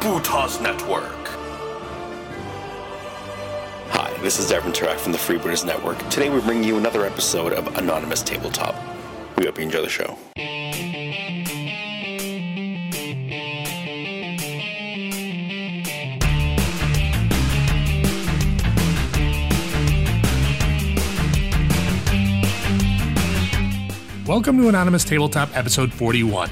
Futas Network. Hi, this is Devin Turek from the Freebooters Network. Today we bring you another episode of Anonymous Tabletop. We hope you enjoy the show. Welcome to Anonymous Tabletop episode 41.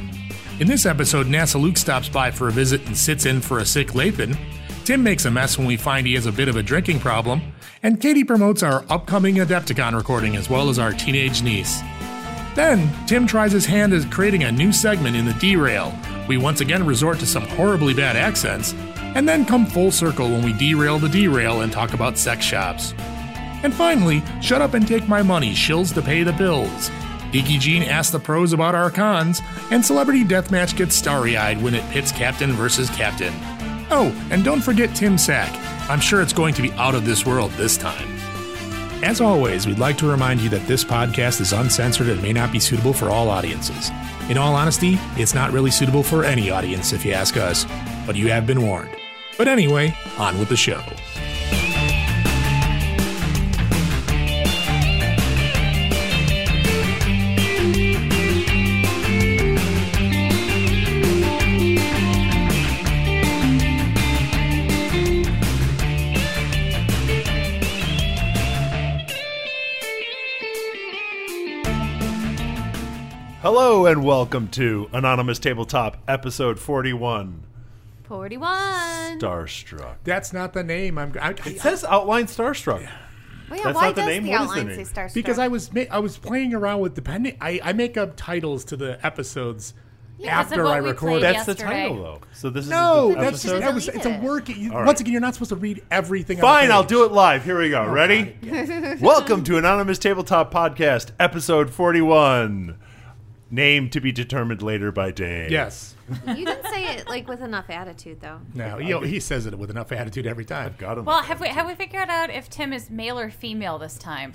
In this episode, NASA Luke stops by for a visit and sits in for a sick Lathan. Tim makes a mess when we find he has a bit of a drinking problem. And Katie promotes our upcoming Adepticon recording as well as our teenage niece. Then, Tim tries his hand at creating a new segment in the derail. We once again resort to some horribly bad accents, and then come full circle when we derail the derail and talk about sex shops. And finally, Shut Up and Take My Money shills to pay the bills. Geeky Gene asks the pros about our cons, and Celebrity Deathmatch gets starry eyed when it pits Captain versus Captain. Oh, and don't forget Tim Sack. I'm sure it's going to be out of this world this time. As always, we'd like to remind you that this podcast is uncensored and may not be suitable for all audiences. In all honesty, it's not really suitable for any audience if you ask us, but you have been warned. But anyway, on with the show. Hello and welcome to Anonymous Tabletop, episode 41, 41. Starstruck. That's not the name. I'm I, I- It says outline Starstruck. Well, yeah, That's why not the does name? the What is the outline name? say Starstruck? because I was ma- I was playing around with depending. I, I make up titles to the episodes Yeah, that's after what I we record. played them. That's the Yesterday. title, though. So this no, is the that's just, episode. that was Delete it's a it. work. You, All right. Once again, you're not supposed to read everything. Fine, I'll do it live. Here we go. Ready? welcome to Anonymous Tabletop Podcast, episode 41. Name to be determined later by day. Yes. You didn't say it like with enough attitude, though. No, you know, he says it with enough attitude every time. Got him. Well, have we have we figured out if Tim is male or female this time?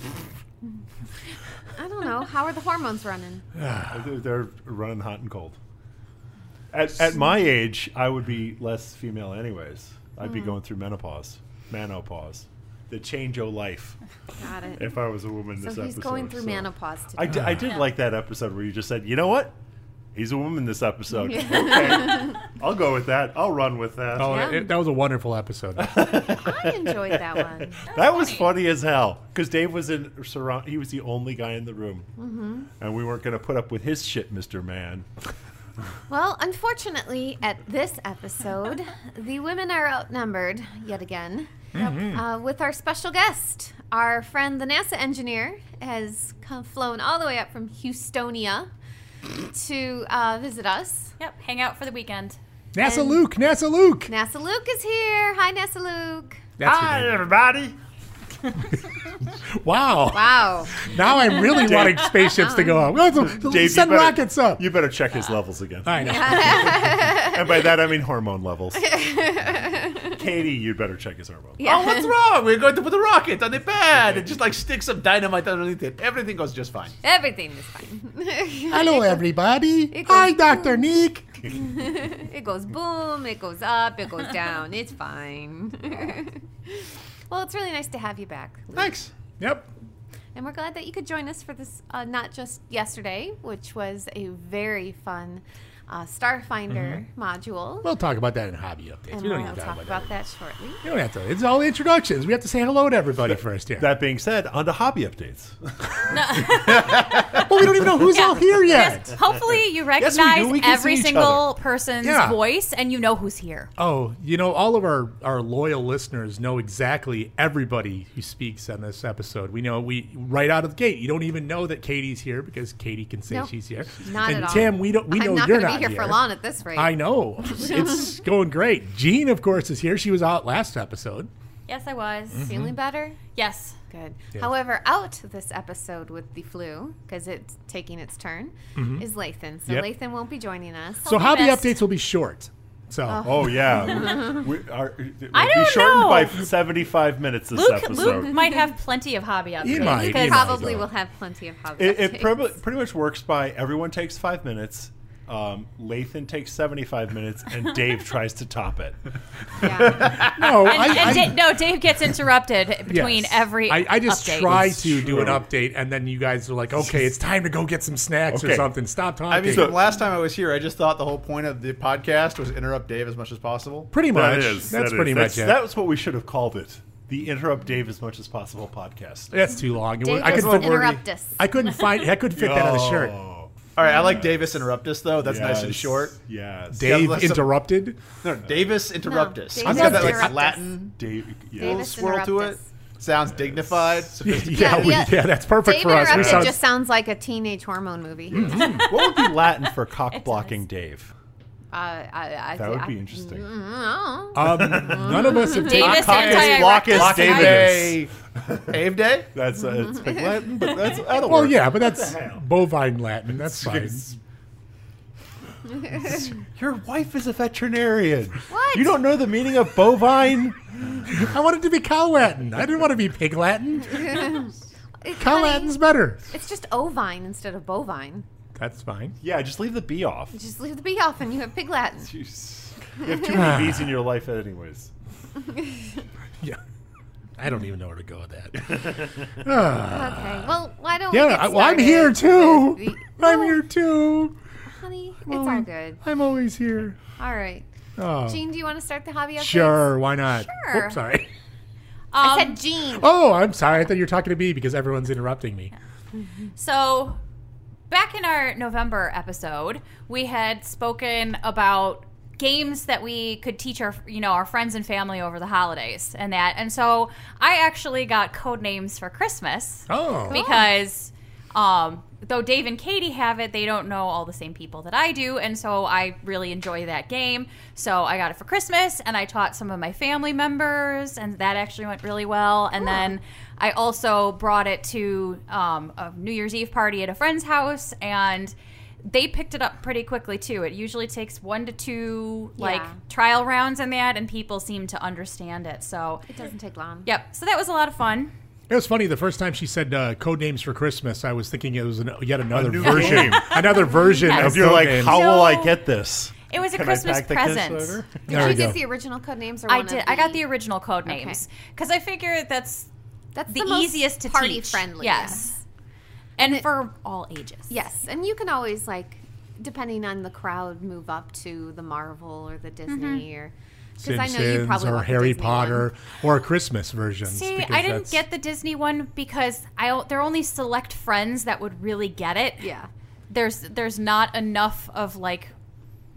Mm-hmm. I don't know. How are the hormones running? They're running hot and cold. At, at my age, I would be less female, anyways. I'd be going through menopause, manopause, the change o' life. Got it. If I was a woman, So this he's episode, going through Ah. so. menopause I, today. d- I did like that episode where you just said, you know what? He's a woman this episode. Yeah. Okay. I'll go with that. I'll run with that. Oh, Yeah. it- that was a wonderful episode. I enjoyed that one. that was funny as hell because Dave was in surround. He was the only guy in the room, Mm-hmm. and we weren't going to put up with his shit, Mister Man. Well, unfortunately, at this episode, the women are outnumbered yet again. Mm-hmm. Uh, with our special guest, our friend, the NASA engineer, has come, flown all the way up from Houstonia to uh, visit us. Yep, hang out for the weekend. NASA Luke, NASA Luke. NASA Luke is here. Hi, NASA Luke. That's her name. everybody. Wow. Wow. Now I'm really wanting spaceships to go up. Well, Dave, you send better- rockets up. You better check his levels again, I know. and by that I mean hormone levels. Katie, you'd better check his hormone. Oh, what's wrong? We're going to put a rocket on the pad and just like stick some dynamite underneath it. Everything goes just fine. Everything is fine. Hello, everybody. Hi, Dr. Neek. it goes boom, it goes up, it goes down. It's fine. well, it's really nice to have you back. Luke. Thanks. Yep. And we're glad that you could join us for this, uh, not just yesterday, which was a very fun uh, Starfinder module. Mm-hmm. We'll talk about that in hobby updates. and we don't we'll need to talk that. about that shortly. You don't have to. It's all introductions. We have to say hello to everybody first here. That being said, on to hobby updates. well, we don't even know who's all here yet. Yes. Hopefully, you Yes, recognize we do. We can every see each single person's Yeah. voice and you know who's here. Uh, Oh, you know, all of our, our loyal listeners know exactly everybody who speaks on this episode. We know we right out of the gate. You don't even know that Katie's here because Katie can say No, she's here. not and at all. Tim, we don't. We know I'm not you're gonna not be here, for long at this rate. I know it's going great. Jean, of course, is here. She was out last episode. Yes, I was. mm-hmm. Mm-hmm. Feeling better? Yes. Good. However, out this episode with the flu, because it's taking its turn, is Lathan. So Mm-hmm. Yep. Lathan won't be joining us. So hobby best. updates will be short. So Oh yeah, we, we are. I we'll don't be shortened know. by seventy-five minutes this Luke episode. Luke might have plenty of hobby updates. He might, he because- might. probably will have plenty of hobby it it updates. prob- pretty much works by everyone takes five minutes. Um, Lathan takes 75 minutes, and Dave tries to top it. Yeah. No, oh, And, I, and I- Da- no, Dave gets interrupted between yes. every. I, I just update. try to do an update, and then you guys are like, "Okay, it's time to go get some snacks or Okay. something." Stop talking. I mean, from last time I was here, I just thought the whole point of the podcast was interrupt Dave as much as possible. pretty That much. is- that's that is- pretty that's- much it. That was what we should have called it the Interrupt Dave as much as possible podcast. that's too long. It was- Dave I could doesn't fit, interrupt us. I couldn't find. I could fit that on a shirt. All right, I like Davis interruptus though. That's nice Oh, and Yes, short. Yes. Dave let's- interrupted. No, Davis interruptus. Davis It's got that like interruptus. Latin Dave, yes. little Davis swirl to it. interruptus. Sounds dignified. sophisticated. Yeah, we, yeah, that's perfect Dave for us. We Interrupted sound- Mm-hmm. just sounds like a teenage hormone movie. uh, What would be Latin for cock blocking Dave? I, I, That would I- be interesting. Mm, I um, none of us have Davis taken- anti Blockus Davis. Ave Day. That's uh, it's big Latin, but that's that'll Well, work. yeah, but that's bovine Latin. That's fine. Your wife is a veterinarian. What? You don't know the meaning of bovine? I wanted to be cow Latin. I didn't want to be pig Latin. don't. it's, Cow funny. Latin's better. it's just ovine instead of bovine. That's fine. yeah, just leave the bee off. Just leave the B off and you have pig Latin. You have too many bees in your life, anyways. Yeah. I don't even know where to go with that. Okay. Well, why don't Ah. Yeah, we get I, well, I'm started here too. with the- I'm No, here too. Honey, it's Well, all good. I'm always here. All right. Oh, Gene, do you want to start the hobby updates? sure. Why not? Sure. Oops, sorry. I Um, said Gene. Oh, I'm sorry. I thought you were talking to me because everyone's interrupting me. So, back in our November episode, we had spoken about games that we could teach our, you know, our friends and family over the holidays and that. And so, I actually got code names for Christmas Oh, because um though Dave and Katie have it, they don't know all the same people that I do, and so I really enjoy that game. So I got it for Christmas and I taught some of my family members and that actually went really well. And then I also brought it to um, a New Year's Eve party at a friend's house and they picked it up pretty quickly too. It usually takes one to two like Yeah. trial rounds in that, and people seem to understand it. So, It doesn't take long. yep. So that was a lot of fun. it was funny. The first time she said uh, code names for Christmas, I was thinking it was an, yet another new version, game. another version of You're code like, names. how will I No. get this? It was a Can I Christmas pack the kids present. over? Did There you we go. get the original code names or I one of did. I got the the original code names because I figured that's That's the, the, most easiest to party teach. friendly. Yes, and for all ages. Yes, and you can always like, depending on the crowd, move up to the Marvel or the Mm-hmm. Disney or because I know you Simpsons probably or want the Harry Disney Potter or Christmas versions. See, because I didn't that's- get the Disney one because I there are only select friends that would really get it. One. Yeah, There's there's not enough of like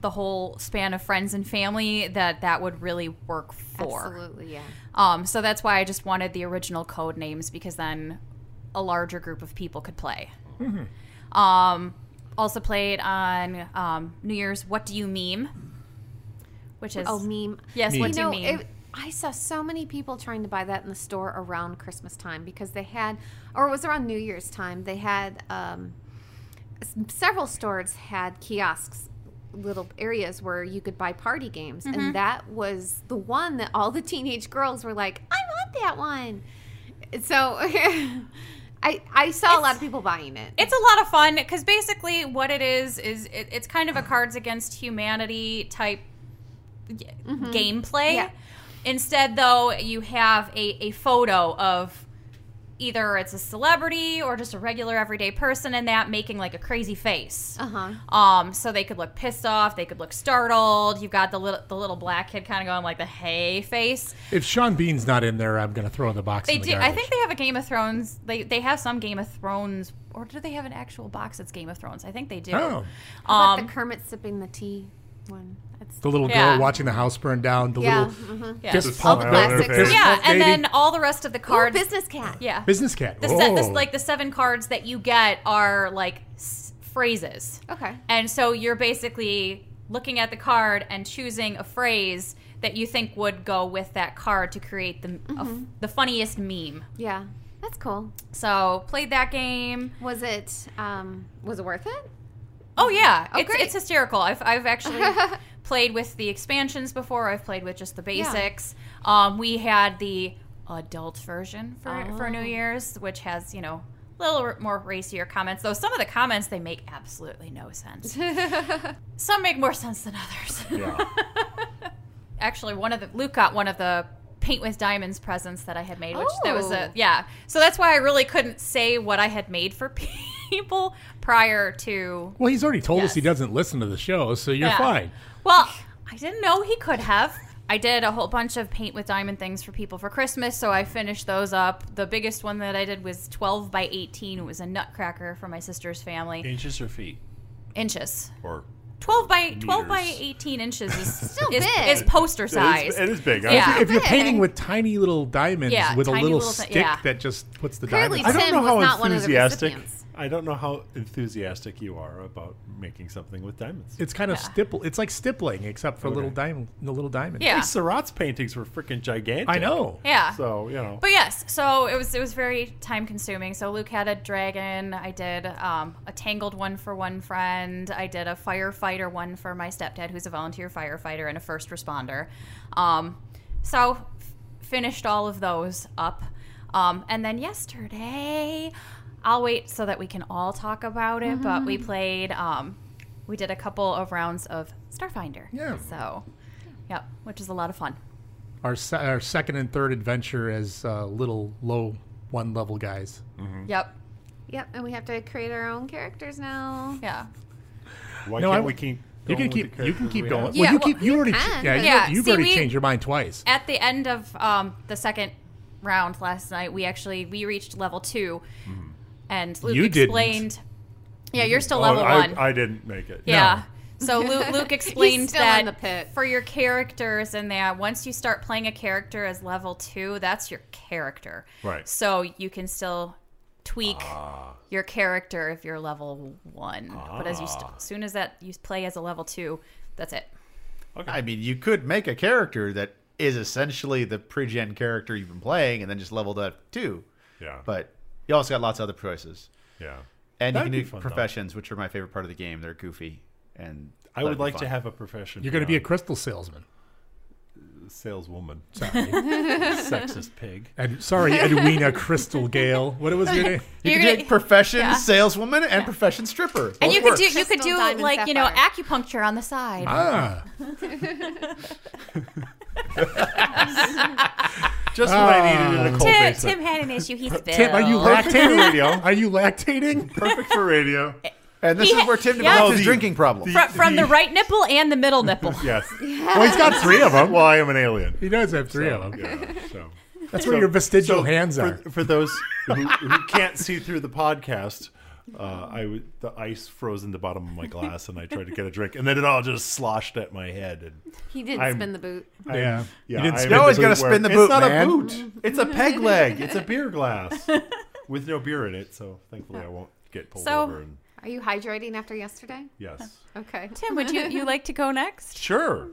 the whole span of friends and family that that would really work for. absolutely. Yeah. Um, so that's why I just wanted the original code names because then a larger group of people could play. Um, also played on um, New Year's What Do You Meme? Which is. Oh, meme. Yes, you what do you know, mean? it- I saw so many people trying to buy that in the store around Christmas time because they had, or it was around New Year's time. They had um, s- several stores had kiosks, little areas where you could buy party games, Mm-hmm. and that was the one that all the teenage girls were like, "I want that one." So, I I saw a lot of people buying it. it's a lot of fun because basically what it is is it, it's kind of a Cards Against Humanity type g- gameplay. Yeah. Instead, though, you have a, a photo of either it's a celebrity or just a regular everyday person and that making like a crazy face. uh huh. Um, so they could look pissed off, they could look startled. You've got the little the little black kid kind of going like the hey face. If Sean Bean's not in there, I'm going to throw in the box. They in the do. I garbage. think they have a Game of Thrones. They they have some Game of Thrones, or do they have an actual box that's Game of Thrones? I think they do. Oh. But the Um, Kermit sipping the tea one. That's the little girl Yeah. watching the house burn down. The yeah. little mhm. yeah. fist All pump. the the- classics. the fist yeah, pump and lady. then all the rest of the Ooh, cards. business cat. yeah, business cat. the, se- the- Oh. Whoa. like the seven cards that you get are like s- phrases. Okay. And so you're basically looking at the card and choosing a phrase that you think would go with that card to create the a f- the funniest meme. Yeah. That's cool. So played that game. Was it um was it worth it? Oh yeah, Oh, it's great. it's hysterical. I've I've actually played with the expansions before. I've played with just the basics. Um, we had the adult version for for New Oh. Year's, which has you know little r- more racier comments, though some of the comments they make absolutely no sense. some make more sense than others. Yeah. Actually, one of the Luke got one of the paint with diamonds presents that I had made, which that was Oh. a yeah. So that's why I really couldn't say what I had made for people prior to Well, he's already told us Yes. he doesn't listen to the show, so you're Yeah. fine. Well, I didn't know he could have. I did a whole bunch of paint with diamond things for people for Christmas, so I finished those up. The biggest one that I did was 12 by 18. It was a nutcracker for my sister's family. Inches or feet? Inches. Or 12 by 12 by Meters. 18 inches is Still is, big. is poster It is, size. it is big. I- Yeah. If you're Okay. painting with tiny little diamonds Oh, Yeah, with a tiny little, little thi- stick yeah. that just puts the Clearly diamonds. I don't Tim know was how not one of the enthusiastic. recipients. I don't know how enthusiastic you are about making something with diamonds. It's kind of stipple. It's like stippling, except for little diamond, the little diamond. Yeah. Like Seurat's paintings were freaking gigantic. I know. Yeah. So you know, But yes, so it was it was very time consuming. So Luke had a dragon. I did um, a tangled one for one friend. I did a firefighter one for my stepdad, who's a volunteer firefighter and a first responder. Um, so f- finished all of those up, um, and then yesterday, I'll wait so that we can all talk about it. But we played. Um, we did a couple of rounds of Starfinder. Yeah. So, yep, which is a lot of fun. Our se- our second and third adventure as uh, little low one level guys. Yep. Yep, and we have to create our own characters now. Yeah. why No, can't I- we keep? You going can with keep. the You can characters keep we going. have? well, Yeah, you well, keep. you you already. can. Yeah. you- Yeah, You've see, already we- changed your mind twice. at the end of um, the second round last night, we actually we reached level 2 and Luke You didn't. explained. Yeah, you're still Oh, level I, one. I didn't make it. yeah. So Luke, Luke explained still that in the pit. for your characters and that once you start playing a character as level two, that's your character. Right. So you can still tweak your character if you're level one. But as you st- as soon as that you play as a level two, that's it. I mean, you could make a character that is essentially the pre-gen character you've been playing, and then just leveled up too. Yeah. But you also got lots of other choices, Yeah. and That'd you be can do fun, though. professions, which are my favorite part of the game. They're goofy, and I that'd would be like fun. to have a profession. You're going to be a beyond crystal salesman. saleswoman, Sorry. sexist pig. and sorry, Edwina Crystal Gale. What was your name? You You're could gonna- take profession yeah. saleswoman and profession stripper. And Both you could work. do you could Crystal do diamond like you know sapphire. acupuncture on the side. Ah. Just what I needed in a cold Tim, basement. Tim had an issue. He's Bill. Tim, are you Perfect for lactating? radio. Are you lactating? Perfect for radio. And this He is where Tim yeah. develops No, the- his drinking problem. Fr- from the right nipple and the middle nipple? Yes. Well, he's got three of them. Well, I am an alien. He does have three So, of them. yeah, so. That's where your vestigial so hands for, are. For those who, who can't see through the podcast, uh, I w- the ice froze in the bottom of my glass, and I tried to get a drink, and then it all just sloshed at my head. And He did I'm- spin the boot. I, Yeah. yeah, You didn't I spin am the always in gotta where- spin the It's boot, not man. a boot. It's a peg leg. It's a beer glass with no beer in it. So thankfully, I won't get pulled So- over. And, Are you hydrating after yesterday? yes. Okay. Tim, would you you like to go next? Sure.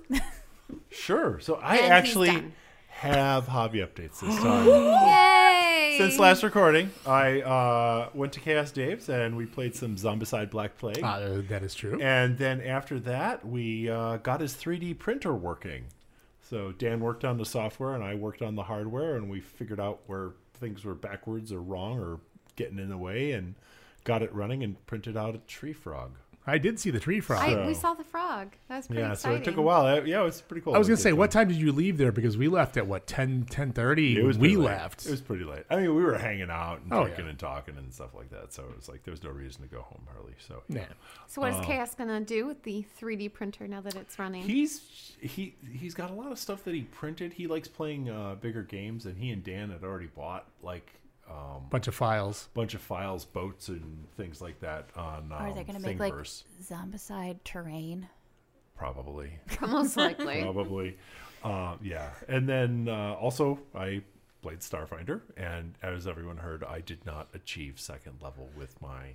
sure. So I And he's actually done. have hobby updates this time. Yay! Since last recording, I uh, went to Chaos Dave's and we played some Zombicide Black Plague. Uh, that is true. And then after that, we uh, got his 3D printer working. So Dan worked on the software and I worked on the hardware, and we figured out where things were backwards or wrong or getting in the way and got it running and printed out a tree frog. I did see the tree frog. I, I, we saw the frog. That was pretty yeah, so exciting. it took a while. Uh, Yeah, it was pretty cool. was We going to did say, that. what time did you leave there? Because we left at what, 10, 10.30? It was we pretty late. left. It was pretty late. I mean, we were hanging out and Oh, drinking yeah. and talking and stuff like that. So it was like there was no reason to go home early. So yeah. so Oh. what is Chaos gonna do with the 3D printer now that it's running? he's he he's got a lot of stuff that he printed. He likes playing uh, bigger games, and he and Dan had already bought like a Bunch of files. bunch of files, boats, and things like that on. Um, Or are they going to make like Thingiverse, zombicide terrain? probably? Most likely. probably. Uh, yeah. And then uh, also, I played Starfinder, and as everyone heard, I did not achieve second level with my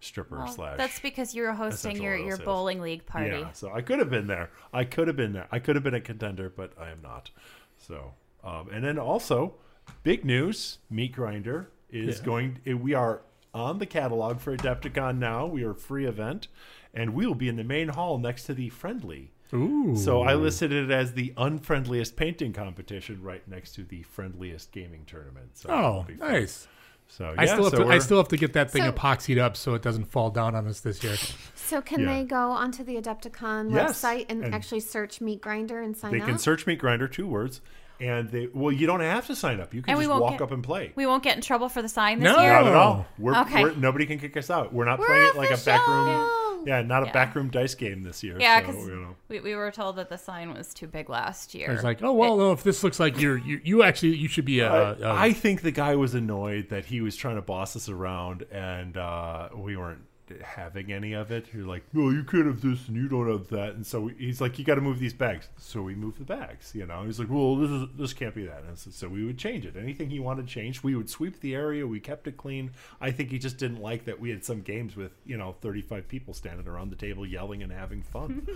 stripper slash. that's because you were hosting essential your, oil your sales. bowling league party. yeah. So I could have been there. I could have been there. I could have been a contender, but I am not. So, um, and then also, big news: Meat Grinder is going. eh, We are on the catalog for Adepticon now. We are a free event, and we will be in the main hall next to the friendly. Ooh. So I listed it as the unfriendliest painting competition right next to the friendliest gaming tournament. So Oh, it'll be fun. nice. So I yeah, still have so to, I we're- still have to get that thing So- epoxied up so it doesn't fall down on us this year. So can Yeah. they go onto the Adepticon Yes, website and, and- actually search Meat Grinder and sign they up? can search Meat Grinder two words, and they well you don't have to sign up. You can And we just won't walk get- up and play. We won't get in trouble for the sign this No. year. Not at all. We're, Okay. we're nobody can kick us out. We're not We're playing it like a official. backroom. Yeah, not a Yeah. backroom dice game this year. Yeah, so, because you know. we, we were told that the sign was too big last year. I was like, oh well, no, if this looks like you're you, you actually you should be a, Uh, a, a I think the guy was annoyed that he was trying to boss us around and uh, we weren't having any of it. You're like, no, you can't have this and you don't have that. And so we, he's like, you got to move these bags. So we move the bags, you know. He's like, well, this is this can't be that. And so, so we would change it. Anything he wanted changed, we would sweep the area. We kept it clean. I think he just didn't like that we had some games with you know 35 people standing around the table yelling and having fun.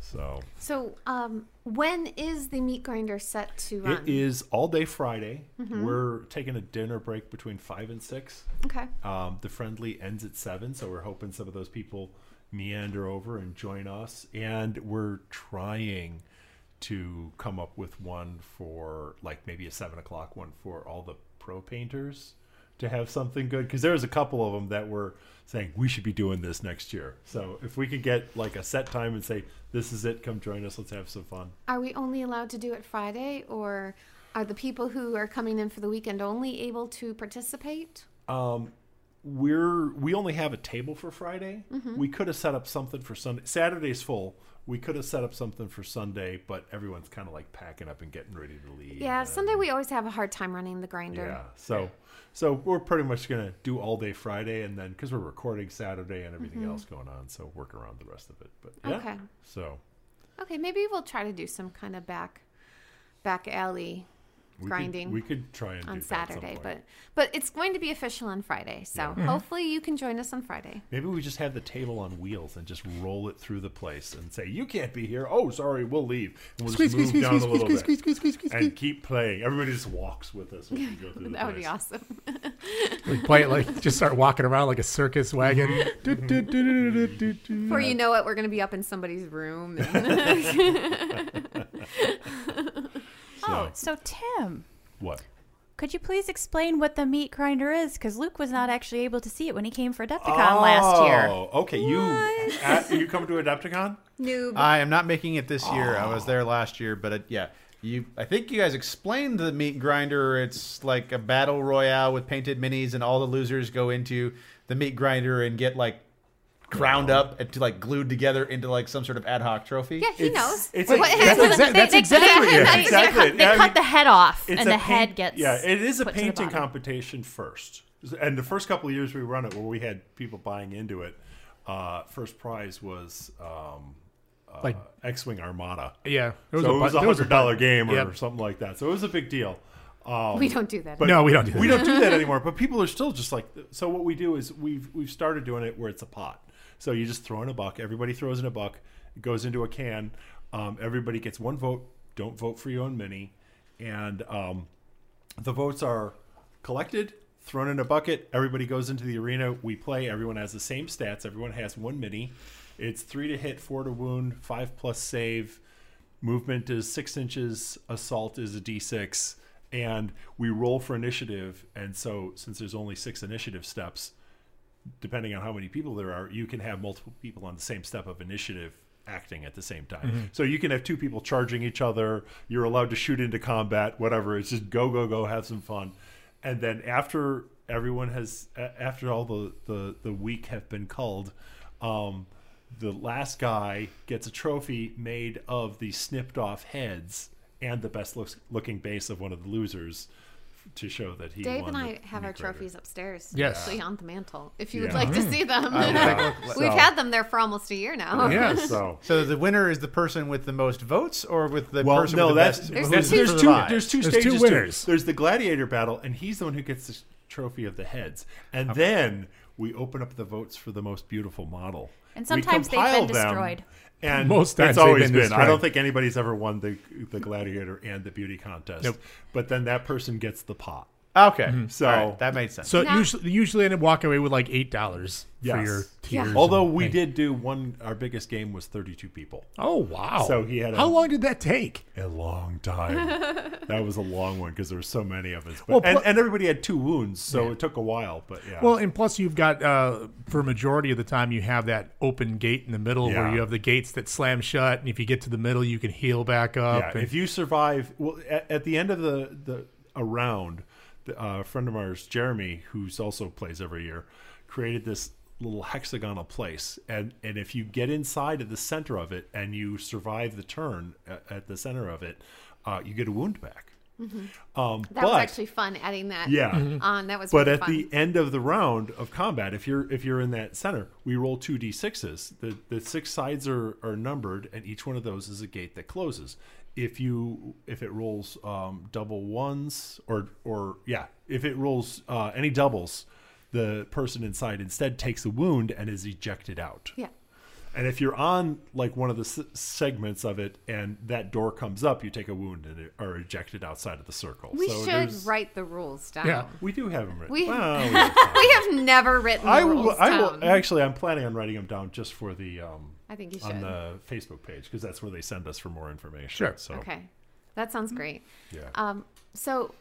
so So um, when is the Meat Grinder set to run? it is all day Friday. We're taking a dinner break between five and six. Okay. Um, the friendly ends at seven, so we're hoping some of those people meander over and join us. And we're trying to come up with one for like maybe a seven o'clock one for all the pro painters to have something good because there was a couple of them that were saying we should be doing this next year. So if we could get like a set time and say this is it, come join us, let's have some fun. Are we only allowed to do it Friday, or are the people who are coming in for the weekend only able to participate? we're we only have a table for Friday. Mm-hmm. We could have set up something for Sunday. Saturday's full. We could have set up something for Sunday, but everyone's kind of like packing up and getting ready to leave. Yeah, and- Sunday we always have a hard time running the grinder. yeah. So, so we're pretty much gonna do all day Friday, and then because we're recording Saturday and everything else going on, so work around the rest of it. But yeah. Mm-hmm. Okay. So Okay, maybe we'll try to do some kind of back back alley we could- grinding we could try and on do that at some Saturday, point. but but it's going to be official on Friday. So hopefully you can join us on Friday. Maybe we just have the table on wheels and just roll it through the place and say, "You can't be here." Oh, sorry, we'll leave. And we'll squeeze, squeeze, just move squeeze, down squeeze, a little squeeze, bit squeeze, squeeze, squeeze, squeeze, and keep playing. Everybody just walks with us. When we go through the That would be place. awesome. Like, play it like just start walking around like a circus wagon. Do, do, do, do, do, do, do. Before you know it, we're going to be up in somebody's room. and- oh, so Tim, What? could you please explain what the meat grinder is? Because Luke was not actually able to see it when he came for Adepticon last year. Oh, okay. You at, you come to Adepticon? Noob. Uh, I am not making it this year. I was there last year, but it, yeah, you. I think you guys explained the meat grinder. It's like a battle royale with painted minis, and all the losers go into the meat grinder and get like ground up and to like glued together into like some sort of ad hoc trophy. yeah, he knows. it's What a- happened? That's, exa- that's exactly they, it. They, Exactly. cut, they Yeah, I cut mean, the head off, It's and a the paint- head gets Yeah, it is a put to the painting bottom. competition first, and the first couple of years we run it, where we had people buying into it. Uh, first prize was um, uh, Like- X-wing Armada. Yeah, there so it was bu- a there hundred dollar game or Yep. something like that. So it was a big deal. we don't do that. But No, we don't do that. We don't do that anymore. But people are still just like. So what we do is we've we've started doing it where it's a pot. So you just throw in a buck. Everybody throws in a buck. It goes into a can. Um, everybody gets one vote. Don't vote for your own mini. And um, the votes are collected, thrown in a bucket. Everybody goes into the arena. We play. Everyone has the same stats. Everyone has one mini. It's three to hit, four to wound, five plus save. Movement is six inches. Assault is a d6. And we roll for initiative. And so, since there's only six initiative steps, depending on how many people there are, you can have multiple people on the same step of initiative acting at the same time. So you can have two people charging each other. You're allowed to shoot into combat, whatever. It's just go, go, go, have some fun. And then after everyone has, a- after all the, the, the week have been culled, um, the last guy gets a trophy made of the snipped off heads and the best looks, looking base of one of the losers to show that he Dave won and the I have our Meat Grinder. trophies upstairs. Yes. Actually on the mantle. If you would Yeah. Mm. like to see them. We've So- had them there for almost a year now. Yeah. So So the winner is the person with the most votes, or with the Well, person no, with the that's best. There's there's, two- there's survived? two there's two There's two stages. to it. winners. There's the gladiator battle, and he's the one who gets the trophy of the heads. And then we open up the votes for the most beautiful model. And We sometimes they've compile been them, destroyed. And Most times it's they've always been been. I destroyed. don't think anybody's ever won the the gladiator and the beauty contest. But then that person gets the pot. Okay. So- All right, that made sense. So Nah. usually, usually I end up walking away with like eight dollars for Yes. your Yeah. tears. and Although we things. did do one, our biggest game was 32 people. Oh wow! So he had a- how long did that take? A long time. that was a long one because there were so many of us. But, Well, and, pl- and everybody had two wounds, so it took a while. But yeah, Well, and plus you've got uh, for majority of the time you have that open gate in the middle where Yeah. you have the gates that slam shut, and if you get to the middle, you can heal back up. yeah. and- If you survive, well, at, at the end of the the a round, the, uh, a friend of ours, Jeremy, who's also plays every year, created this little hexagonal place, and and if you get inside of the center of it and you survive the turn at, at the center of it, uh, you get a wound back. Um, Mm-hmm. That but, was actually fun adding that. yeah. Mm-hmm. On that was. But really at fun. the end of the round of combat, if you're if you're in that center, we roll two d sixes. The the six sides are are numbered, and each one of those is a gate that closes. If you if it rolls um, double ones or or yeah, if it rolls uh, any doubles, the person inside instead takes a wound and is ejected out. Yeah. And if you're on like one of the s- segments of it, and that door comes up, you take a wound and are ejected outside of the circle. We So should there's- write the rules down. Yeah. we do have them written. We- Well, We have never written the I rules will. I down. will. Actually, I'm planning on writing them down just for the um I think you on should. the Facebook page because that's where they send us for more information. Sure. So Okay, that sounds great. yeah. Um, so,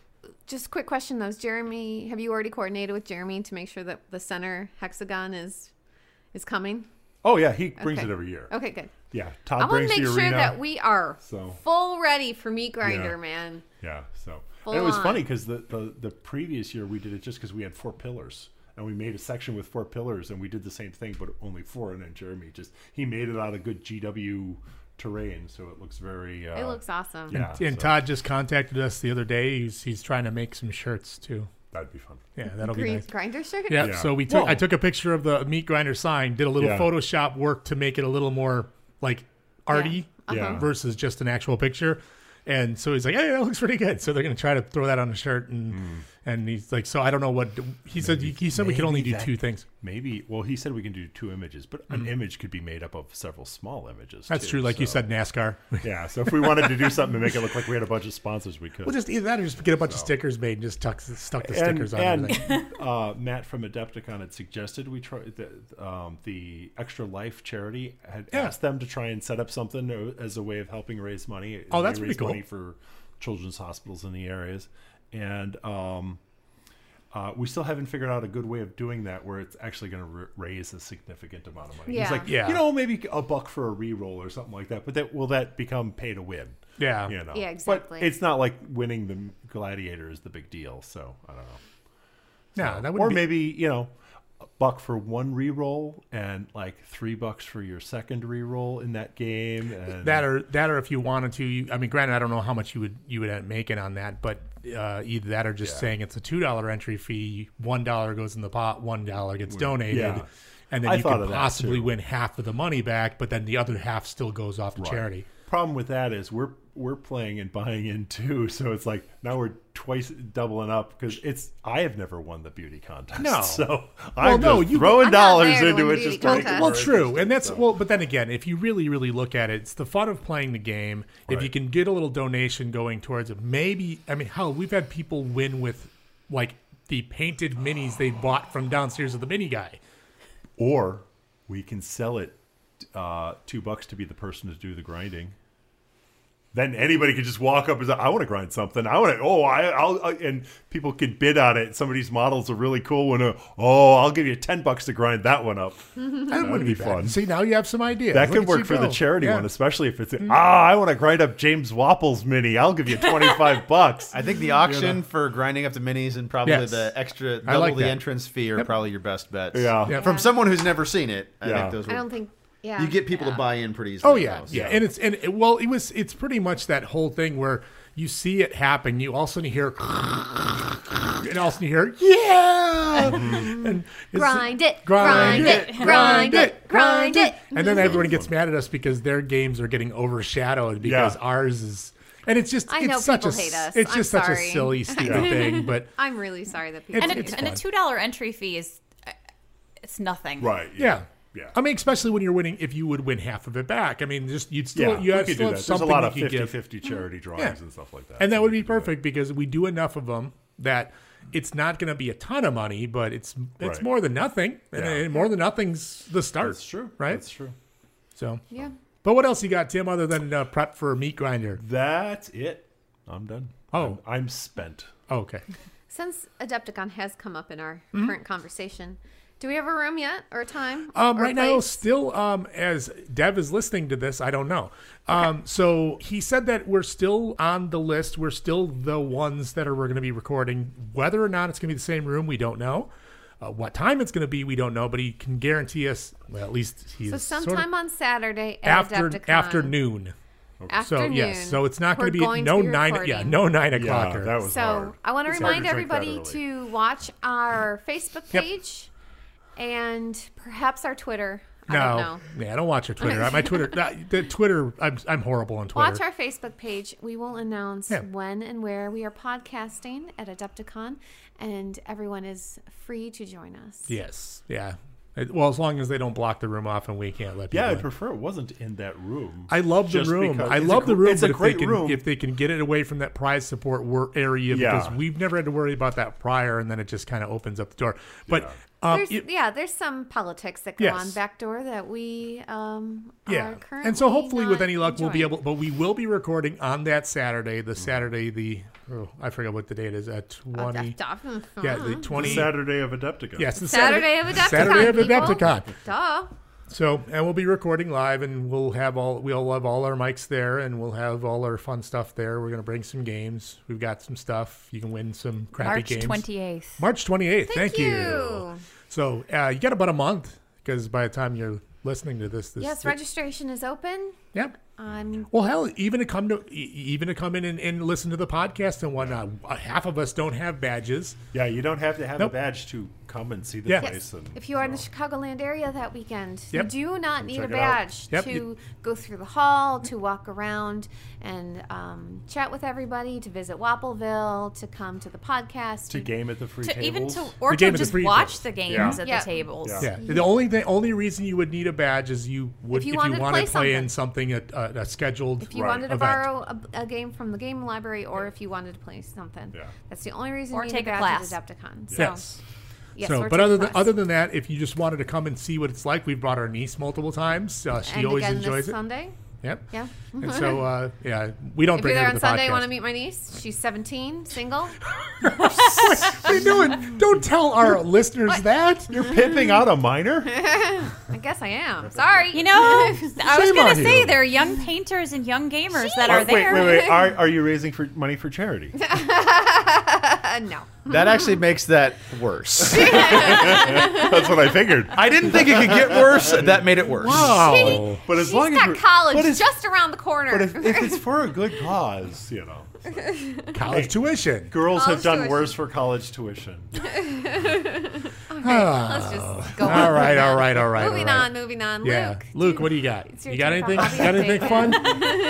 just a quick question though: Is Jeremy, have you already coordinated with Jeremy to make sure that the center hexagon is is coming? oh yeah, he brings okay. it every year. Okay, good. Yeah, I Todd want to brings make the sure arena. that we are So- full ready for meat grinder, Yeah. man. yeah. So Full and it was on. funny because the, the the previous year we did it just because we had four pillars. And we made a section with four pillars, and we did the same thing, but only four. And then Jeremy just he made it out of good GW terrain, so it looks very. Uh, It looks awesome. Yeah. and so Todd just contacted us the other day. He's he's trying to make some shirts too. that'd be fun. Yeah, that'll be Green nice. grinder shirt. Yeah, Yeah. so we took I Well- took a picture of the meat grinder sign, did a little Yeah. Photoshop work to make it a little more like arty Yeah. Uh-huh. versus just an actual picture. And so he's like, "Hey, that looks pretty good." So they're gonna try to throw that on a shirt, and and he's like, "So I don't know what he said. He, he said we could only maybe do that- two things. Maybe. Well, he said we can do two images, but an image could be made up of several small images. Mm. That's too, true. Like you so- said, NASCAR. Yeah. So if we wanted to do something to make it look like we had a bunch of sponsors, we could. well, just either that or just get a bunch of stickers made and just tuck stuck the and stickers on. everything. and uh, Matt from Adepticon had suggested we try the, um, the Extra Life charity had Yeah. asked them to try and set up something as a way of helping raise money. Oh, that's They pretty raise cool. Money for children's hospitals in the areas, and um, uh, we still haven't figured out a good way of doing that where it's actually going to r- raise a significant amount of money. Yeah. He's like, Yeah. you know, maybe a buck for a re-roll or something like that. But that will that become pay to win? Yeah. you know. Yeah, exactly. But it's not like winning the gladiator is the big deal. So uh, I don't know yeah, that would or be, maybe you know a buck for one re-roll and like three bucks for your second re-roll in that game and that or that or if you wanted to you, i mean granted i don't know how much you would you would make it on that but uh, either that or just saying it's a two dollar entry fee one dollar goes in the pot one dollar gets donated yeah. and then I you thought could of that, possibly too. win half of the money back but then the other half still goes off to charity problem with that is we're we're playing and buying in too so it's like now we're twice doubling up because it's i have never won the beauty contest No. so Well, i'm no, just you- throwing I'm not dollars there to into win it the just to beauty make it contest. more well true interesting, and that's so. well but then again if you really really look at it it's the fun of playing the game if you Right. can get a little donation going towards it maybe i mean hell we've had people win with like the painted minis they bought from downstairs of the mini guy or we can sell it uh, two bucks to be the person to do the grinding. Then anybody could just walk up and say, "I want to grind something. I want to. Oh, I, I'll." I, and people could bid on it. Somebody's model's a really cool one. Uh, oh, I'll give you ten bucks to grind that one up. That would That'd be, be fun. fun. See, now you have some ideas. Look That could at you work for the go. charity Yeah. Mm-hmm. one, especially if it's ah, I want to grind up James Wapple's mini. I'll give you twenty five bucks. I think the auction for grinding up the minis and probably Yes. the extra I double like the that. entrance fee are probably your best bets. Yeah. Yeah. From someone who's never seen it, I Yeah. think those. Were, I don't think. Yeah. you get people to buy in pretty easily. Oh on yeah, those. yeah, and it's and it, well, it was it's pretty much that whole thing where you see it happen, you all of a sudden hear, and all of a sudden you hear, yeah, and it's- Grind it, grind it, grind it, Mm-hmm. grind it. and then everyone gets mad at us because their games are getting overshadowed because Yeah. ours is, and it's just I it's know such a people hate s- us. it's I'm just such a sorry. silly stupid thing, but I'm really sorry that people. It's- And, do it's a, that. and a two dollar entry fee is uh, it's nothing. Right. Yeah. Yeah. I mean, especially when you're winning, if you would win half of it back. I mean, just you'd still Yeah, you we have, could still do have that. There's a something lot of you could give, Mm-hmm. 50-50 charity drawings and stuff like that. and that so would we be could do that. perfect because we do enough of them that it's not going to be a ton of money, but it's it's Right. more than nothing, and, Yeah. and more than nothing's the start. That's true. right? That's true. So, Yeah. but what else you got, Tim, other than uh, prep for meat grinder? That's it. I'm done. Oh. I'm, I'm spent. Oh, okay, Since Adepticon has come up in our Mm-hmm. current conversation, do we have a room yet or a time? um, or a right now, place? still um, as Dev is listening to this, I don't know. Um, so he said that we're still on the list. We're still the ones that are we're going to be recording. Whether or not it's going to be the same room, we don't know. Uh, what time it's going to be, we don't know. But he can guarantee us. Well, at least he's So sort of- sometime on Saturday at after Adepticon. afternoon. So Afternoon. yes, so it's not we're going to be going no be nine. Yeah, recording. no nine o'clock. Yeah, that was So hard. I want to It's hard drink remind that everybody early. to watch our Facebook Yep. page and perhaps our Twitter. I no, don't know. yeah, I don't watch your Twitter. I- My Twitter, that- the Twitter, I'm, I'm horrible on Twitter. Watch our Facebook page. We will announce Yeah. when and where we are podcasting at Adepticon, and everyone is free to join us. yes, yeah. It- well, as long as they don't block the room off and we can't let people. Yeah, I in. prefer it wasn't in that room. I love the Just room. because- I it's a love the gr- room. It's but a if they great can, room. If they can get it away from that prize support wor- area, because Yeah. we've never had to worry about that prior, and then it just kind of opens up the door. But um, There's, it- yeah, there's some politics that go Yes. on backdoor that we um, yeah are currently. and so hopefully with not any luck we'll be enjoying. able but we will be recording on that saturday Mm-hmm. the saturday the oh, i forget what the date is at 20 Adepticon. yeah the The 20 Saturday of Adepticon. yes the uh-huh. Saturday of Adepticon. saturday of people. adepticon Duh. so and we'll be recording live and we'll have all we'll have all our mics there and we'll have all our fun stuff there we're going to bring some games we've got some stuff you can win some crappy March games twenty eighth. march 28th thank, you. so uh, you got about a month because by the time you're listening to this this Yes, registration is open. yep I'm Well, hell, even to come to e- even to come in and, and listen to the podcast and whatnot, uh, half of us don't have badges. Yeah, you don't have to have Nope. a badge to come and see the Yeah. place. Yes. And, If you are in the Chicagoland area that weekend, Yep. you do not need a check it out. badge Yep, to you- go through the hall, to walk around and um, chat with everybody, to visit Wappleville, to come to the podcast. to game at the free To tables. even to or game at to the just free watch tables. the games Yeah. at Yeah. the tables. Yeah. Yeah, the only thing, only reason you would need a badge is you would If you wanted to want to play play in something a, a, a scheduled if you right, wanted to event. borrow a, a game from the game library, or if you wanted to play something, Yeah. that's the only reason Or you take need a a badge class. at Adepticon. So, yes. yes, so, or but take a other than class. other than that, if you just wanted to come and see what it's like, we've brought our niece multiple times. Uh, she and always again enjoys this it. Sunday, Yep. yeah. And so, uh, yeah, we don't If bring you're there her on to the Sunday, podcast. want to meet my niece? She's 17, single. what are you doing? Don't tell our listeners that. You're pimping out a minor? I guess I am. Sorry. You know, I was Shame gonna on say you. there are young painters and young gamers that are Wait, wait, there. wait, wait. Are, are you raising for money for charity? Uh, no. That actually makes that worse. That's what I figured. I didn't think it could get worse. That made it worse. Wow. But as She's long got as we're- college but as- just around the corner. But if, if it's for a good cause, you know, College tuition. girls College have done tuition. worse for college tuition. Let's just go All on. right, all right, all right. all Moving right. on, moving on. Yeah, Luke, Luke. what do you got? it's your You got turn for anything? Got hobby anything fun?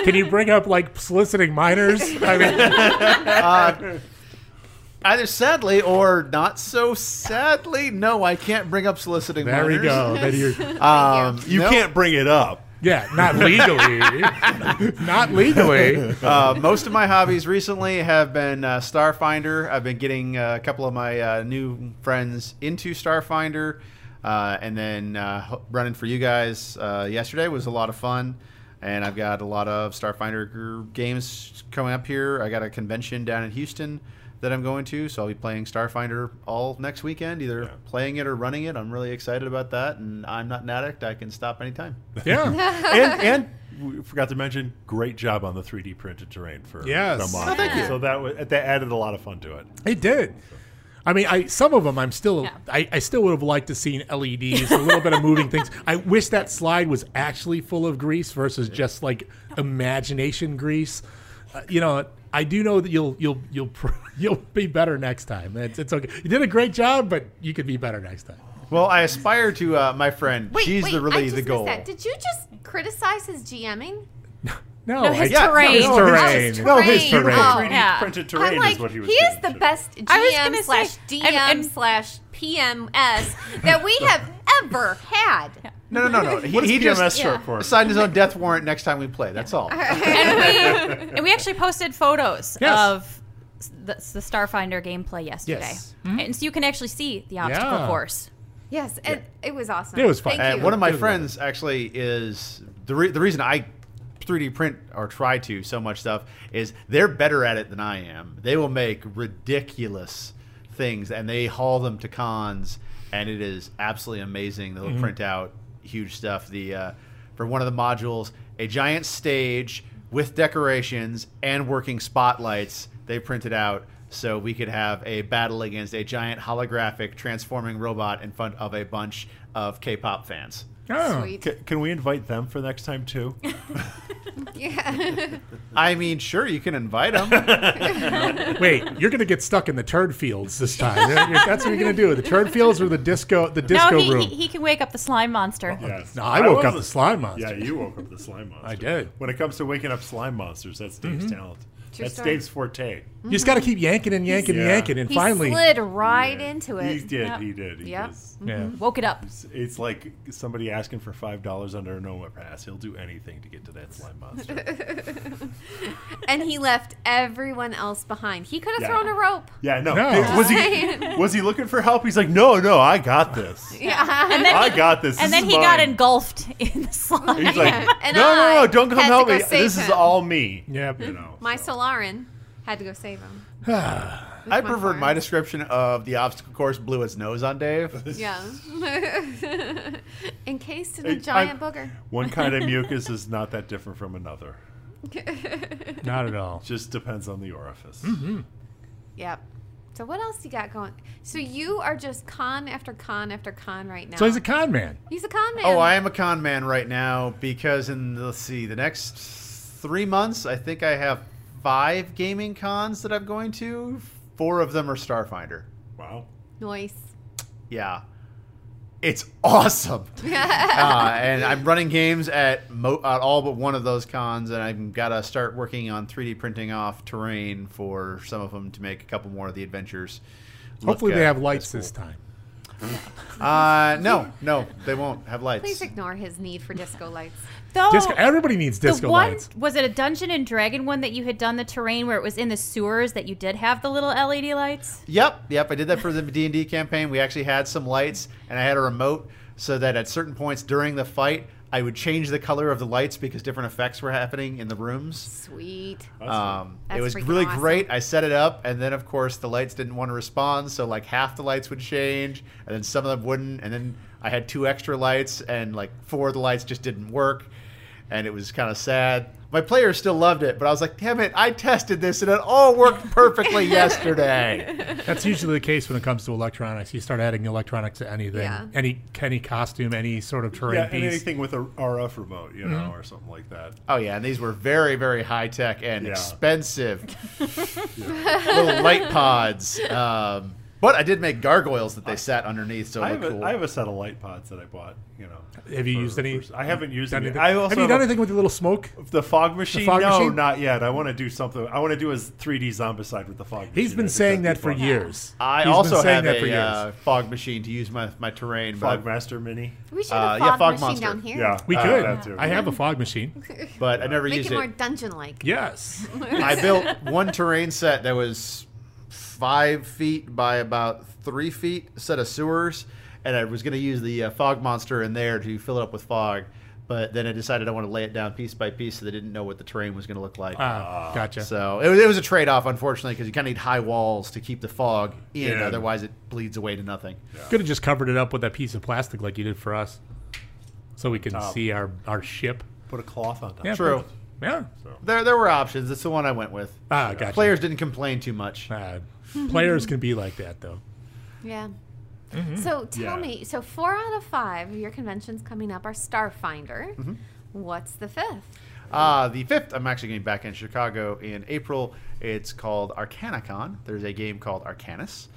Can you bring up like soliciting minors? I mean, Either sadly or not so sadly, no, I can't bring up soliciting there we minors. go. Then you're- Um, You no. can't bring it up. yeah, not legally, not legally. uh, most of my hobbies recently have been uh, Starfinder. I've been getting uh, a couple of my uh, new friends into Starfinder, uh, and then uh, ho- running for you guys uh, yesterday was a lot of fun. And I've got a lot of Starfinder gr- games coming up here. I got a convention down in Houston that I'm going to, so I'll be playing Starfinder all next weekend, either playing it or running it. I'm really excited about that, and I'm not an addict. I can stop anytime. Yeah, and and we forgot to mention, great job on the 3D printed terrain for Yes. the mod. Oh, thank you. So that was, that added a lot of fun to it. it did. I mean, I some of them I'm still Yeah. I, I still would have liked to seen LEDs, a little bit of moving things. I wish that slide was actually full of grease versus just like imagination grease. Uh, you know, I do know that you'll you'll you'll pr- you'll be better next time. It's, it's okay. You did a great job, but you could be better next time. Well, I aspire to uh, my friend. Wait, She's wait, the I really just the missed goal. That. Did you just criticize his GMing? No, No, I- his yeah, no, terrain. his terrain. his No, his Terrain. terrain. Oh. 3D Yeah. printed terrain I'm like, is what he was is doing, the so- best I was gonna GM say, slash and- DM and- slash PMS that we have ever had. No, no, no, no. He, What is he PMS just short for? signed his own death warrant next time we play. That's all. and we and we actually posted photos Yes. of s- the, the Starfinder gameplay yesterday, Yes. and so you can actually see the obstacle Yeah. course. Yes, it, it was awesome. It was fun. Thank Uh, you. one of my Good friends actually is the re- the reason I 3D print or try to so much stuff is they're better at it than I am. They will make ridiculous things and they haul them to cons, and it is absolutely amazing. They'll print out huge stuff. The uh, for one of the modules, a giant stage with decorations and working spotlights. They printed out. So we could have a battle against a giant holographic transforming robot in front of a bunch of K-pop fans. Oh. Sweet. C- can we invite them for next time too? Yeah. I mean, sure, you can invite them. Oh, Wait, you're going to get stuck in the turd fields this time. That's what you're going to do. The turd fields or the disco, the disco no, he, room. he, he can wake up the slime monster. Yes. No, I woke was up the slime monster. Yeah, you woke up the slime monster. I did. When it comes to waking up slime monsters, that's Dave's talent. True that's story. Dave's forte. Mm-hmm. You just got to keep yanking and yanking and Yeah. yanking, and He finally, slid right into it. He did. He did. He Yep. is- yeah. Woke it up. it's, it's like somebody asking for five dollars under a Noma pass. He'll do anything to get to that slime monster. And he left everyone else behind. He could have Yeah. thrown a rope. yeah. No. No. Was he? Was he looking for help? He's like, no, no, I got this. Yeah. And then I he, got this. and This then is he got mine." engulfed in the slime. He's like, And no, no, no, I don't come had to help go me. save This is him. all me. Yeah. You know, My so. Solarin had to go save him. I preferred farm. my description of the obstacle course blew its nose on Dave. Yeah. Encased in Hey, a giant I'm- booger. One kind of mucus is not that different from another. Not at all. Just depends on the orifice. Mm-hmm. Yep. So what else you got going? So you are just con after con after con right now. So he's a con man. He's a con man. Oh, I am a con man right now because in the- let's see, the next three months, I think I have five gaming cons that I'm going to. Four of them are Starfinder. Wow. Noise. Yeah. It's awesome. uh, and I'm running games at, mo- at all but one of those cons, and I've got to start working on 3D printing off terrain for some of them to make a couple more of the adventures. look Hopefully, they at. have lights this time. Uh, no, no, they won't have lights. Please ignore his need for disco lights. Though, Disco, everybody needs Oh, the disco one lights. was it a Dungeon and Dragon one that you had done the terrain where it was in the sewers that you did have the little LED lights? Yep, yep. I did that for the D and D campaign. We actually had some lights, and I had a remote so that at certain points during the fight, I would change the color of the lights because different effects were happening in the rooms. Sweet. Uh, Um, That's it was freaking really awesome. great. I set it up, and then of course the lights didn't want to respond, so like half the lights would change, and then some of them wouldn't, and then I had two extra lights, and like four of the lights just didn't work, and it was kind of sad. My players still loved it, but I was like, damn it, I tested this and it all worked perfectly yesterday. That's usually the case when it comes to electronics. You start adding electronics to anything, Yeah. any any costume, any sort of terrain Yeah, and piece. anything with a RF remote, you know, Mm-hmm. or something like that. Oh yeah, and these were very, very high tech and Yeah. expensive little light pods. Um, but I did make gargoyles that they sat underneath, so I it have, looked cool. a, I have a set of light pods that I bought. You know, Have you used any- I haven't used Done any. anything- I also have you done a- anything with the little smoke? The fog machine? fog no, machine? not yet. I want to do something. I want to do a 3D zombicide with the fog. machine. He's been I think saying that that'd for be fun. years. I He's been also saying have that a for years. uh, fog machine to use my my terrain. but Fogmaster Mini. We should Uh, have yeah, fog fog machine monster. down here. Yeah, we uh, could. that too. I have a fog machine. but I never Make used it more it. dungeon like. Yes. I built one terrain set that was five feet by about three feet set of sewers, and I was going to use the uh, fog monster in there to fill it up with fog. But then I decided I want to lay it down piece by piece, so they didn't know what the terrain was going to look like. Ah, gotcha. So it was, it was a trade off, unfortunately, because you kind of need high walls to keep the fog in, Yeah. otherwise it bleeds away to nothing. Could have just covered it up with that piece of plastic like you did for us, so we can see our our ship. Put a cloth on top. Yeah, True. but- Yeah. There, there were options. That's the one I went with. Ah, gotcha. Players didn't complain too much. Uh, players can be like that though. Yeah. Mm-hmm. So tell Yeah. me, so four out of five of your conventions coming up are Starfinder. Mm-hmm. What's the fifth? Uh, the fifth, I'm actually getting back in Chicago in April. It's called Arcanicon. There's a game called Arcanus.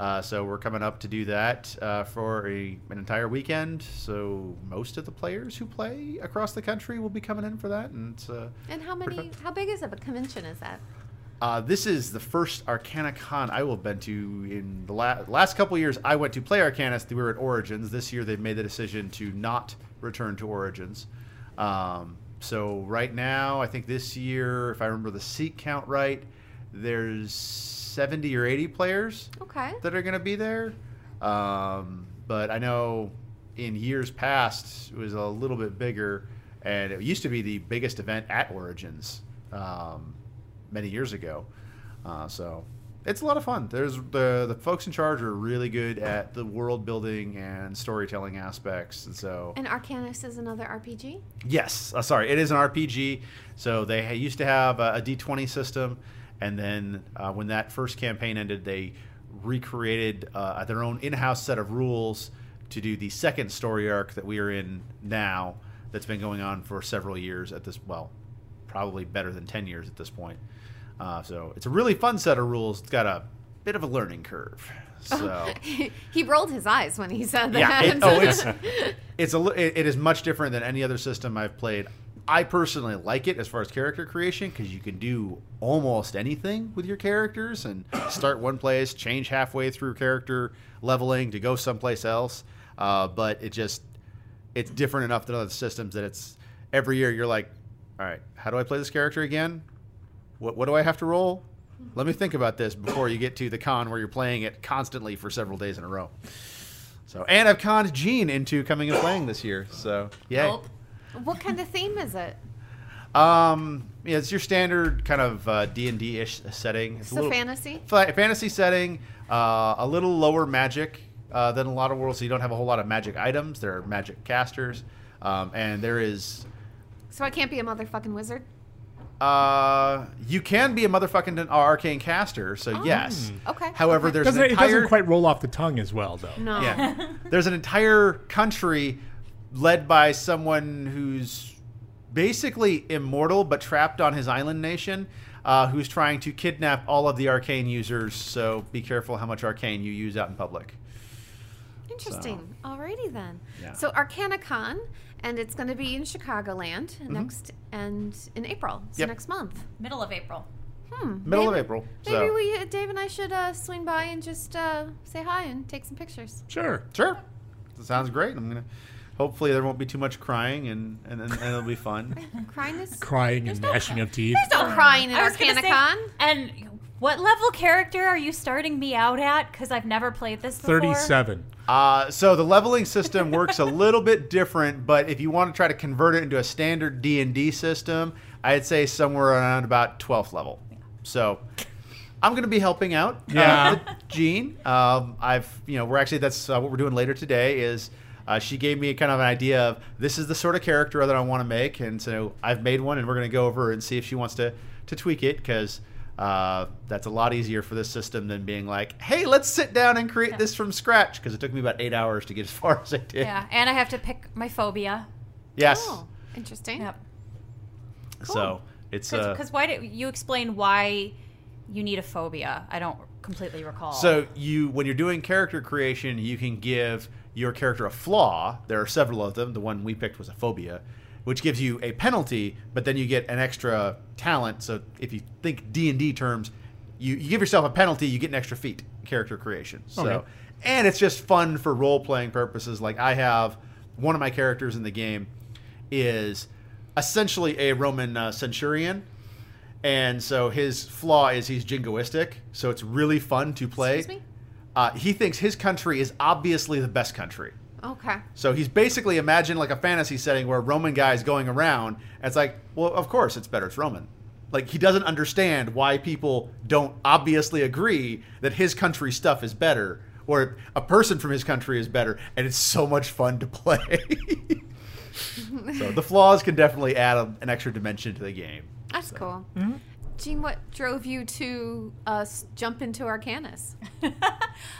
Uh, so we're coming up to do that uh, for a, an entire weekend. So most of the players who play across the country will be coming in for that, and it's uh, And how many? How big is of a convention is that? Uh, this is the first Arcana Con I will have been to in the la- last couple years. I went to play Arcanus. We were at Origins. This year they've made the decision to not return to Origins. Um, so right now, I think this year, if I remember the seat count right, there's 70 or 80 players Okay. that are going to be there. Um, but I know in years past it was a little bit bigger, and it used to be the biggest event at Origins um, many years ago. Uh, so it's a lot of fun. There's the the folks in charge are really good at the world building and storytelling aspects, and so And Arcanus is another RPG. Yes, uh, sorry, it is an RPG. So they ha- used to have a, a D20 system, and then uh, when that first campaign ended, they recreated uh, their own in-house set of rules to do the second story arc that we are in now. That's been going on for several years at this. Well, probably better than ten years at this point. Uh, so it's a really fun set of rules. It's got a bit of a learning curve. So. he rolled his eyes when he said Yeah. that. It, oh, it's it's a li- it, it is much different than any other system I've played. I personally like it as far as character creation because you can do almost anything with your characters and start one place, change halfway through character leveling to go someplace else. Uh, but it just it's different enough than other systems that it's every year you're like, all right, how do I play this character again? What what do I have to roll? Let me think about this before you get to the con where you're playing it constantly for several days in a row. So, and I've conned Gene into coming and playing this year. So, yeah. what kind of theme is it? Um, yeah, it's your standard kind of uh, D and D ish setting. It's So fantasy? fa- fantasy setting, uh, a little lower magic uh, than a lot of worlds. So you don't have a whole lot of magic items. There are magic casters, um, and there is. So I can't be a motherfucking wizard. Uh, you can be a motherfucking an arcane caster, so yes. Oh. okay. However, Okay. there's Doesn't, an it entire doesn't quite roll off the tongue as well, though. No. Yeah. There's an entire country led by someone who's basically immortal but trapped on his island nation, uh, who's trying to kidnap all of the arcane users. So be careful how much arcane you use out in public. Interesting. Alrighty then. Yeah. So ArcanaCon, and it's going to be in Chicagoland next and in April, so Mm-hmm. Yep. next month. Middle of April. Hmm. Middle maybe, of April. Maybe so. we, Dave and I, should uh, swing by and just uh, say hi and take some pictures. Sure. Sure. That sounds great. I'm gonna. Hopefully there won't be too much crying and and, and, and it'll be fun. Crying is Crying and gnashing of teeth. no crying in I was gonna say, Arcanicon. and what level character are you starting me out at? Because I've never played this before. 37. Uh, so the leveling system works a little bit different, but if you want to try to convert it into a standard D and D system, I'd say somewhere around about 12th level. So I'm going to be helping out, Yeah. uh, with Jean. Um, I've you know we're actually that's uh, what we're doing later today is. Uh, she gave me kind of an idea of this is the sort of character that I want to make, and so I've made one, and we're going to go over and see if she wants to to tweak it because uh, that's a lot easier for this system than being like, hey, let's sit down and create this from scratch because it took me about eight hours to get as far as I did. Yeah, and I have to pick my phobia. Yes. Oh, interesting. Yep. So it's uh, Because why did you explain why you need a phobia? I don't completely recall. So you, when you're doing character creation, you can give your character a flaw. There are several of them. The one we picked was a phobia, which gives you a penalty, but then you get an extra talent. So if you think D and D terms, you, you give yourself a penalty, you get an extra feat. Character creation. So, Okay. and it's just fun for role playing purposes. Like I have one of my characters in the game is essentially a Roman uh, centurion. And so his flaw is he's jingoistic, so it's really fun to play. Excuse me? Uh, he thinks his country is obviously the best country. Okay. So he's basically imagine like a fantasy setting where a Roman guy is going around. And it's like, well, of course it's better. It's Roman. Like he doesn't understand why people don't obviously agree that his country stuff is better, or a person from his country is better, and it's so much fun to play. so the flaws can definitely add a, an extra dimension to the game. That's cool. Gene, what drove you to uh, s- jump into Arcanus? I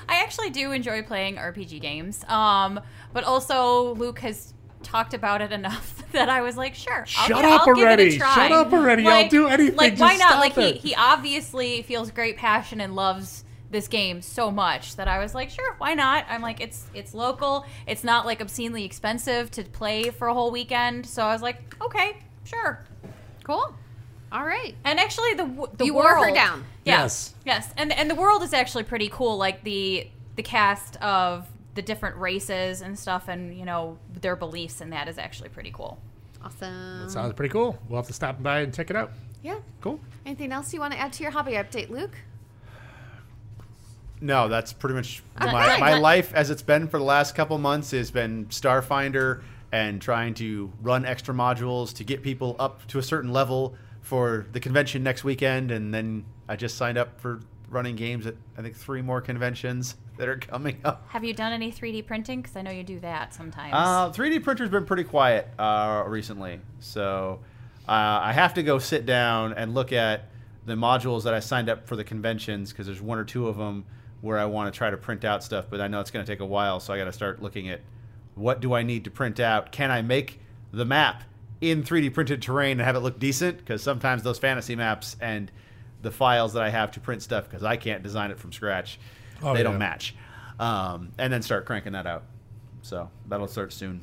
actually do enjoy playing RPG games. Um, but also Luke has talked about it enough that I was like, sure, I'll Shut give- up I'll give it a already. try. Shut up already. I'll do anything. Like Just why not? stop Like it. he he obviously feels great passion and loves this game so much that I was like, sure, why not? I'm like, it's it's local. It's not like obscenely expensive to play for a whole weekend. So I was like, okay, sure. Cool. All right. And actually, the w- the You wore her world, down. Yeah. Yes. Yes, yes, and and the world is actually pretty cool. Like the the cast of the different races and stuff, and you know their beliefs, and that is actually pretty cool. Awesome. Sounds pretty cool. We'll have to stop by and check it out. Yeah. Cool. Anything else you want to add to your hobby update, Luke? No, that's pretty much Okay. my, my life as it's been for the last couple months has been Starfinder and trying to run extra modules to get people up to a certain level for the convention next weekend. And then I just signed up for running games at, I think, three more conventions that are coming up. Have you done any 3D printing? Because I know you do that sometimes. Uh, 3D printer's been pretty quiet uh, recently, so uh, I have to go sit down and look at the modules that I signed up for the conventions because there's one or two of them where I want to try to print out stuff, but I know it's going to take a while, so I got to start looking at what do I need to print out. Can I make the map in 3D printed terrain and have it look decent? Because sometimes those fantasy maps and the files that I have to print stuff because I can't design it from scratch, Oh, they yeah. don't match. Um, and then start cranking that out. So that'll start soon.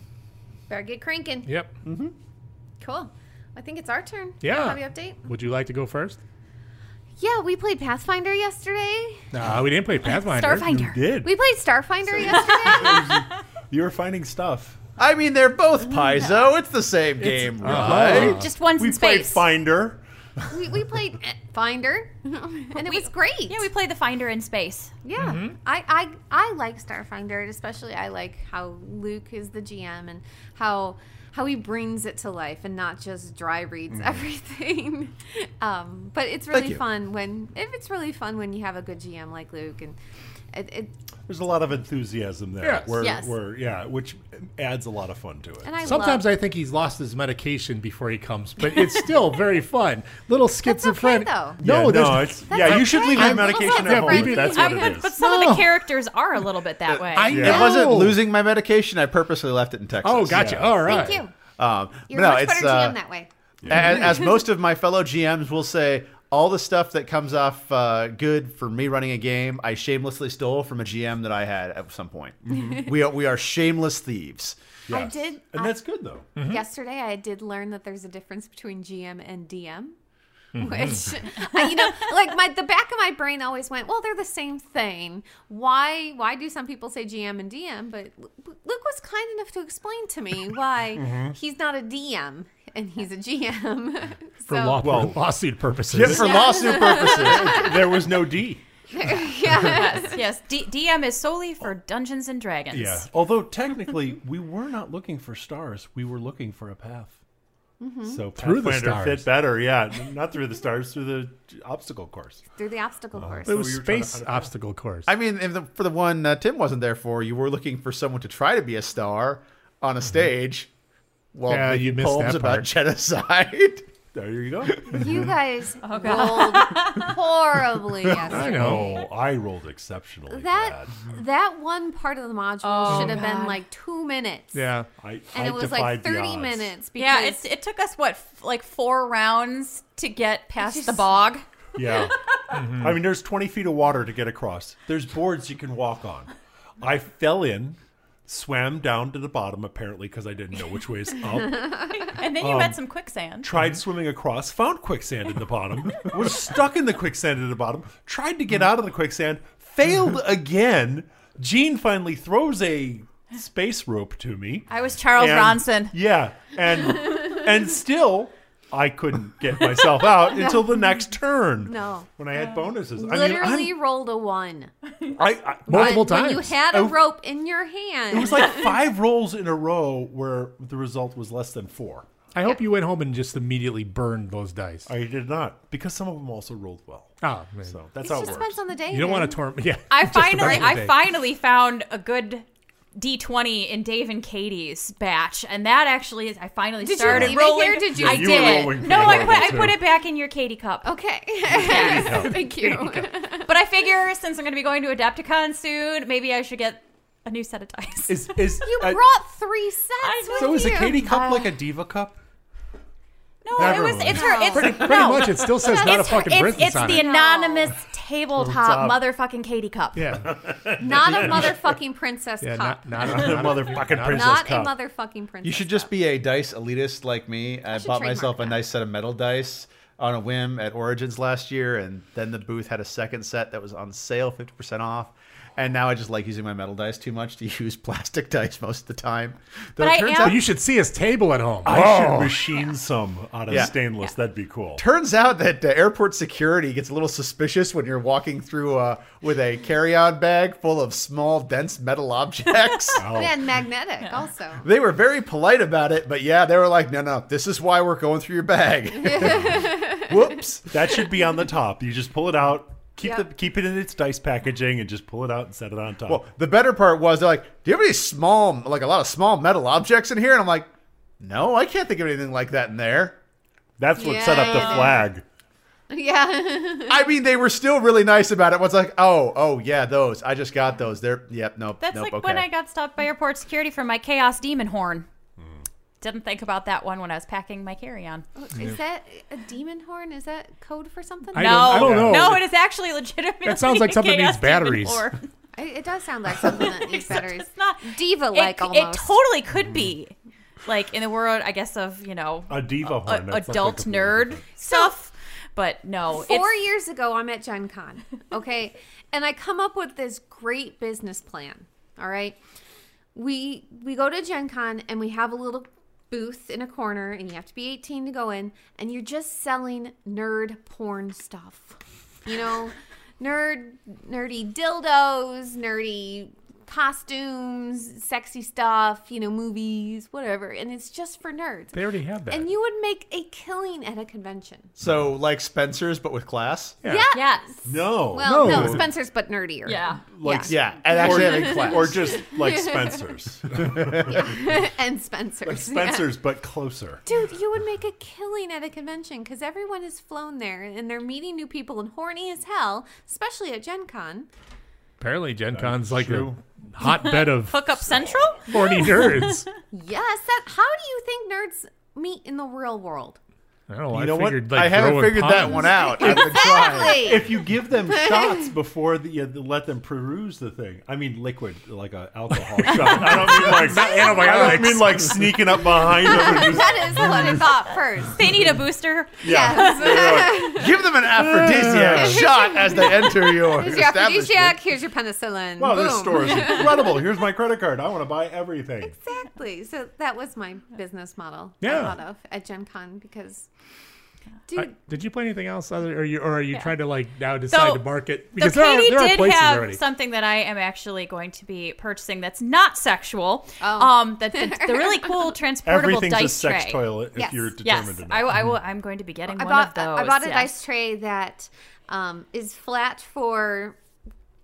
Better get cranking. Yep. Cool. I think it's our turn. Yeah. Hobby update. Would you like to go first? Yeah, we played Pathfinder yesterday. No, we didn't play Pathfinder. Starfinder. Did We played Starfinder yesterday. you were finding stuff? I mean, they're both Paizo. It's the same game, uh-huh. right? Uh, Just one's we in played space. Finder. we, we played eh, Finder, and it was great. yeah, we played the Finder in space. Yeah, I, I I like Starfinder, and especially I like how Luke is the GM and how how he brings it to life and not just dry reads everything. um, but it's really you. fun when if it's really fun when you have a good GM like Luke, and it, it There's a lot of enthusiasm there. Yes. Where, Yes. where, yeah, which adds a lot of fun to it. and I Sometimes love, I think he's lost his medication before he comes, but it's still very fun. Little schizophrenic. though. yeah, No, there's- no, it's, yeah, you should okay. leave your I'm- medication Yeah, at home. we- if That's what I- it but, is. but some of No. the characters are a little bit that way. I know. It wasn't losing my medication. I purposely left it in Texas. Oh, gotcha. Yeah. All right. thank you. Um, You're no, a much it's, better uh, GM that way. a- As, most of my fellow GMs will say, all the stuff that comes off uh, good for me running a game, I shamelessly stole from a GM that I had at some point. Mm-hmm. we are we are shameless thieves. I Yes. did And I- that's good, though. Mm-hmm. Yesterday, I did learn that there's a difference between GM and DM, Mm-hmm. which I- you know, like my the back of my brain always went, well, they're the same thing. Why why do some people say GM and DM? But Lu- Luke was kind enough to explain to me why Mm-hmm. he's not a DM and he's a GM. For so law, Well- lawsuit purposes. Just for lawsuit purposes. there was no D. yeah, yes, D- DM is solely for Dungeons and Dragons. Yeah. Although technically, we were not looking for stars. We were looking for a path. Mm-hmm. So Through the Pathfinder stars. fit better. Yeah, not through the stars, through the obstacle course. through the obstacle course. it was were trying to space find a- obstacle course. I mean, if the, for the one uh, Tim wasn't there for, you were looking for someone to try to be a star on a stage while Yeah, making you missed poems that about part. genocide. There you go. You guys rolled horribly yesterday. I know. Oh, I rolled exceptionally That bad. that one part of the module should have been like two minutes. yeah. I, and I it was defied like the 30 odds. minutes because Yeah, it's, it took us, what, f- like four rounds to get past the bog? Yeah. I mean, there's 20 feet of water to get across. There's boards you can walk on. I fell in, swam down to the bottom apparently because I didn't know which way is up. And then you Oh. met some quicksand. Tried swimming across, found quicksand in the bottom, was stuck in the quicksand at the bottom, tried to get out of the quicksand, failed again. Gene finally throws a space rope to me. I was Charles And- Bronson. Yeah, and and still I couldn't get myself Oh, out until the next turn. No. when I had bonuses. I literally mean, rolled a one. I'm- I, I, Multiple when, times. When you had a Oh. rope in your hand. it was like five rolls in a row where the result was less than four. I hope you went home and just immediately burned those dice. I did not because some of them also rolled well. oh, man. So that's it how just it works. depends on the day. you don't want man. to torment. Yeah. I Just about finally, the I day. finally found a good D20 in Dave and Katie's batch, and that actually is. I finally Did you started leave it rolling. here? Did you- I You were did. rolling pretty no, I put horrible, I put too. it back in your Katie cup. Okay. Thank you. But I figure since I'm going to be going to Adepticon soon, maybe I should get a new set of dice. Is, is, You uh, brought three sets. know. with so is the you. Katie cup like a diva cup? no, it never was mind. it's her. It's Pretty no. much, it still says not a It's, her, fucking it's, princess it's on the it. anonymous tabletop Top. motherfucking Katie cup. Yeah. not a motherfucking princess Yeah. cup. Not, not, The not, motherfucking princess Not cup. a motherfucking princess. You should just cup. be a dice elitist like me. I, should bought myself a trademark that. nice set of metal dice on a whim at Origins last year, and then the booth had a second set that was on sale, fifty percent off. And now I just like using my metal dice too much to use plastic dice most of the time. Though But it I turns am- out You should see his table at home. I should machine some out of Yeah. stainless. That'd be cool. Turns out that uh, airport security gets a little suspicious when you're walking through uh, with a carry-on bag full of small, dense metal objects. Oh. And magnetic also. They were very polite about it, but yeah, they were like, "No, no, this is why we're going through your bag." Whoops. That should be on the top. You just pull it out, keep Yep. the keep it in its dice packaging, and just pull it out and set it on top. Well, the better part was they're like, "Do you have any small, like a lot of small metal objects in here?" And I'm like, "No, I can't think of anything like that in there." That's what set up the Yeah. flag. Yeah. I mean, they were still really nice about it. Once like, "Oh, oh yeah, those. I just got those. They're yep, nope, That's nope, like okay." when I got stopped by airport security for my chaos demon horn. Didn't think about that one when I was packing my carry-on. Is that a demon horn? Is that code for something? I no, don't- I don't know. no, it is actually legitimate. That sounds like something needs batteries. I- It does sound like something that needs batteries. It's not Diva like it, almost. It totally could be, like in the world, I guess, of you know, A diva a- horn. That's adult like a- nerd stuff. But no, Four it's, years ago, I'm at Gen Con, okay? and I come up with this great business plan, all right? We we go to Gen Con and we have a little booth in a corner, and you have to be 18 to go in, and you're just selling nerd porn stuff. You know, nerd nerdy dildos, nerdy costumes, sexy stuff, you know, movies, whatever. And it's just for nerds. They already have that. and you would make a killing at a convention. so like Spencer's, but with class. Yeah. yes, No. Well, No. no, Spencer's, but nerdier. yeah. Like Yeah, and actually having class. or just like Spencer's. and Spencer's. Spencer's, but closer. Yeah. Dude, you would make a killing at a convention because everyone has flown there and they're meeting new people and horny as hell, especially at Gen Con. Apparently, Gen Con's like true. a hotbed of Hookup Central. horny nerds. Yes, that. How do you think nerds meet in the real world? I don't know. You know I figured, what? Like, I haven't growing figured that ponds. one out. I've been trying. Exactly. If you give them shots before the, you let them peruse the thing, I mean liquid, like an alcohol shot. I don't mean like Not antibiotics. I don't mean like sneaking up behind them. And just, that is what I thought first. They need a booster. Yes. Give them an aphrodisiac shot as they enter your Here's your aphrodisiac. establishment. Here's your penicillin. wow, Boom. Oh, this store is incredible. Here's my credit card. I want to buy everything. Exactly. So that was my business model. Yeah. I thought of at Gen Con because, dude, I- did you play anything else other, or you, or are you trying to like now decide So, to market? So Because there are, Katie there are did places have already. something that I am actually going to be purchasing that's not sexual. Oh. Um, that the, the really cool transportable Everything's dice a sex tray. toilet if Yes. you're Yes, determined I, enough. will- I will. I'm going to be getting I one bought of those. I bought a yes. dice tray that um, is flat for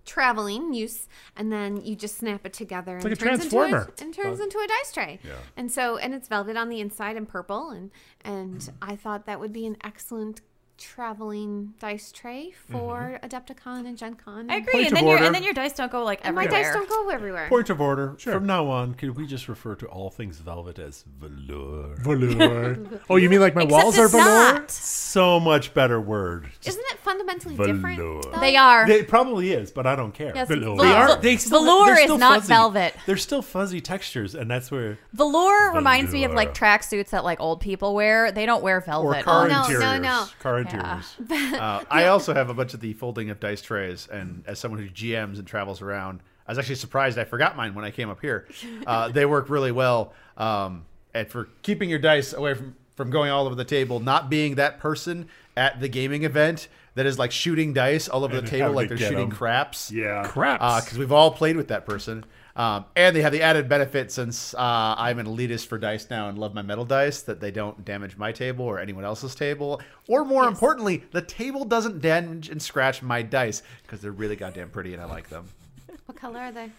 traveling use, and then you just snap it together and like a turns transformer. into a, and turns into a dice tray. Yeah. And so and it's velvet on the inside and purple, and and I thought that would be an excellent traveling dice tray for Adepticon and Gen Con. I and- agree, Point and of then your order. and then your dice don't go like My everywhere. dice don't go everywhere. Point of order. From now on, could we just refer to all things velvet as velour? velour. Oh, you mean like my Except walls are it's velour? not. So much better word. Isn't it fundamentally different? Velour. though? They are. It probably is, but I don't care. Yes, Velour. velour. They are- They still- velour they're is still not fuzzy. velvet. They're still fuzzy textures, and that's where Velour reminds me of Velour. like tracksuits that like old people wear. They don't wear or velvet. car Oh, no, no, interiors. no. Car interiors. Uh, I also have a bunch of the folding of dice trays, and as someone who GMs and travels around, I was actually surprised I forgot mine when I came up here. Uh, they work really well, um, and for keeping your dice away from from going all over the table, not being that person at the gaming event that is like shooting dice all over the table, having like to they're get shooting 'em. craps. Yeah. because Uh, we've all played with that person. Um, and they have the added benefit since uh, I'm an elitist for dice now and love my metal dice that they don't damage my table or anyone else's table. Or more importantly, the table doesn't damage and scratch my dice because they're really goddamn pretty and I like them. What color are they?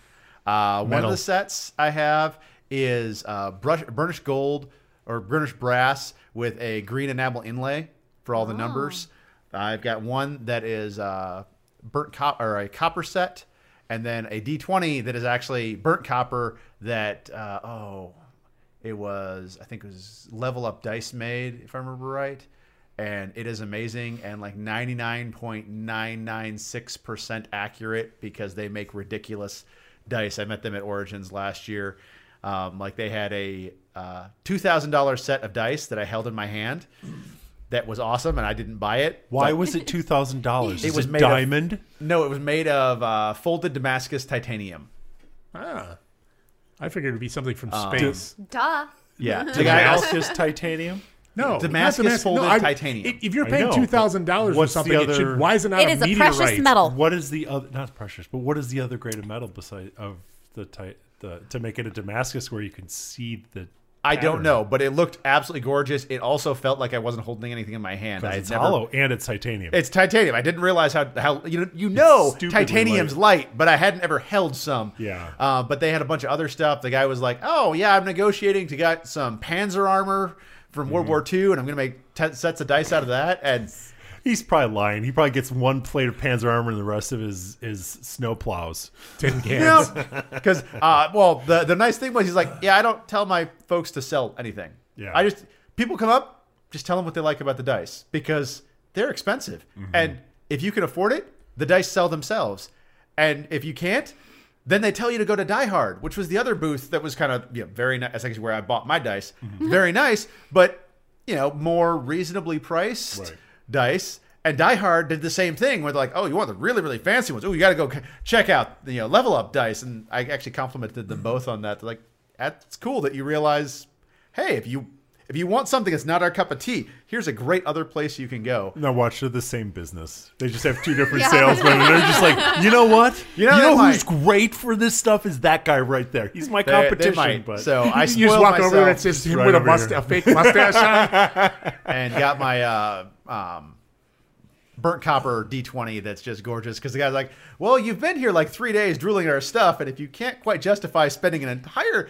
Uh, one Metal. of the sets I have is uh, brush, burnished gold or burnished brass with a green enamel inlay for all the numbers. I've got one that is uh, burnt cop or a copper set, and then a D20 that is actually burnt copper. That uh, oh, it was I think it was level up dice made if I remember right. And it is amazing and like 99.996% accurate because they make ridiculous dice. I met them at Origins last year. Um, like they had a uh, $2,000 set of dice that I held in my hand that was awesome, and I didn't buy it. Why was it two thousand dollars? It was was a made of- diamond. No, it was made of uh, folded Damascus titanium. Ah. I figured it'd be something from Uh, space. Duh. Yeah, the guy also- Damascus titanium. no, not Damascus folded I- titanium. i- If you're I paying know, two thousand dollars for what's the something, it other- should, why is it not It a is a meteorite? precious metal. What is the other? Not precious, but what is the other grade of metal beside of the ti- the to make it a Damascus where you can see the? I don't know, but it looked absolutely gorgeous. It also felt like I wasn't holding anything in my hand. I had It's never- hollow and it's titanium. It's titanium. I didn't realize how how you know you know stupidly titanium's light. but I hadn't ever held some. Yeah. Uh, but they had a bunch of other stuff. The guy was like, "Oh yeah, I'm negotiating to get some Panzer armor from Mm-hmm. World War II, and I'm gonna make t- sets of dice out of that." And He's probably lying. He probably gets one plate of Panzer armor and the rest of his is snow plows. Tin cans. because uh, well, the the nice thing was he's like, "Yeah, I don't tell my folks to sell anything. Yeah. I just people come up, just tell them what they like about the dice because they're expensive, Mm-hmm. and if you can afford it, the dice sell themselves, and if you can't." Then they tell you to go to Die Hard, which was the other booth that was kind of you know, very nice. That's actually where I bought my dice. Mm-hmm. Very nice, but you know more reasonably priced Right. dice. And Die Hard did the same thing where they're like, oh, you want the really, really fancy ones. Oh, you got to go c- check out the you know, level up dice. And I actually complimented them both on that. They're like, that's cool that you realize, hey, if you if you want something that's not our cup of tea, here's a great other place you can go. Now watch, they're the same business. They just have two different Yeah. salesmen, and they're just like, you know what? You know, they who's great for this stuff is that guy right there. He's my They- they competition. might. but so you I just spoiled walk myself over there and it's just him right with a over here. mustache, a fake mustache on. and got my uh, um, burnt copper D20 that's just gorgeous. Because the guy's like, well, you've been here like three days drooling at our stuff. And if you can't quite justify spending an entire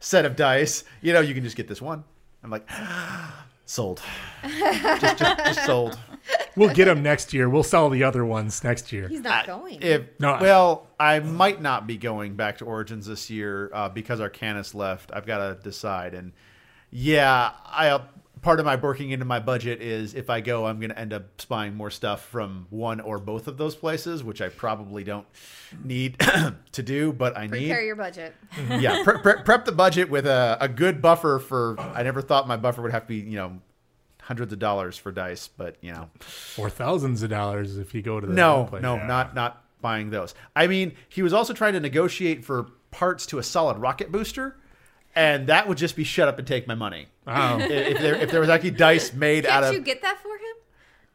set of dice, you know, you can just get this one. I'm like, sold. just, just, just sold. We'll get them next year. We'll sell the other ones next year. He's not going. If No, I- well, I might not be going back to Origins this year uh, because Arcanus left. I've got to decide, and yeah, I uh, part of my working into my budget is if I go, I'm going to end up spying more stuff from one or both of those places, which I probably don't need to do, but I Prepare need. your budget. yeah, pre- pre- prep the budget with a, a good buffer for. I never thought my buffer would have to be you know hundreds of dollars for dice, but you know. Or thousands of dollars if you go to the No, place. no, Yeah. not not buying those. I mean, he was also trying to negotiate for parts to a solid rocket booster, and that would just be shut up and take my money. Wow. I- if there if there was actually dice made out Can't of you get that for him?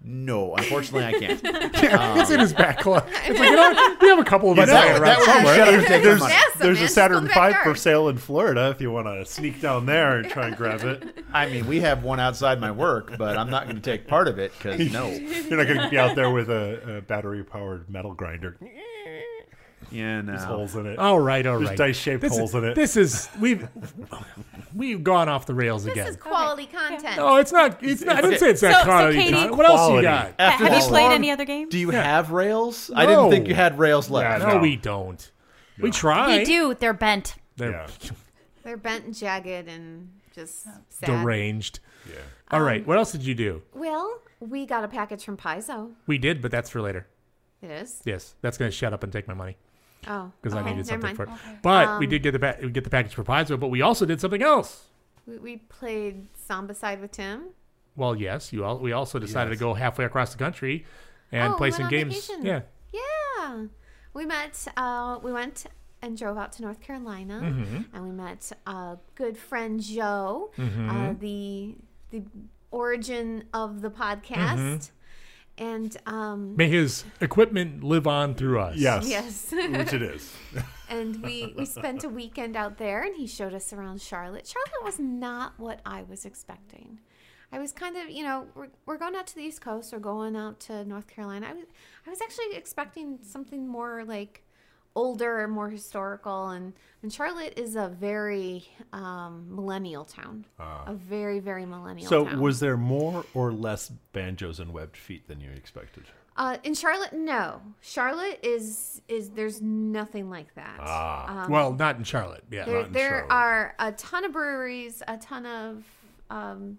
no, unfortunately I can't. That, it's in his back closet. It's like you know, what? we have a couple of us lying that around would be somewhere. shut up and take my there's money. That's the there's a man's Saturn still Five backyard. for sale in Florida if you want to sneak down there and try and grab it. I mean, we have one outside my work, but I'm not going to take part of it because no, You're not going to be out there with a, a battery powered metal grinder. yeah, no. Holes in it. All right, all right. There's dice-shaped This is- holes in it. This is we've we've gone off the rails again. This is quality content. oh, it's not. It's not. I didn't say it's So- not so quality. Katie- John. what else you Quality. got? After Have you this played long- any other games? Do you have rails? I didn't No. think you had rails left. Yeah, No, No. we don't. We try. They do. They're bent. They're Yeah. They're bent and jagged and just sad. deranged. Yeah. All Um, right. What else did you do? Well, we got a package from Paizo. We did, but that's for later. It is. Yes, that's going to shut up and take my money Oh, because okay, Um, I needed never something mind. for it. But we did get the pa- we get the package for Paizo, but we also did something else. We, we played Zombicide with Tim. Well, yes, you all. We also decided to go halfway across the country and Oh, play went some on games. vacation. Yeah. Yeah, we met. Uh, we went and drove out to North Carolina, Mm-hmm. and we met a good friend Joe, uh, Mm-hmm. the the origin of the podcast, Mm-hmm. and um, May his equipment live on through us. Yes. yes, Which it is. and we we spent a weekend out there, and he showed us around Charlotte. Charlotte was not what I was expecting. I was kind of, you know, we're, we're going out to the East Coast or going out to North Carolina. I was, I was actually expecting something more like older and more historical. And, and Charlotte is a very um, millennial town, a very, very millennial So, town. was there more or less banjos and webbed feet than you expected? Uh, in Charlotte, no. Charlotte is, is there's nothing like that. Um, Well, not in Charlotte. Yeah. There, in there Charlotte. are a ton of breweries, a ton of um,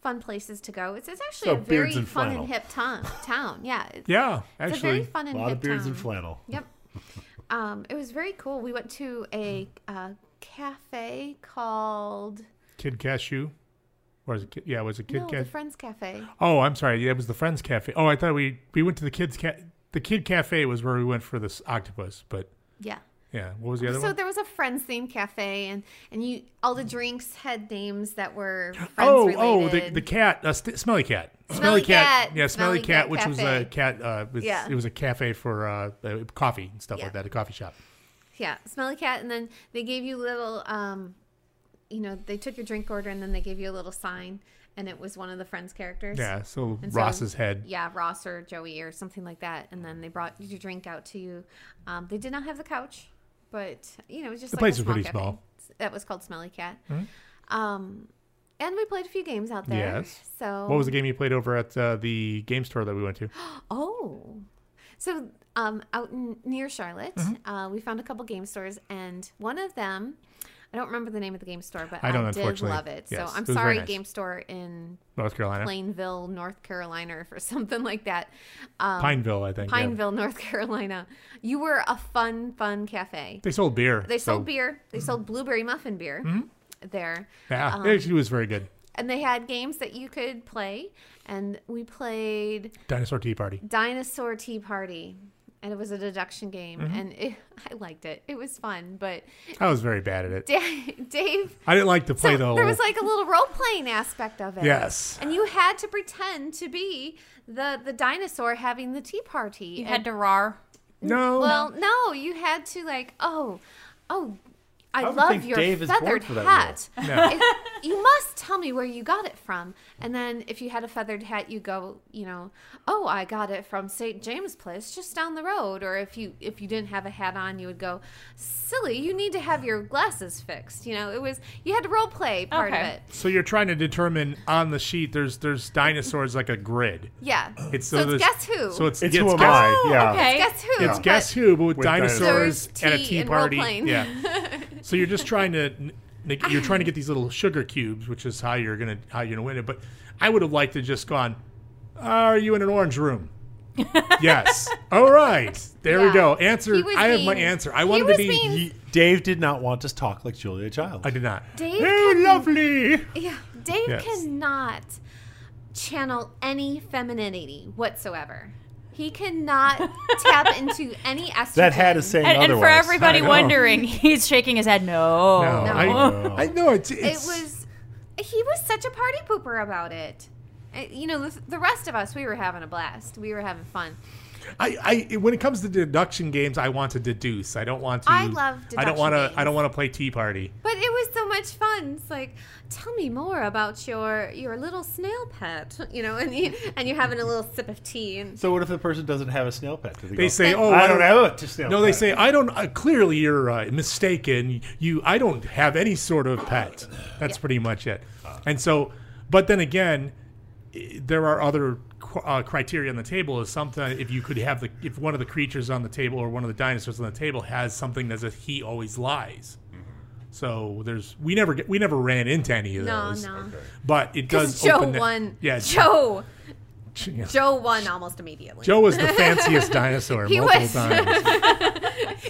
fun places to go. It's, it's actually So a very beards and fun flannel. and hip town. town. Yeah. It's, yeah. it's a very Actually, fun A and lot hip of beards town. and flannel. Yep. Um, it was very cool. We went to a uh, cafe called Kid Cashew. Or was it? Kid, yeah, was it Kid no, the Cafe? Friends Cafe. oh, I'm sorry. Yeah, it was the Friends Cafe. Oh, I thought we we went to the kids ca- the Kid Cafe was where we went for this octopus. But Yeah. yeah, what was the other So one? there was a friends themed cafe, and and you all the drinks had names that were friends Oh, related. oh, the, the cat, uh, st- smelly cat, Smelly Cat. yeah, smelly, Smelly cat, Cat which was a Cafe. cat. Uh, it's- Yeah. it was a cafe for uh, uh, coffee and stuff Yeah. like that, a coffee shop. yeah, smelly cat, and then they gave you little, um, you know, they took your drink order, and then they gave you a little sign, and it was one of the friends characters. Yeah, so And so- Ross's head. Yeah, Ross or Joey or something like that, and then they brought your drink out to you. Um, they did not have the couch, but you know, it was just The like place a was pretty cafe. small. Mm-hmm. That was called Smelly Cat. Um, and we played a few games out there. Yes. So What was the game you played over at uh, the game store that we went to? Oh, so um, out in, near Charlotte, Mm-hmm. uh, we found a couple game stores, and one of them, I don't remember the name of the game store, but I I, don't, did unfortunately. love it. Yes, so I'm it was very sorry, nice. game store in North Carolina, Plainville, North Carolina, or something like that. Um, Pineville, I think. yeah. Pineville, North Carolina. You were a fun, fun cafe. They sold beer. They sold so- Mm-hmm. beer. They sold blueberry muffin beer there. Yeah, Um, it actually was very good. and they had games that you could play, and we played Dinosaur Tea Party. dinosaur tea party and it was a deduction game Mm-hmm. and it, i liked it it was fun but I was very bad at it. Da- dave I didn't like to play so the whole. there was like a little role-playing aspect of it Yes. and you had to pretend to be the the dinosaur having the tea party You And- had to rar. no. well no you had to like oh oh I, don't love think your Dave is feathered bored for that hat. No. If- you must tell me where you got it from. And then if you had a feathered hat, you go, you know, oh, I got it from St. James Place just down the road. Or if you if you didn't have a hat on, you would go, silly, you need to have your glasses fixed. You know, it was you had to role play part of Okay. it. so you're trying to determine on the sheet. There's there's dinosaurs like a grid. Yeah. It's so it's there's- guess who. So it's, It's who am guess, I? Yeah. Oh, Okay. guess who. It's but- guess who, but with, With dinosaurs, dinosaurs. at a There's tea tea and party. role-playing. Yeah. so you're just trying to n- make- you're trying to get these little sugar cubes, which is how you're gonna how you're gonna win it. But I would have liked to just gone. Are you in an orange room? yes. All right. There we Yeah. go. Answer. He was I have my being- answer. I he wanted to was be. being- Ye- Dave did not want to talk like Julia Child. I did not. Dave oh, can- lovely. Yeah, Dave Yes. cannot channel any femininity whatsoever. He cannot tap into any estrogen. that had is saying And, and for otherwise. everybody I know. wondering, he's shaking his head. No. Oh, No, Oh, I, I know it's, It it's was. He was such a party pooper about it. Uh, You know, the, the rest of us, we were having a blast. We were having fun. I, I when it comes to deduction games, I want to deduce. I don't want to. I love I don't deduction want to. I games. don't want to play Tea Party. But it was so much fun. It's like, tell me more about your your little snail pet. You know, and you, and you're having a little sip of tea and So what if the person doesn't have a snail pet? Do They go, say, "Oh, I don't have a snail No, they pet." say, "I don't." Uh, clearly, you're uh, mistaken. You, I don't have any sort of pet. That's pretty much it. And so, but then again, i- there are other qu- uh, criteria on the table. Is sometimes if you could have the if one of the creatures on the table or one of the dinosaurs on the table has something that says he always lies. Mm-hmm. So there's we never get, we never ran into any of no, those. no. But it does. Because Joe open the- won. Yeah, Joe. Joe. Joe won almost immediately. Joe was the fanciest dinosaur He multiple was. times.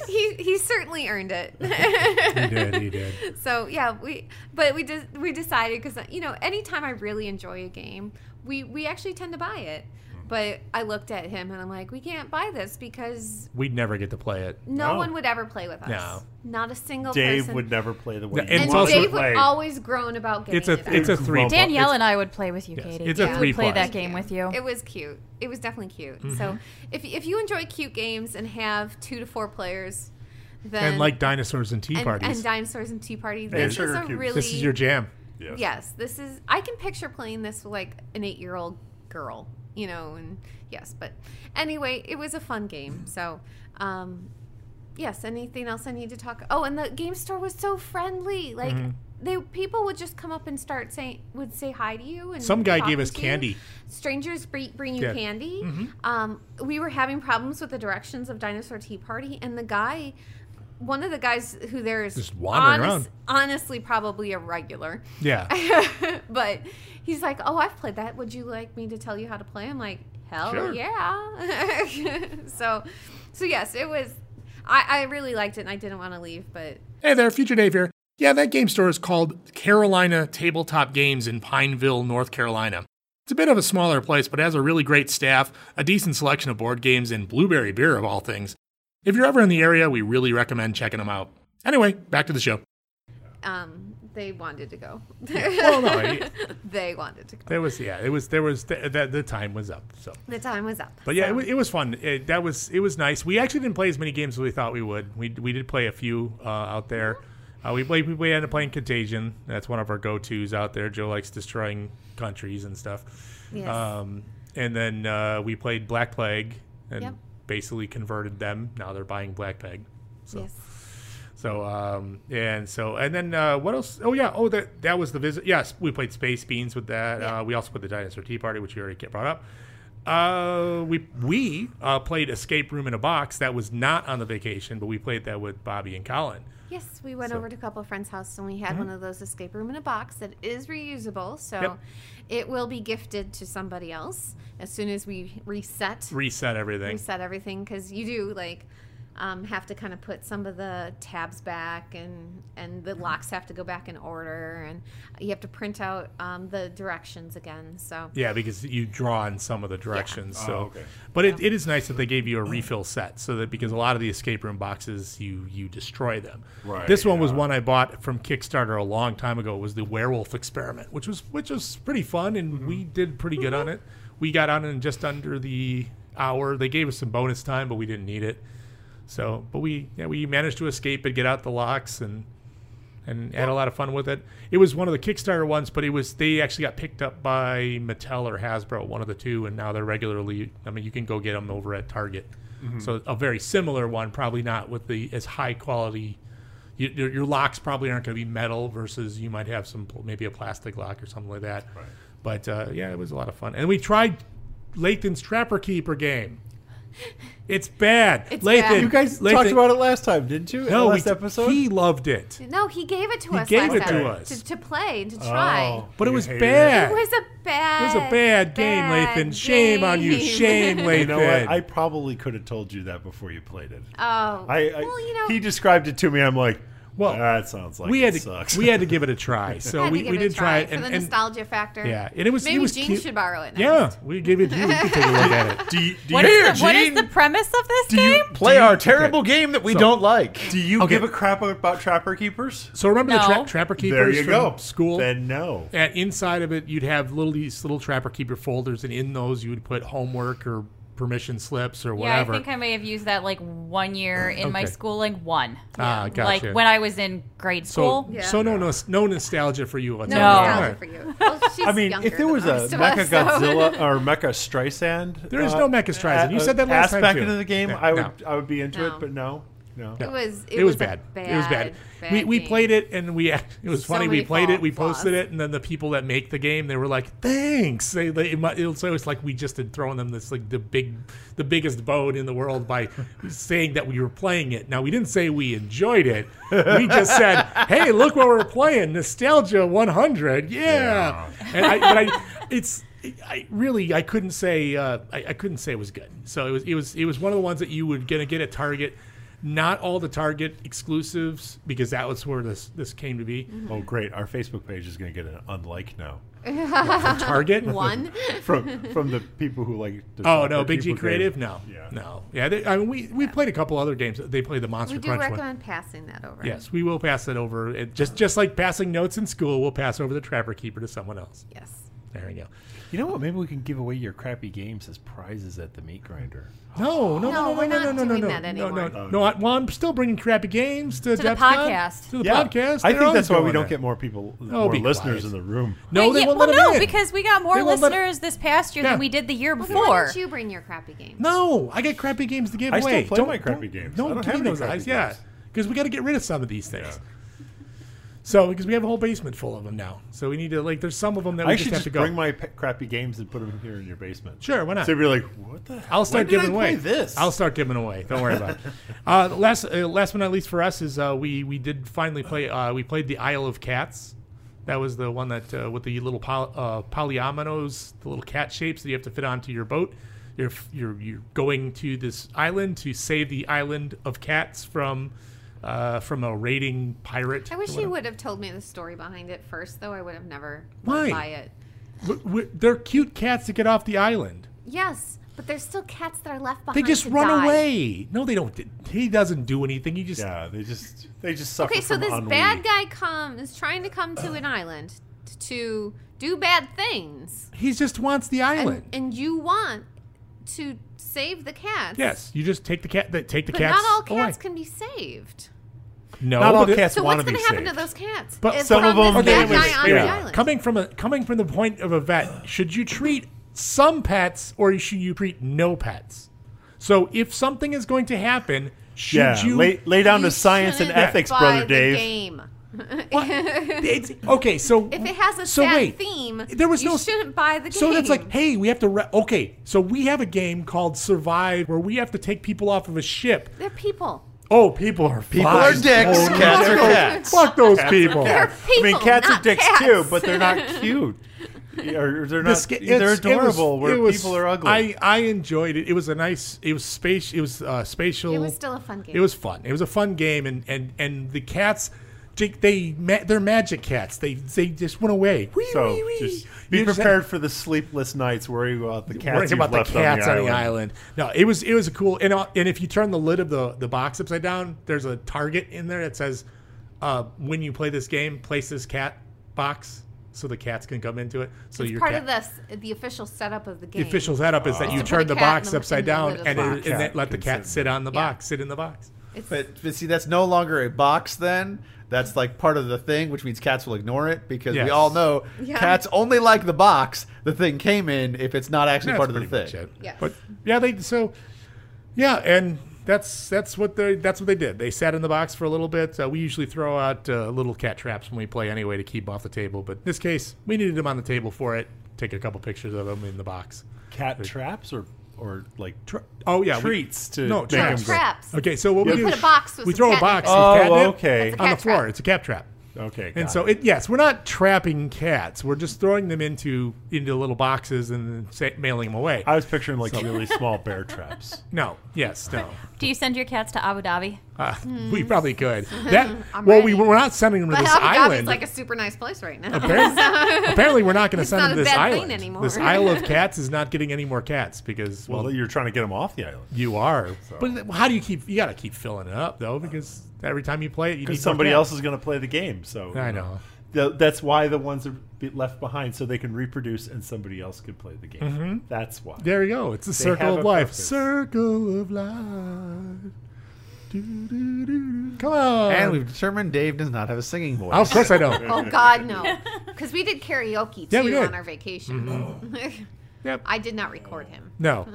he he certainly earned it. He did. He did. so yeah, we but we just we decided because you know anytime I really enjoy a game, we we actually tend to buy it. But I looked at him and I'm like, we can't buy this because We'd never get to play it. no, No. one would ever play with us. No. Not a single Dave person. would never play the way And you and it's want also- to Dave play. would always groan about getting It's a it out. it's a three. Danielle and I would play with you, Yes, Katie. it's a we would play three-plus. that game with you. It was cute. It was definitely cute. So if if you enjoy cute games and have two to four players, then and like dinosaurs and tea and, parties. and dinosaurs and tea parties. This is sugar a cubes. really this is your jam. Yes. yes. This is I can picture playing this with like an eight year old girl, you know, and yes, but anyway, it was a fun game. So, um, yes. Anything else I need to talk? Oh, and the game store was so friendly. Like Mm-hmm. they people would just come up and start saying would say hi to you. And Some guy talk gave us to you. candy. Strangers bring, bring you Yeah. Mm-hmm. candy. Um, we were having problems with the directions of Dinosaur Tea Party, and the guy, one of the guys who there is Just wandering around. honestly probably a regular, Yeah. but he's like, "Oh, I've played that. Would you like me to tell you how to play?" I'm like, "Hell Sure. yeah!" so, so yes, it was. I, I really liked it, and I didn't want to leave, but hey there, future Dave here. Yeah, that game store is called Carolina Tabletop Games in Pineville, North Carolina. It's a bit of a smaller place, but has a really great staff, a decent selection of board games, and blueberry beer of all things. If you're ever in the area, we really recommend checking them out. Anyway, back to the show. Um, they wanted to go. Well, no, it- they wanted to go. there was yeah, it was there was the, the, the time was up. So, The time was up. but yeah, it, wa- it was fun. It, that was it was nice. We actually didn't play as many games as we thought we would. We we did play a few uh, out there. Uh, we played we ended up playing Contagion. That's one of our go tos out there. Joe likes destroying countries and stuff. Yes. Um, and then uh, we played Black Plague and Yep. basically converted them. Now they're buying Black Plague. So. Yes. So um and so and then uh, what else? Oh yeah, oh that that was the visit. Yes, we played Space Beans with that. Uh, we also played the Dinosaur Tea Party, which you already get brought up. Uh, we we uh, played Escape Room in a Box. That was not on the vacation, but we played that with Bobby and Colin. Yes, we went So- Mm-hmm. over to a couple of friends' house and we had one of those escape room in a box that is reusable, so Yep. it will be gifted to somebody else as soon as we reset Reset everything. reset everything because you do like um, have to kind of put some of the tabs back and and the locks have to go back in order and you have to print out um, the directions again. So Yeah, because you draw in some of the directions. So, Oh, okay. but it, it is nice that they gave you a refill set, so that because a lot of the escape room boxes you you destroy them. Right, This one was yeah. one I bought from Kickstarter a long time ago. Was the werewolf experiment, which was which was pretty fun, and Mm-hmm. we did pretty good on it. We got on in just under the hour. They gave us some bonus time, but we didn't need it. So, but we yeah we managed to escape and get out the locks and and had a lot of fun with it. It was one of the Kickstarter ones, but it was they actually got picked up by Mattel or Hasbro, one of the two, and now they're regularly. I mean, you can go get them over at Target. Mm-hmm. So a very similar one, probably not with the as high quality. You, your, your locks probably aren't going to be metal versus you might have some pl- maybe a plastic lock or something like that. Right. But uh, yeah, it was a lot of fun, and we tried Lathan's Trapper Keeper game. It's bad. It's Lathan, bad. You guys Lathan- talked about it last time, didn't you? In no, the we- last episode. He loved it. no, he gave it to He us. gave last it to time, us. to, to play to try. Oh. But it You was hated it. bad. It was a It bad. was a bad game, Lathan. Shame on you. game. Shame, Lathan. You know what? I probably could have told you that before you played it. Oh, I, I well, you know, he described it to me. I'm like, Well, well, that sounds like we had it to, sucks. we had to give it a try. So had to we, give we it a did try it, for and, the and nostalgia factor. yeah, and it was maybe it was Gene cute. should borrow it. Next. Yeah, we gave it. to You, we could take a look at it. do you, do What you, is, the, what is Gene, the premise of this game? Play our terrible game that we don't like. do you Okay. give a crap about Trapper Keepers? So remember the No. tra- trapper keepers there you from go. school. Then no. and inside of it, you'd have little these little trapper keeper folders, and in those you would put homework or permission slips or Yeah, I whatever. think I may have used that like one year in my Okay. schooling. One. Ah, gotcha. Like when I was in grade so school. so no nos- no nostalgia for you. No, No. nostalgia for you. Well, she's I mean, younger if there than was the a rest of Mecha us, so- Godzilla or Mecha Streisand, uh, There is no Mecha Streisand. You said that last time, aspect too. into the game, No, I would no. I would be into No. it, but no, no. It was. It, it, was a bad. It was bad. bad we, we game. played it and we act- it was So funny. many We played flaw- it. We flaws. posted it, and then the people that make the game they were like, "Thanks." They, they it, mu- it, so it's like we just had thrown them this like the big the biggest bone in the world by saying that we were playing it. Now we didn't say we enjoyed it. We just said, "Hey, look what we're playing! Nostalgia 100, yeah." And I, but I, it's. I really I couldn't say uh, I, I couldn't say it was good. So it was it was it was one of the ones that you were gonna get at Target not all the Target exclusives because that was where this this came to be. Oh, great! Our Facebook page is going to get an unlike now Target One. from from the people who like. the Oh Trapper no, Big G Keeper Creative, game. no, Yeah. no, yeah. They, I mean, we we played a couple other games. They played the Monster We do Crunch recommend one. passing that over. Yes, we will pass it over. It, just just like passing notes in school, we'll pass over the Trapper Keeper to someone else. Yes. There we go. You know what? Maybe we can give away your crappy games as prizes at the meat grinder. No, No, no, no, we're no, no, not no, no, doing no, that no, no, anymore. no, no. I- Well, I'm still bringing crappy games to, the Depth Con, podcast. To the podcast. I They're think always that's why we doing don't that. get more people, Oh, more be listeners quiet. in the room. No, Wait, they yeah, won't well, let 'em no, in. because we got more They won't let 'em- listeners this past year Yeah. than we did the year Well, then before. why don't you bring your crappy games? No, I get crappy games to give I still away. play don't, my crappy don't- games. I Don't don't give have me any those crappy eyes, yeah, games. because we got to get rid of some of these things. So because we have a whole basement full of them now, so we need to like. There's some of them that we I just should have just to go. bring my pe- crappy games and put them here in your basement. Sure, why not? So you'd be like, what the? hell? I'll start When did I giving play away this. I'll start giving away. Don't worry about it. Uh, the last, uh, last but not least for us is uh, we we did finally play. Uh, we played the Isle of Cats. That was the one that uh, with the little poly, uh, polyominoes, the little cat shapes that you have to fit onto your boat. You're f- you're you're going to this island to save the island of cats from uh, from a raiding pirate. I wish you would have told me the story behind it first, though. I would have never Why? went by it. W- w- They're cute cats that get off the island. Yes, but there's still cats that are left They behind. just to run die. away. No, they don't. He doesn't do anything. He just Yeah, they just they just suffer Okay, so from this ennui. bad guy comes trying to come to an island to do bad things, he just wants the and, island. and you want to save the cats. yes, you just take the cat. They take the but cats. not all away. cats can be saved. No, Not all but it- cats So want what's to be going to happen to saved. those cats? But If some from of them- this bad Wait a minute, guy on wait a the minute. island. coming from a coming from the point of a vet, should you treat some pets or should you treat no pets? So if something is going to happen, should Yeah, you lay, lay down the You science and shouldn't ethics, buy brother the Dave. game. What? It's- okay, so If it has a so sad wait, theme, there was you no shouldn't buy the So that's like, game. hey, we have to. Re- okay, so we have a game called Survive where we have to take people off of a ship. They're people. Oh, people are people Or dicks, cats are cats. Fuck those people. They're I people. mean, cats not are dicks cats. too, but they're not cute. Yeah, or they're not. This ga- they're it's- it was- adorable. it where was- people are ugly. I, I enjoyed it. It was a nice. It was space. It was uh, spatial. It was still a fun game. It was fun. It was a fun game, and and and the cats. They, they ma- they're magic cats. They they just went away. Wee, so wee, wee. just be You just had- prepared for the sleepless nights worrying about the cats worrying you've about the left cats on the island. No, it was it was a cool and uh, and if you turn the lid of the the box upside down, there's a target in there that says, uh, "When you play this game, place this cat box so the cats can come into it." So It's your part cat, of this, the official setup of the game. the official setup is that you to put turn a the cat in box the- upside in the down lid of and, the it, box. and that let the Cat can cat sit sit on the Yeah. box, sit in the box. It's, But, but see, that's no longer a box then. That's like part of the thing, which means cats will ignore it because Yes. we all know Yeah. cats only like the box the thing came in if it's not actually That's part of the pretty thing. much it. Yeah. But yeah, they so yeah, and that's that's what they that's what they did. They sat in the box for a little bit. Uh, we usually throw out uh, little cat traps when we play anyway to keep off the table. But in this case, we needed them on the table for it. Take a couple pictures of them in the box. Cat traps or or like Tra- oh yeah, we- treats to no make traps. them traps. Okay, so what Yep. we You do put is a box with we some throw a catnip. box Oh, with catnip okay. a That's on the cat floor. trap. It's a cat trap. go. Okay, And got so it yes, we're not trapping cats. We're just throwing them into into little boxes and then sa- mailing them away. I was picturing like really small bear traps. no, yes, no. Do you send your cats to Abu Dhabi? Uh, we probably could. That well, we Mm-hmm. ready. we're not sending them to but this Abu Dhabi island. is like a super nice place right now. apparently, apparently we're not going to It's send not them to a this bad thing island. anymore. This Isle of Cats is not getting any more cats because well, Well, you're trying to get them off the island. you are. But th- how do you keep? You got to keep filling it up though because every time you play it, you need Because more somebody cats. else is going to play the game. So I know. Th- that's why the ones are be- left behind so they can reproduce and somebody else can play the game. That's why. There you go. It's the have circle of a life. purpose. Circle of life. Do, do, do, do. Come on. And we've determined Dave does not have a singing voice. Oh, of course I don't. oh God, no! Because we did karaoke too Yeah, we did. on our vacation. Yep. I did not record him. No.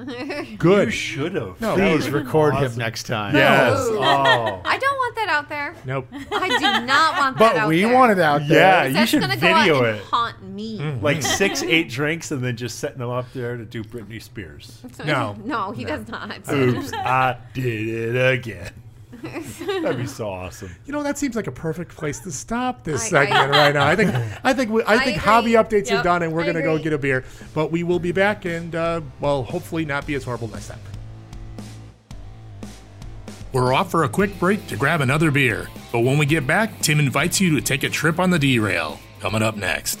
Good. You should have. No. Please That was record him awesome. next time. Yes. No. Oh. I don't want that out there. Nope. I do not want that But out we there. want it out Yeah, there. you That's should gonna go video out it. and haunt me. Mm. Like six, eight drinks, and then just setting them up there to do Britney Spears. No. no, he does not. Oops, I did it again. That'd be so awesome. You know that seems like a perfect place to stop this I- I- segment right now. I think I think we, I, think hobby agree. updates are Yep, done, and we're I gonna go agree. get a beer. But we will be back, and uh, well, hopefully not be as horrible next time. We're off for a quick break to grab another beer. But when we get back, Tim invites you to take a trip on the derail. Coming up next.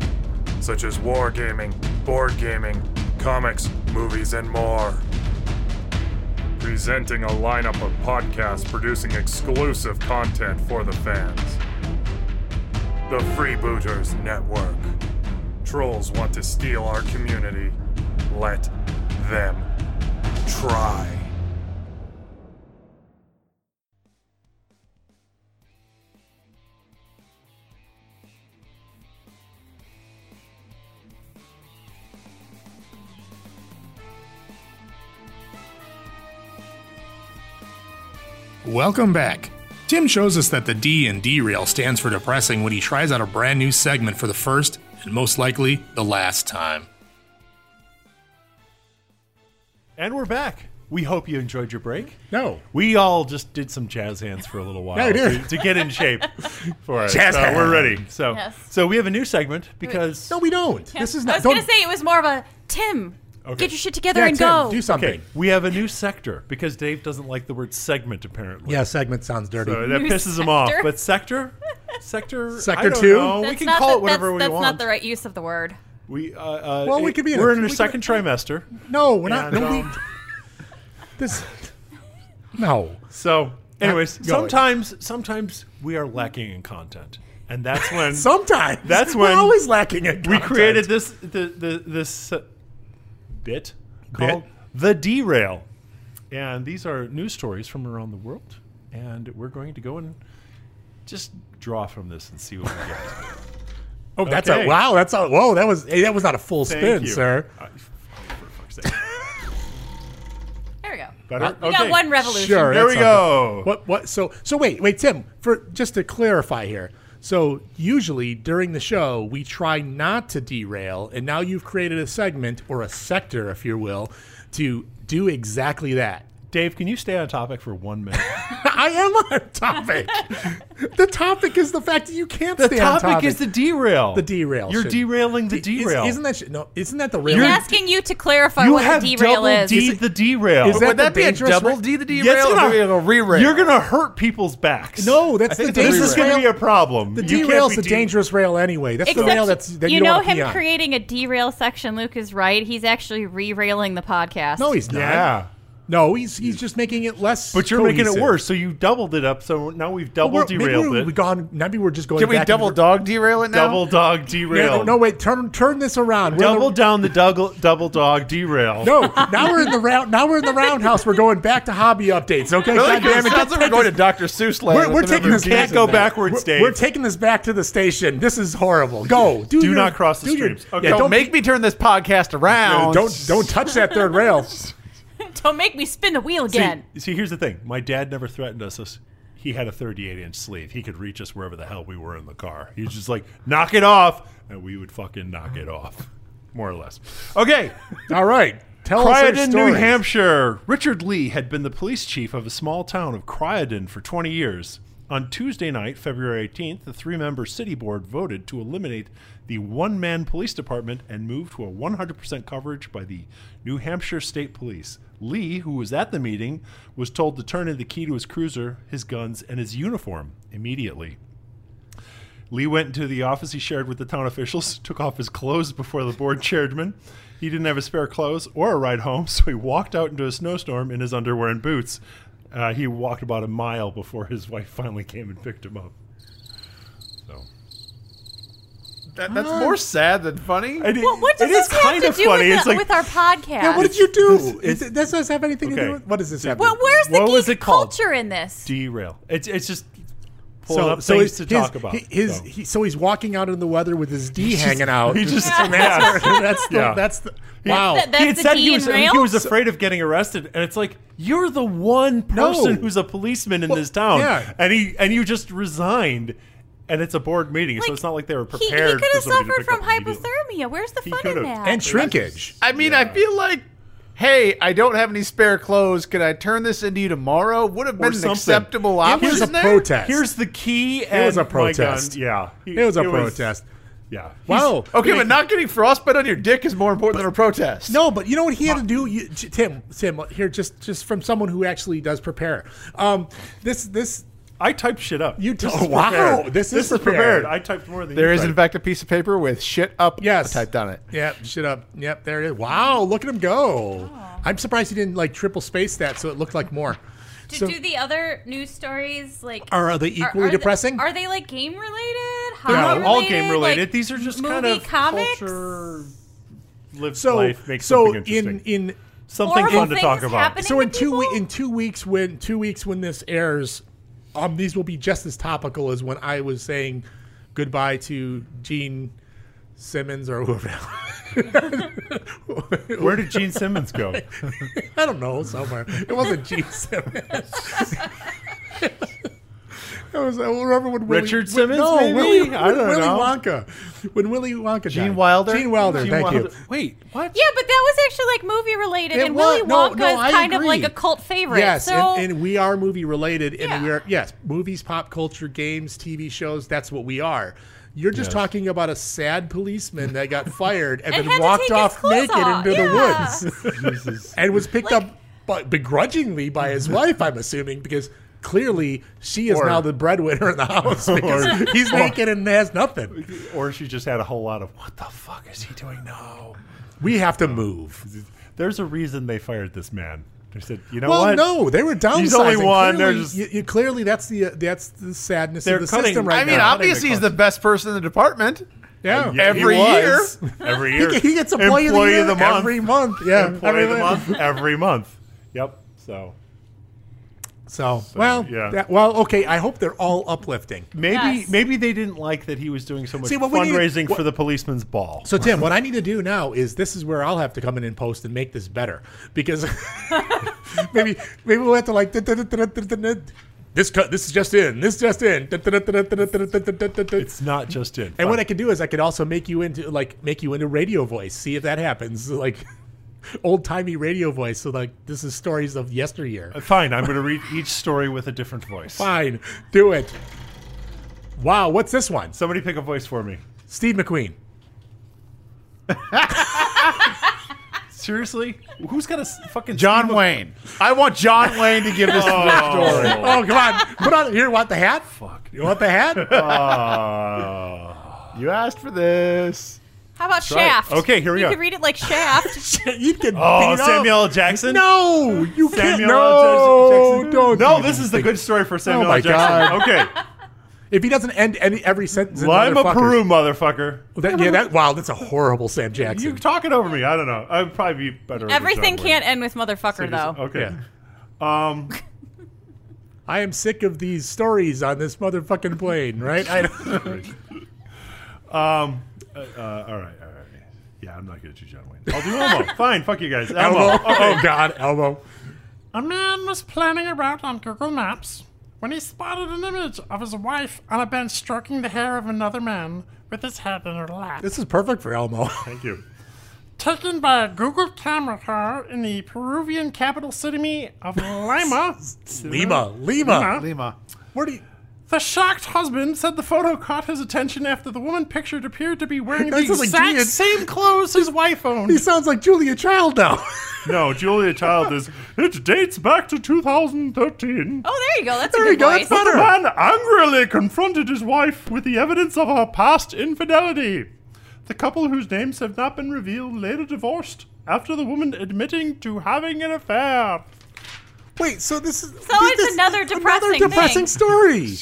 such as wargaming, board gaming, comics, movies, and more. Presenting a lineup of podcasts producing exclusive content for the fans. The Freebooters Network. Trolls want to steal our community. Let them try. Welcome back. Tim shows us that the D in derail stands for depressing when he tries out a brand new segment for the first and most likely the last time. And we're back. We hope you enjoyed your break. No. We all just did some jazz hands for a little while Yeah, we to, did. to get in shape for it. Jazz so hands. We're ready. So, Yes. so we have a new segment because No, we don't. This is not. I was gonna don't- say it was more of a Tim. Get your shit together yeah, and Tim, go. Do something. okay, we have a new sector because Dave doesn't like the word segment apparently. Yeah, segment sounds dirty. So that New pisses him off. sector. But sector, sector, Sector I don't two? know. we That's can not call the- it whatever that's, we that's want. not the right use of the word. We uh, uh, Well, we it- could be in We're a- in our we could- second trimester. no, we're not. And, no, we, um, this. No. So, anyways, Not going. sometimes sometimes we are lacking in content, and that's when Sometimes. That's we're when always lacking in. we content. created this the, the this uh, bit called Bit? the derail, and these are news stories from around the world, and we're going to go and just draw from this and see what we get. Oh, that's Okay. a wow. That's a whoa. That was hey, that was not a full Thank spin, you. sir. Uh, for fuck's sake. There we go. Better? We got one revolution. Sure. There that's we not bad. go. What what so so wait, wait, Tim, for just to clarify here. So usually during the show we try not to derail, and now you've created a segment or a sector, if you will, to do exactly that. Dave, can you stay on topic for one minute? I am on topic. the topic is the fact that you can't stay on topic. is the derail. The derail. You're should- derailing the D- is- derail. Isn't that sh- no? Isn't that the rail? He's asking you to clarify you what have the derail double is. D the derail. is Would the that be a dangerous double ra- D the derail? Yeah, it's gonna- or a re-rail? You're gonna hurt people's backs. No, that's think the it's a dangerous. this is rail. gonna be a problem. The You can't derail's be the de- dangerous rail anyway. That's Except the rail that's that you, you don't know wanna him be on. creating a derail section. Luke is right. He's actually re-railing the podcast. No, he's not. Yeah, No, he's he's just making it less. but you're making it cohesive. worse. So you doubled it up. So now we've double We're- maybe derailed we're, it. we gone. Maybe we're just going. Can we back double and- dog derail it now? double dog No, derail. no, no, wait. Turn turn this around. We're in the- double down the double double dog derail. no, now we're in the round. Now we're in the roundhouse. We're going back to hobby updates. Okay, Really? God damn it. It sounds like we're going to Dr. Seuss land. We're, with we're the taking number this of kids back. in go there. backwards, We're, Dave. we're taking this back to the station. This is horrible. Go. Do, Do your- not cross the do your- streams. yeah, Okay. Don't, don't make me turn this podcast around. Don't don't touch that third rail. Don't make me spin the wheel See- again. See, here's the thing. My dad never threatened us. us- He had a 38 inch sleeve. He could reach us wherever the hell we were in the car. He was just like, knock it off. And we would fucking knock it off, more or less. Okay. All right. Tell us our Criaden, New stories. Hampshire. Richard Lee had been the police chief of a small town of Criaden for 20 years. On Tuesday night, February 18th, the three member city board voted to eliminate the one man police department and move to a 100% coverage by the New Hampshire State Police. Lee, who was at the meeting, was told to turn in the key to his cruiser, his guns, and his uniform immediately. Lee went into the office he shared with the town officials, took off his clothes before the board chairman. He didn't have his spare clothes or a ride home, so he walked out into a snowstorm in his underwear and boots. Uh, he walked about a mile before his wife finally came and picked him up. So That- that's more sad than funny. And it- Well, what does it is this have kind to of do funny. with, it's the- like with our podcast? Yeah, what did you do? Is it, does this have anything to Okay. do with what does this have? Well, where's the What was geek it called? culture in this? derail. It's it's just pulling so, up so things his, to his- talk about. he- His, So. he- so he's walking out in the weather with his D hanging out. he just- And yeah. that's, that's the, Yeah. that's the wow. That- that's he had the said D he in was, rail? he was afraid of getting arrested, and it's like you're the one No. person who's a policeman in Well, this town, yeah. and he and you just resigned, and it's a board meeting, so Like, it's not like they were He, he prepared. could have for somebody to suffered pick up from immediately. hypothermia. Where's the He fun in could've. that? and shrinkage. I mean, I feel like, hey, I don't have any spare clothes. Can I turn this into you tomorrow? Would have Or been an something. acceptable It option. was a there? protest. Here's the key. And it was a my gun. protest. Yeah, He- it was a protest. yeah. Wow. Okay, but not getting frostbite on your dick is more important than a protest. No, but you know what he had to do, you, J- Tim. Tim, uh, here, just just from someone who actually does prepare. Um, this this I typed shit up. You This t- is wow, prepared. this is this prepared. prepared. I typed more than There you is, in typed. fact, a piece of paper with shit up Yes. typed on it. Yep, shit up. Yep, there it is. Wow, look at him go. Oh. I'm surprised he didn't like triple space that so it looked like more. Do, So- do the other news stories like Are they equally depressing? They, are they like game related? They're Hobby not all game like, related. These are just movie kind of comics? culture. Live so life makes so something in interesting. in something Horrible fun to things talk about. happening so in to two we, people? in two weeks when two weeks when this airs, um, these will be just as topical as when I was saying goodbye to Gene Simmons or whoever. Where did Gene Simmons go? I don't know somewhere. It wasn't Gene Simmons. That was I remember when Willy, Richard when- Simmons, No, maybe? Willy, I don't Willy know. Wonka. When Willy Wonka. Gene died. Wilder? Gene Wilder. Gene thank Wilder- Wait, what? Yeah, but that was actually like movie related, It and wa- Willy no, Wonka no, I is kind agree. of like a cult you. favorite. Yes, so and, and we are movie related, and Yeah. we are yes, movies, pop culture, games, TV shows. That's what we are. You're just talking about a sad policeman that got fired and, And had then to walked take his off clothes naked off. into Yeah. the woods and was picked up but begrudgingly by his wife, I'm assuming, because clearly she is Or- now the breadwinner Oh, in the house because he's naked and has nothing. Or she just had a whole lot of what the fuck is he doing? No. We have to move. There's a reason they fired this man. They said, you know well, what? Oh, no, they were downsizing. He's only one, they're Clearly, just- you, you- clearly that's the uh, that's the sadness They're of the cutting- system right I mean, now. obviously he's the best person in the department. yeah. Yeah, he Every was. Every year. He, he gets employee, of the Employee year of the month. every month. Yeah, Employee every of the month. month every month. Yep. So So, well, yeah. that- well, okay. I hope they're all uplifting. maybe Yes. maybe they didn't like that he was doing so much See, what we need- fundraising what- for the policeman's ball. So Tim, what I need to do now is this is where I'll have to come in and post and make this better because maybe maybe we'll have to like this cut this is just in this just in it's not just in. and what I could do is I could also make you into like make you into radio voice see if that happens like old timey radio voice so like this is stories of yesteryear Fine, I'm going to read each story with a different voice. fine do it wow what's this one Somebody pick a voice for me. Steve McQueen Seriously? Who's got a s- fucking John Wayne. I want John Wayne to give us the story. oh come on put on here want the hat fuck you want the hat You asked for this. how about Shaft? Okay, here we you go. You could read it like Shaft. you can Oh, beat up. Samuel L. Jackson? No, you can't. Samuel L. no, Jackson? don't. No, even this is the think- good story for Samuel my L. Jackson. God. Okay. If he doesn't end any every sentence, in Lima motherfuckers- Peru, motherfucker. That, yeah, that wow, that's a horrible Sam You're Jackson. talking over me. I don't know. I'd probably be better. with Everything John Wayne. can't end with motherfucker though. Okay. Um, I am sick of these stories on this motherfucking plane, right? I don't, um, uh, uh, all right. All right. Yeah, I'm not going to do John Wayne. I'll do Elmo. Fine. Fuck you guys. Elmo. elbow. Oh God, elbow. A man was planning a route on Google Maps when he spotted an image of his wife on a bench stroking the hair of another man with his head in her lap. This is perfect for Elmo. Thank you. Taken by a Google camera car in the Peruvian capital city of Lima, Lima, Lima. Lima. Where do you? the shocked husband said the photo caught his attention after the woman pictured appeared to be wearing the That sounds like exact Julian- same clothes his wife He owned. sounds like Julia Child now. No, Julia Child is. It dates back to 2013. Oh, there you go. That's There a you good go, that's voice. better. The man angrily confronted his wife with the evidence of her past infidelity. The couple, whose names have not been revealed, later divorced after the woman admitting to having an affair. Wait, so this is So it's another depressing another depressing thing. story.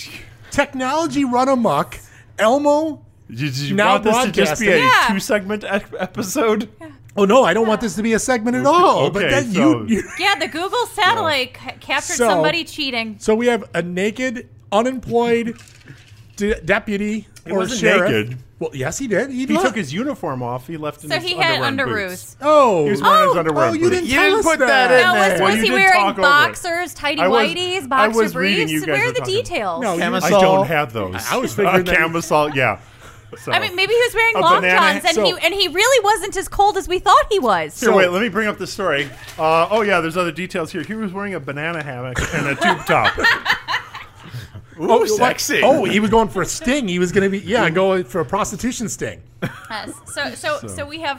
Technology run amok. Elmo Did you Now want this to just be a broadcasting. Yeah. two-segment ep- episode? Oh no, I don't want this to be a segment at all. but Okay, then so- you, you Yeah, the Google satellite ca- captured So- somebody cheating. So we have a naked, unemployed de- deputy or wasn't sheriff. naked. Well, yes, he did. He, He left. took his uniform off. He left. In So his he had underwear and underoos. boots. Oh, He was wearing his oh, underwear oh, and you boots. didn't You tell didn't us put Oh, that. that in Now, there. was, Well, was you he did wearing talk over it. boxers, tidy I was- whities, I boxer was reading briefs? you guys Where were are the talking about- details? No, Oh, you- I Camisole. don't have those. I was figuring a that- camisole. Yeah. So. I mean, maybe he was wearing A long banana johns, and so- he and he really wasn't as cold as we thought he was. Here, wait. Let me bring up the story. Uh, oh yeah, there's other details here. He was wearing a banana hammock and a tube top. Oh, sexy. Oh, he was going for a sting. He was going to be yeah, going for a prostitution sting Yes. So, so, so, we have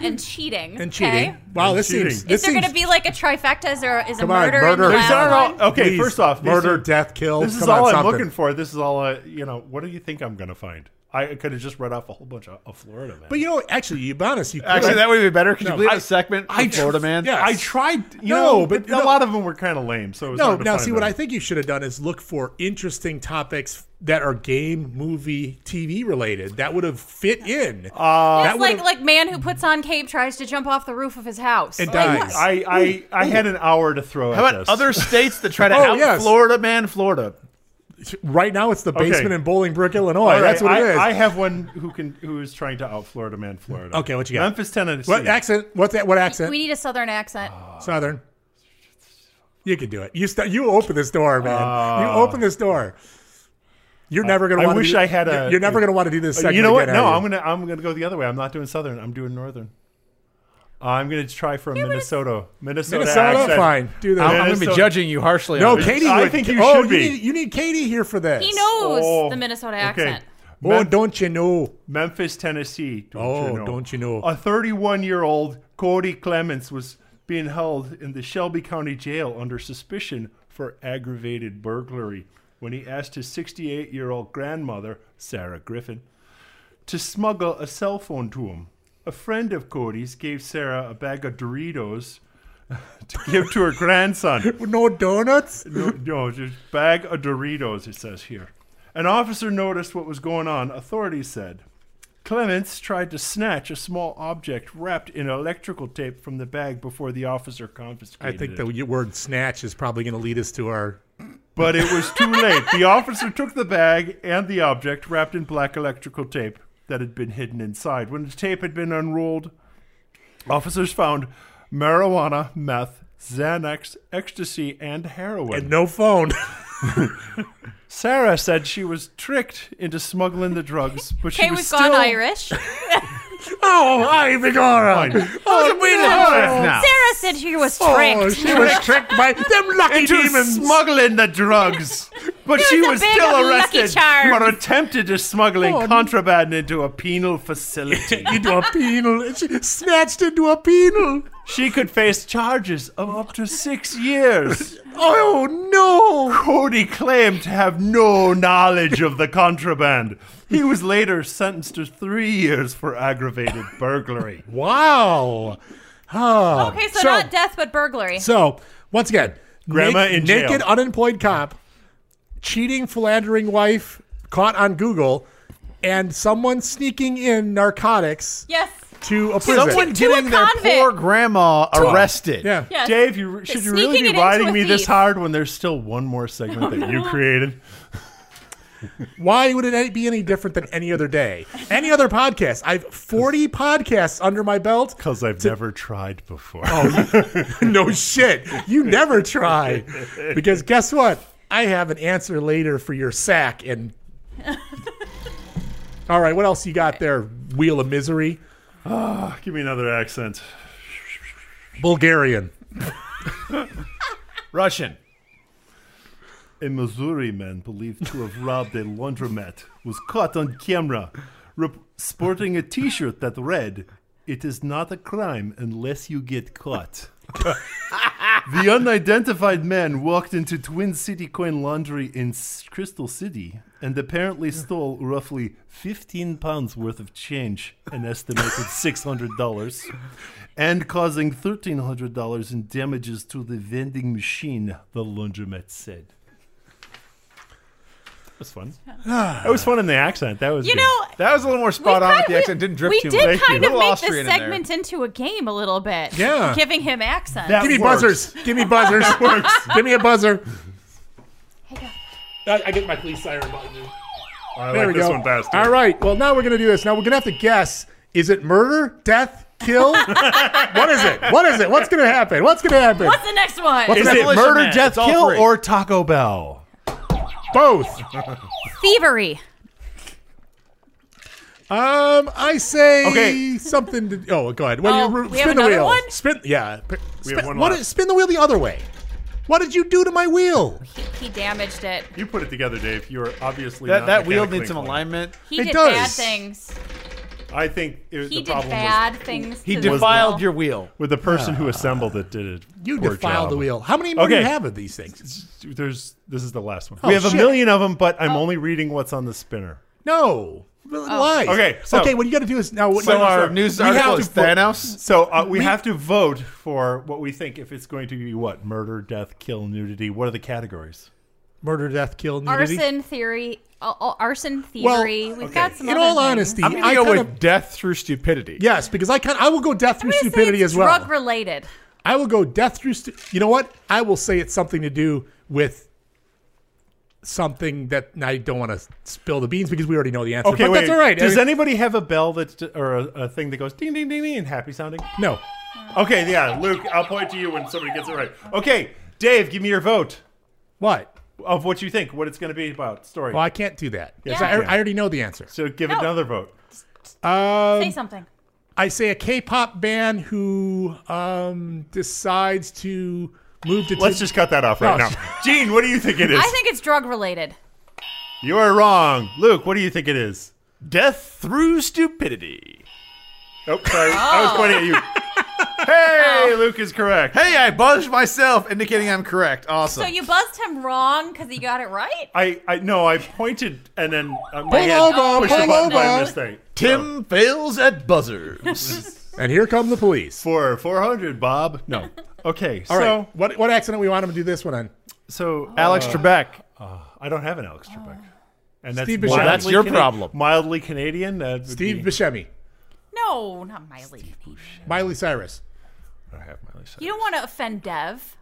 and cheating. and okay? cheating. Wow, And this cheating. seems. Is This Is there seems, going to be like a trifecta? Is there is a Come on, murder? murder. In These the last aren't one? all- okay, Oh, please, first off, these murder, are- death, kill. This is come on, all I'm something. looking for. This is all I, you know. What do you think I'm gonna find? I could have just read off a whole bunch of, of Florida man. But you know, actually, you be honest. You Actually, that would be better. Could No, you believe I- a segment I for Florida tr- man? yeah. I tried. You No, know, but but no. a lot of them were kind of lame. So it was No, hard to now find see what them. I think you should have done is look for interesting topics that are game, movie, TV related. That would have fit in. Uh, It's like like man who puts on cape tries to jump off the roof of his house. and Like, dies. I I, I had an hour to throw How at about this. other states that try to Oh, out yes. Florida man Florida? right now, it's the basement in Bolingbrook, Illinois. All right, That's what I, it is. I have one who can who is trying to out Florida man Florida. Okay, what you got? Memphis, Tennessee. what accent? What's that? What accent? we need a southern accent. Southern. You can do it. You st- you open this door, man. you open this door. You're never gonna. Uh, I wanna wish do- I had a. You're, you're never gonna want to do this. Uh, Segment You know what? again, No, are you? I'm gonna I'm gonna go the other way. I'm not doing southern. I'm doing northern. I'm gonna try for a Minnesota. Minnesota. Minnesota? accent. Fine. Do that. Minnesota- I'm going to be judging you harshly. No, on this. Katie. I would- think you oh, should You be. need, you need Katie here for this. He knows Oh, the Minnesota okay. accent. Oh, don't you know? Memphis, Tennessee. Don't Oh, you know? don't you know? A 31 year old Cody Clements was being held in the Shelby County Jail under suspicion for aggravated burglary when he asked his 68 year old grandmother, Sarah Griffin, to smuggle a cell phone to him. A friend of Cody's gave Sarah a bag of Doritos to give to her grandson. No donuts. No, no, just bag of Doritos, it says here. An officer noticed what was going on, authorities said. Clements tried to snatch a small object wrapped in electrical tape from the bag before the officer confiscated I think it. the word "snatch" is probably going to lead us to our. But it was too late. The officer took the bag and the object wrapped in black electrical tape that had been hidden inside. When the tape had been unrolled, officers found marijuana, meth, Xanax, ecstasy, and heroin. And no phone. Sarah said she was tricked into smuggling the drugs, but she Kay was was still gone Irish. oh, I begora. Oh, Minnesota. Now, Sarah said she was Oh, tricked. she was tricked by them lucky into demons. smuggling the drugs, but she a was big still Lucky arrested Charms. for attempted to smuggling contraband into a penal facility. into a penal. She snatched into a penal. she could face charges of up to six years. Oh no! Cody claimed to have no knowledge of the contraband. He was later sentenced to three years for aggravated burglary. Wow. Oh. Okay, so, not death, but burglary. So once again, Grandma naked, in jail. naked unemployed cop, cheating, philandering wife caught on Google, and someone sneaking in narcotics yes. to a prison. someone to a getting their convict. poor grandma arrested. yeah. Yes. Dave, you should you really sneaking it be into a riding me this thief. hard when there's still one more segment that you created? Why would it be any different than any other day? Any other podcast? I've 40 podcasts under my belt. Oh, Because I've never tried before. no shit. You never try. Because guess what? I have an answer later for your sack and All right, what else you got there? Wheel of misery. Give me another accent. Bulgarian. Russian. A Missouri man believed to have robbed a laundromat was caught on camera rep- sporting a t shirt that read, It is not a crime unless you get caught. the unidentified man walked into Twin City Coin Laundry in S- Crystal City and apparently stole roughly 15 pounds worth of change, an estimated $600, and causing $1,300 in damages to the vending machine, the laundromat said. That was fun. that was fun in the accent. That was You good. know, That was a little more we spot on kind- with the accent. Didn't drift we too did much. kind A of little make Austrian in this there. segment into a game a little bit. Yeah. Giving him accent. That Give me works. buzzers. Give me buzzers. Give me a buzzer. I, I get my police siren button. I There like we this go. one faster. All right. Well, now we're gonna do this. Now we're gonna have to guess: is it murder, death, kill? what is it? What is it? What's gonna happen? What's gonna happen? What's the next one? What's Is gonna it happen? murder, Man, death, it's all kill, three. or Taco Bell? Both. Thievery. Um, I say Okay. something to. Oh, go ahead. Well, Oh, you, we spin have the another wheel. one? Spin. Yeah. p- We spin, have one what left. is- spin the wheel the other way. What did you do to my wheel? He damaged it. You put it together, Dave. You're obviously That, not that wheel mechanically needs some inclined. alignment. He It did does. bad things. I think it, He the did problem bad was things. He to the defiled wheel. your wheel. with the person who assembled it. Did it? Ah. You poor defiled job. the wheel. How many more do Okay. you have of these things? There's this is the last one. Oh, we have shit. a million of them, but Oh. I'm only reading what's on the spinner. No. Lies. Okay, so- okay. What you got to do is now. What, So no, our sir. news We have article to is put- Thanos. So uh, we, have to vote for what we think if it's going to be what murder, death, kill, nudity. What are the categories? Murder, death, kill, nudity. Arson theory. Uh, uh, arson theory. Well, We've got some. In other all things. honesty, I'm I gonna go kind with of, death through stupidity. yes because I kind I will go death I'm through gonna say stupidity it's as well. Drug related. I will go death through. Stu- you know what? I will say it's something to do with something that I don't want to spill the beans because we already know the answer. Oh, but that's all right. Does I mean- anybody have a bell that's or a, a thing that goes ding ding ding ding and happy sounding? no. Okay, yeah, Luke, I'll point to you when somebody gets it right. Okay, Dave, give me your vote What? of what you think, what it's going to be about story. Well, I can't do that. 'Cause Yeah. I, I already know the answer. So give No. another vote. Um, Say something. I say a K-pop band who um, decides to move to. Let's just cut that off right No. now. Gene, what do you think it is? I think it's drug related. you are wrong. Luke, what do you think it is? Death through stupidity. Oh, sorry. I was pointing at you. Oh. Hey, Luke is correct. Hey, I buzzed myself, indicating I'm correct. Awesome. So you buzzed him wrong because he got it right? I, I no, I pointed and then uh, my hand over, pushed the pull button by over. mistake. Tim fails at buzzers. and here come the police. For 400, Bob. No. Okay. All so right. What what accident we want him to do this one on? so Alex Trebek. Ah. I don't have an Alex Trebek. Ah. And that's Steve mildly Buscemi. Well, that's your Cana- problem. Mildly Canadian. That would Steve Be, Buscemi, No, not Miley. Miley Cyrus. I have Miley Cyrus. You don't want to offend Dev.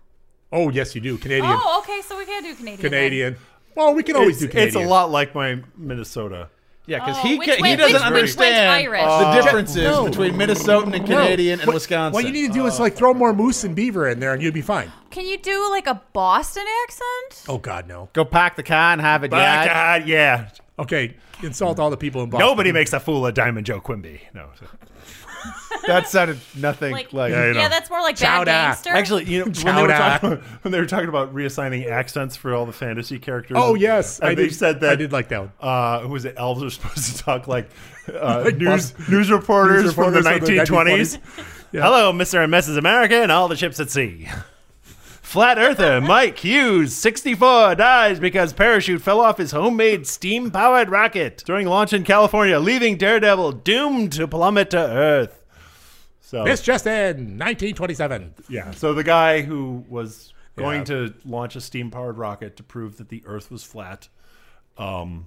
Oh yes, you do. Canadian. Oh, okay, so we can't do Canadian. then. Canadian. Well, we can always It's, do Canadian. it's a lot like my Minnesota. Yeah, because Oh, he which ca- way- he doesn't which- which way's understand Irish? Uh, the differences no. between Minnesotan and No. Canadian and What- Wisconsin. What you need to do is like throw more moose and beaver in there, and you'd be fine. Can you do like a Boston accent? Oh God, no. Go pack the car and have it. By Yeah, God, yeah. Okay, insult all the people in Boston. Nobody makes a fool of Diamond Joe Quimby. No. that sounded nothing Like, like. yeah, you know. that's more like Chowder. bad gangster. Actually, you know, when they, were Chowder. talking about, when they were talking about reassigning accents for all the fantasy characters. Oh yes, and I they did, said that I did like that one. uh, who was it? Elves are supposed to talk like uh, Like news bus- news reporters, news from the reporters from the 1920s. Hello, Mr. and Mrs. America, and all the ships at sea. Flat Earther Mike Hughes, 64, dies because parachute fell off his homemade steam powered rocket during launch in California, leaving Daredevil doomed to plummet to Earth. So This just in 1927. yeah, so the guy who was going to launch a steam powered rocket to prove that the Earth was flat, um,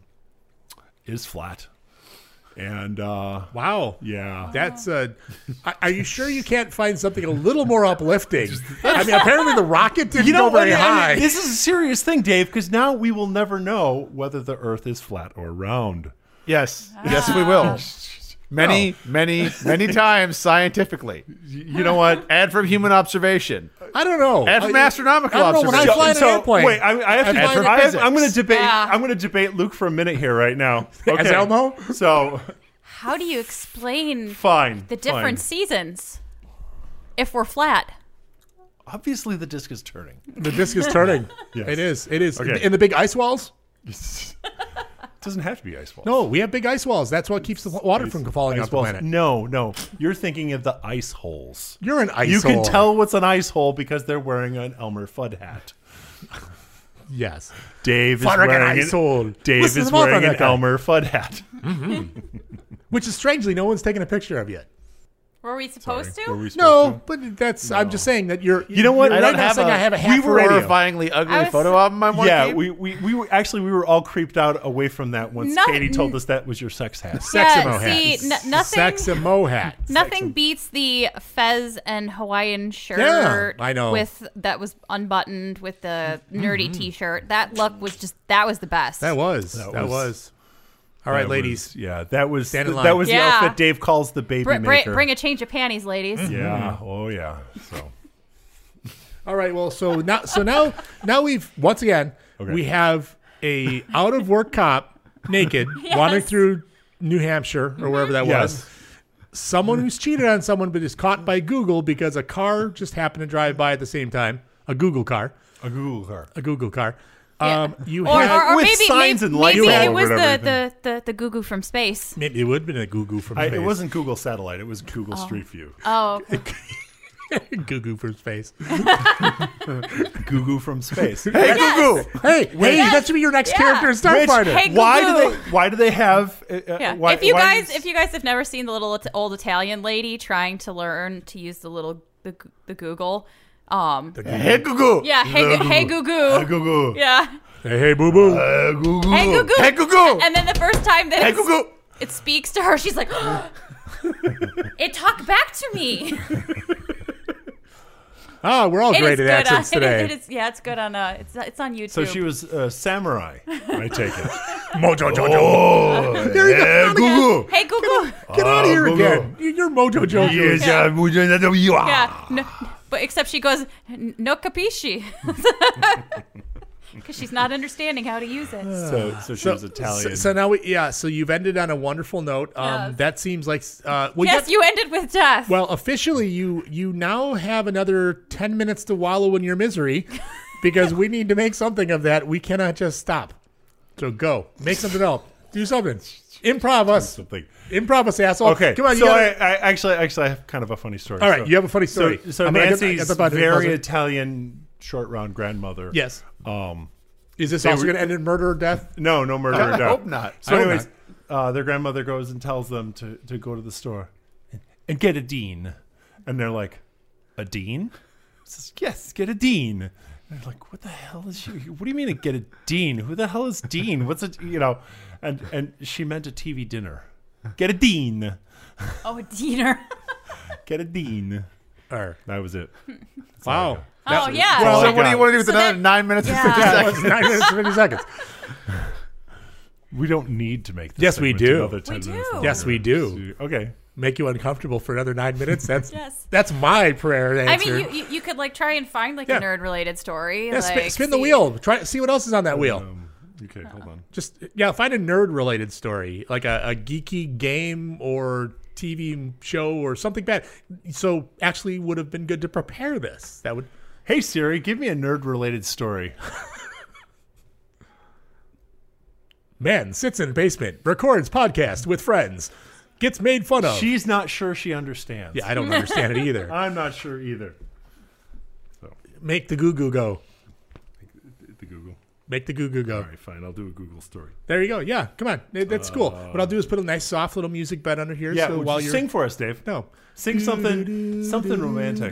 is flat, and uh, Wow. yeah, That's uh, a. Are you sure you can't find something a little more uplifting? I mean, apparently the rocket didn't go very and- and high. This is a serious thing, Dave, because now we will never know whether the Earth is flat or round. Yes, yes, we will. Many, many, many times scientifically, You know what? and from human observation. I don't know. And from I- astronomical I don't know, Oh, when I observation. fly in So- an airplane. Wait, I, I have And to. for I physics. am going to debate. Yeah. I'm going to debate Luke for a minute here, right now. Okay. Elmo? So How do you explain fine. the fine. different seasons if we're flat? Obviously, the disc is turning. the disc is turning. Yes. It is. It is. Okay. In the big ice walls. It doesn't have to be ice walls. No, we have big ice walls. That's what keeps the water from falling off the planet. No, no. You're thinking of the ice holes. You're an ice you hole. can tell what's an ice hole because they're wearing an Elmer Fudd hat. Yes. Dave is Fucking wearing ice an, hole. Dave Listen is to the mouth on wearing an that guy. Elmer Fudd hat. Which is strangely no one's taken a picture of yet. Were we supposed to? Were we supposed No, but that's. I'm just saying that you're. You know what? You're I right don't now have saying a- I have a half We were radio. horrifyingly I ugly was- photo album. I to? want Yeah, to we, we, we were actually we were all creeped out away from that once No- Katie told us that was your sex hat. yeah, see, n- nothing, Saximo hat. nothing beats the fez and Hawaiian shirt. I know. With that was unbuttoned with the nerdy T-shirt. That look was just that was the best. That was. Mm-hmm. That That, was- was. All right, That ladies. was- yeah, that was Stand in that line. was Yeah. the outfit Dave calls the baby Br- br- maker. bring a change of panties, ladies. yeah, Mm. oh yeah. So All right. Well, so now, so now, now we've once again Okay. we have a out of work cop naked wandering through New Hampshire or wherever that Yes. was. Someone who's cheated on someone but is caught by Google because a car just happened to drive by at the same time. A Google car. a Google car. A Google car. Yeah. Um, you Or, have or, or With maybe, signs maybe, and lights maybe all it over was the, everything. the, the, the Goo Goo from space. maybe it would have been a Google from I, space. it wasn't Google Satellite. It was Google Street View. Oh, Google from space. Goo Goo from space. Hey, hey, that should be your next Yeah. character in Which- Starfighter. Hey, why do Goo-Goo. they? Why do they have? Uh, uh, yeah. Why, if you why guys, does- if you guys have never seen the little It- old Italian lady trying to learn to use the little the, Goo- the Google, um, Hey, Goo Goo. yeah, hey, Goo- hey, Goo Goo Goo, Goo, yeah, Hey, hey, boo boo. Uh, Goo Goo. hey, Goo Goo, Hey, Goo Goo. and then the first time that Hey, it, Goo Goo. it speaks to her, she's like, it talked back to me. Ah, we're all It great is at good on, accents today. It is, yeah, it's good on uh, it's it's on YouTube. So she was uh, samurai. I take it. Mojo Jojo. Oh, There you go. yeah, Goo Goo. Hey, Goo Goo, Uh, Get out of here Google. again. You're Mojo Jojo. Ah. Yes, uh, Mojo Jojo, you are. yeah, no, But except she goes, "N- no capisci. Because she's not understanding how to use it. So, so she was Italian. So, so now we, yeah. So you've ended on a wonderful note. Um, Yes. That seems like, uh, well, yes, you ended with death. Well, officially, you you now have another ten minutes to wallow in your misery, because we need to make something of that. We cannot just stop. So go make something up. Do something. Improv us. Something. Improv us, asshole. Okay, Come on. so you gotta- I, I actually, actually, I have kind of a funny story. All right, you have a funny story. So, so I'm gonna get- Nancy's get the button very buzzer. Italian short round grandmother. Yes. Um, Is this they also were- going to end in murder or death? No, no murder. I or death. hope not. So, I hope anyways, Uh, their grandmother goes and tells them to to go to the store and, and get a dean, and they're like, a dean? Says yes, get a dean. And they're like, what the hell is she? What do you mean to get a dean? Who the hell is dean? What's a you know? And and she meant a TV dinner. Get a dean. oh, Diener. Get a dean. Or that was it. Wow. Oh, yeah. Well, so what do God. you want to do with So another then- nine minutes and fifty That seconds? was nine minutes and fifty seconds. We don't need to make this. Yes, we segment do. Another 10 We minutes do. long. Yes, we do. Okay. Make you uncomfortable for another nine minutes. That's Yes. that's my prayer I answer. mean, you, you, you could like try and find like Yeah. a nerd related story. yeah, spin, like, spin the see- Um, wheel. Try see what else is on that wheel. Okay, hold on. just yeah find a nerd related story like a, a geeky game or tv show or something bad so actually would have been good to prepare this that would Hey Siri, give me a nerd-related story. man sits in basement records podcast with friends gets made fun of She's not sure she understands. yeah i don't understand it either I'm not sure either. make the goo goo go The Google. make the goo goo go All right, fine. I'll do a Google story. there you go yeah come on That- that's cool what i'll do is put a nice soft little music bed under here Yeah, so would while you you're sing for us, Dave. no Sing something, something romantic.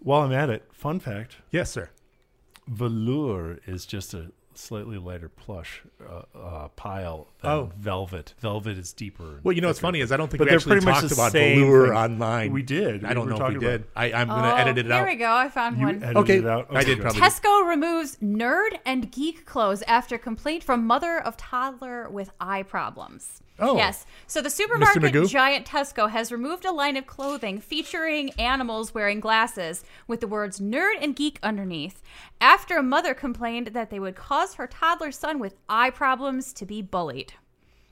While I'm at it, fun fact: yes sir velour is just a slightly lighter plush uh, uh, pile than Oh. velvet. Velvet is deeper. Well, you know what's funny is I don't think But we they're actually pretty much talked the about same velour thing. online. We did. I don't know We were if we talking did. about I, I'm Oh, going to edit it there out. we go. I found You one. edited Okay, Oh. it out. I did probably. Tesco removes nerd and geek clothes after complaint from mother of toddler with eye problems. Oh. Yes. So the supermarket Magoo? giant Tesco has removed a line of clothing featuring animals wearing glasses with the words nerd and geek underneath after a mother complained that they would cause her toddler son with eye problems to be bullied.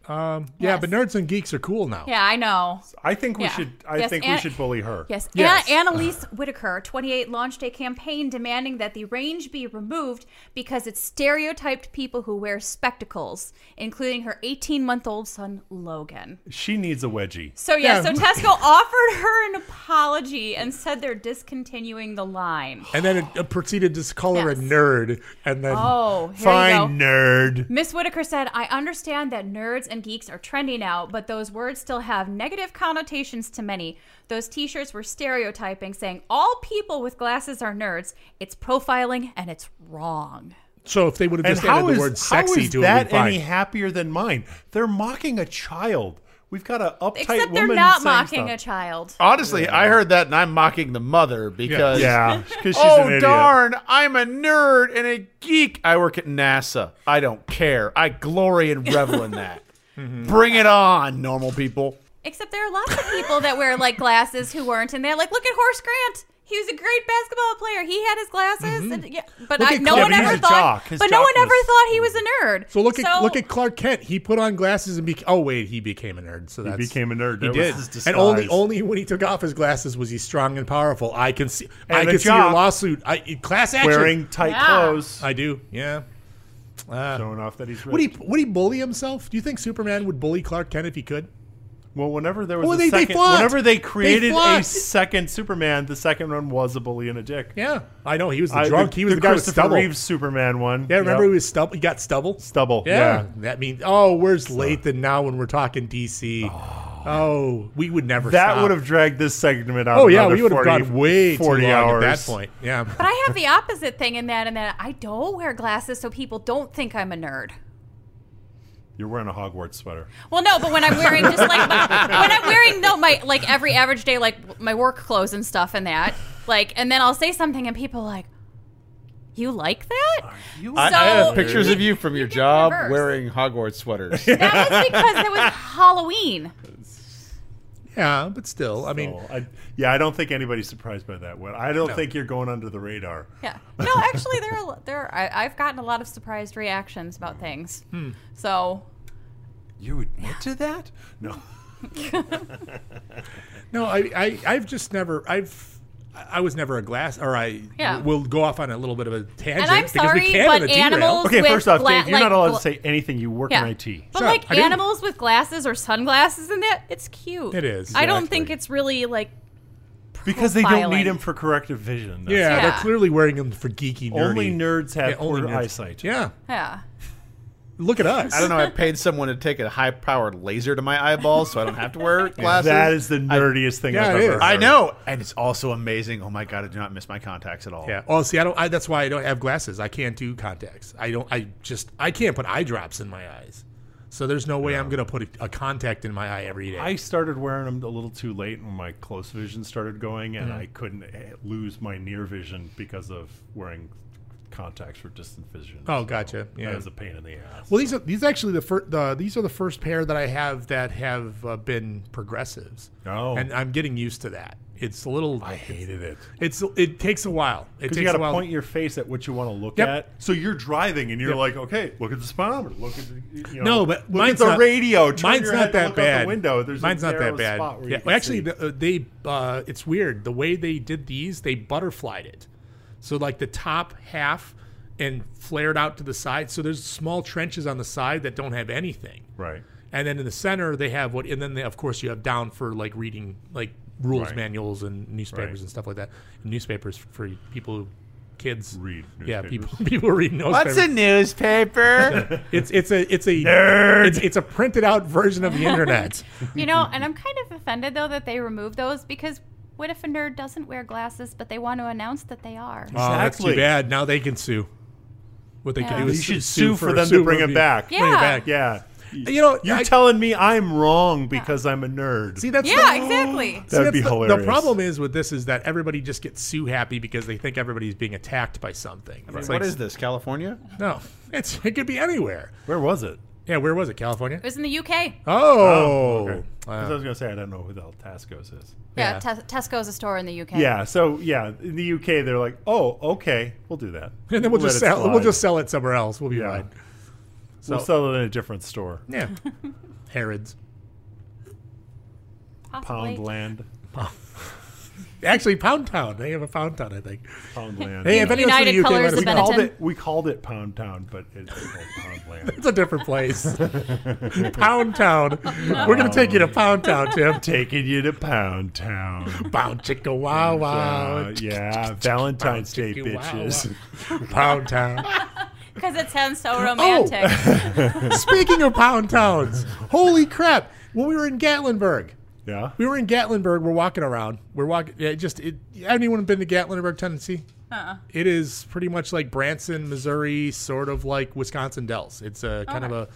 Um, yeah, Yes. but nerds and geeks are cool now. Yeah, I know. I think we Yeah. should. I Yes, think we and- should bully her. Yes. Yes. An- Annalise Whitaker, 28, launched a campaign demanding that the range be removed because it stereotyped people who wear spectacles, including her 18 month old son, Logan. She needs a wedgie. So, yeah, Yeah. so Tesco offered her an apology and said they're discontinuing the line. And then it, uh, proceeded to call her a Yes. nerd, and then Oh, here you go. Fine, nerd. Miss Whitaker said, I understand that nerds and geeks are trendy now, but those words still have negative connotations to many. Those t shirts were stereotyping, saying all people with glasses are nerds. It's profiling and it's wrong. so if they would have And just how added is, the word how sexy is to it, that we'd be fine. any happier than mine? They're mocking a child. We've got an uptight Except they're woman not saying mocking a stuff. child. Honestly, I heard that and I'm mocking the mother because Yeah, because she's an Oh idiot. darn! I'm a nerd and a geek. I work at NASA. I don't care. I glory and revel in that. Bring it on, normal people. Except there are lots of people that wear like glasses who weren't, and they're like, look at Horace Grant. He was a great basketball player. He had his glasses, and, yeah, but Look I, at no Kobe. one He's ever a thought. jock. His But no one jockness. ever thought he was a nerd. so look at look at Clark Kent. He put on glasses and be oh wait, he became a nerd. So that's, became a nerd. He That was did. his and only disguise. only when he took off his glasses was he strong and powerful. I can see. I And a can see your jock. lawsuit. I class action. Wearing tight Yeah. clothes. I do. Yeah. Uh, Showing off that he's rich. Would he would he bully himself? Do you think Superman would bully Clark Kent if he could? well, whenever there was Oh, a they- they second, fought. whenever They they created a fought. second Superman, the second one was a bully and a dick. Yeah, I know he was the I- drunk. he was the, guy with Christopher stubble. Reeves Superman one. Yeah, remember Yep. he was stubble. He got stubble. stubble. Yeah, Yeah. that means oh, where's Lathan now when we're talking DC? Oh, we would never. That stop. would have dragged this segment out. Oh yeah, we would have gone way 40 too long hours at that point. Yeah, But I have the opposite thing in that, in that I don't wear glasses so people don't think I'm a nerd. You're wearing a Hogwarts sweater. Well, no, but when I'm wearing just like my, when I'm wearing no my like every average day like my work clothes and stuff and that like and then I'll say something and people are like, You like that? I, I have pictures of you from your job reverse. wearing Hogwarts sweaters. That is because it was Halloween. Yeah, but still, I mean, yeah, I don't think anybody's surprised by that. What I don't No. think you're going under the radar. Yeah. No, actually, there are there. Are, I, I've gotten a lot of surprised reactions about things. Hmm. So You would admit to that? No. No, I, I I've just never I've I was never a glass or I Yeah. we'll go off on a little bit of a tangent I'm because sorry, we can but on a derail. animals Okay, with first off, bla- Dave, you're like not allowed bla- to say anything. You work yeah. Oh, in IT. But like animals with glasses or sunglasses and that, it's cute. It is. I don't think it's really like because they don't profiling. need them for corrective vision. Yeah, they're Yeah. clearly wearing them for geeky. Nerdy. Only nerds have Yeah, only poor nerds. eyesight. Yeah, Yeah. look at us. I don't know. I paid someone to take a high-powered laser to my eyeball, so I don't have to wear glasses. That is the nerdiest thing I, I've ever heard. I know, and it's also amazing. Oh my god, I do not miss my contacts at all. Yeah. Oh, see, I don't. I, that's why I don't have glasses. I can't do contacts. I don't. I just. I can't put eye drops in my eyes. So there's no way I'm gonna put a, a contact in my eye every day. I started wearing them a little too late when my close vision started going, and Mhm. I couldn't eh, lose my near vision because of wearing contacts for distant vision. Oh, gotcha. Yeah. that was a pain in the ass. Well, these are these actually the first. The, these are the first pair that I have that have uh, been progressives. Oh. and I'm getting used to that. It's a little. I hated it. It's it takes a while. It Because takes you got a to while. point your face at what you want to look Yep. at. So you're driving, and you're Yep. like, okay, look at the speedometer, look at the, you know, no, but look mine's at the not- radio. Turn mine's your not head and that look out bad. The window. There's a mine's not that narrow bad. Spot where you Yeah, can well, actually, see. the, uh, they uh, it's weird the way they did these. They butterflied it, so like the top half and flared out to the side. So there's small trenches on the side that don't have anything. Right. And then in the center they have what, and then they, of course you have down for like reading like rules Right. manuals and newspapers Right. and stuff like that. Newspapers for people, who- kids read. Yeah, people newspapers. people read newspapers. What's a newspaper? it's it's a it's a Nerd. It's, it's a printed out version of the internet. you know. And I'm kind of offended though that they removed those because what if a nerd doesn't wear glasses but they want to announce that they are? Oh, that's too Exactly. bad. Now they can sue. What they Yeah. can do You is should sue for them to sue bring for it the- back. Bring it Yeah. back. Yeah. You know, You're I- telling me I'm wrong because I'm a nerd. See, that's yeah, the- exactly. See, That'd that's be the, The hilarious. problem is with this is that everybody just gets sue happy because they think everybody's being attacked by something. I mean, what is this, California? No, it's it could be anywhere. Where was it? Yeah, where was it? California. It was in the UK. Oh, okay. Wow. 'Cause I was gonna say I don't know who the hell Tasco's is. Yeah, Tes- Tesco's a store in the UK. Yeah, so yeah, in the UK they're like, oh, okay, we'll do that, and then we'll, just let it sell. We'll slide. just sell it somewhere else. We'll be Yeah. fine. We'll sell it in a different store. Yeah, Harrods. Possibly. Poundland, Actually, Pound Town. They have a Pound Town, I think. Poundland. Hey, if anyone's from United the UK, let Colours us of know. we called Benetton. it we called it Pound Town, but it's called Poundland. It's a different place. Pound Town. We're gonna take you to Pound Town, Tim. Taking you to Pound Town. Pound chicka wow wow. Uh, yeah, Valentine's Day Chicka wow, bitches. wow. Pound Town. Because it sounds so romantic. Speaking of pound towns, holy crap! When we were in Gatlinburg, Yeah. we were in Gatlinburg. We're walking around. We're walking. Yeah, just it, anyone been to Gatlinburg, Tennessee? Uh-uh. It is pretty much like Branson, Missouri, sort of like Wisconsin Dells. It's a kind of a,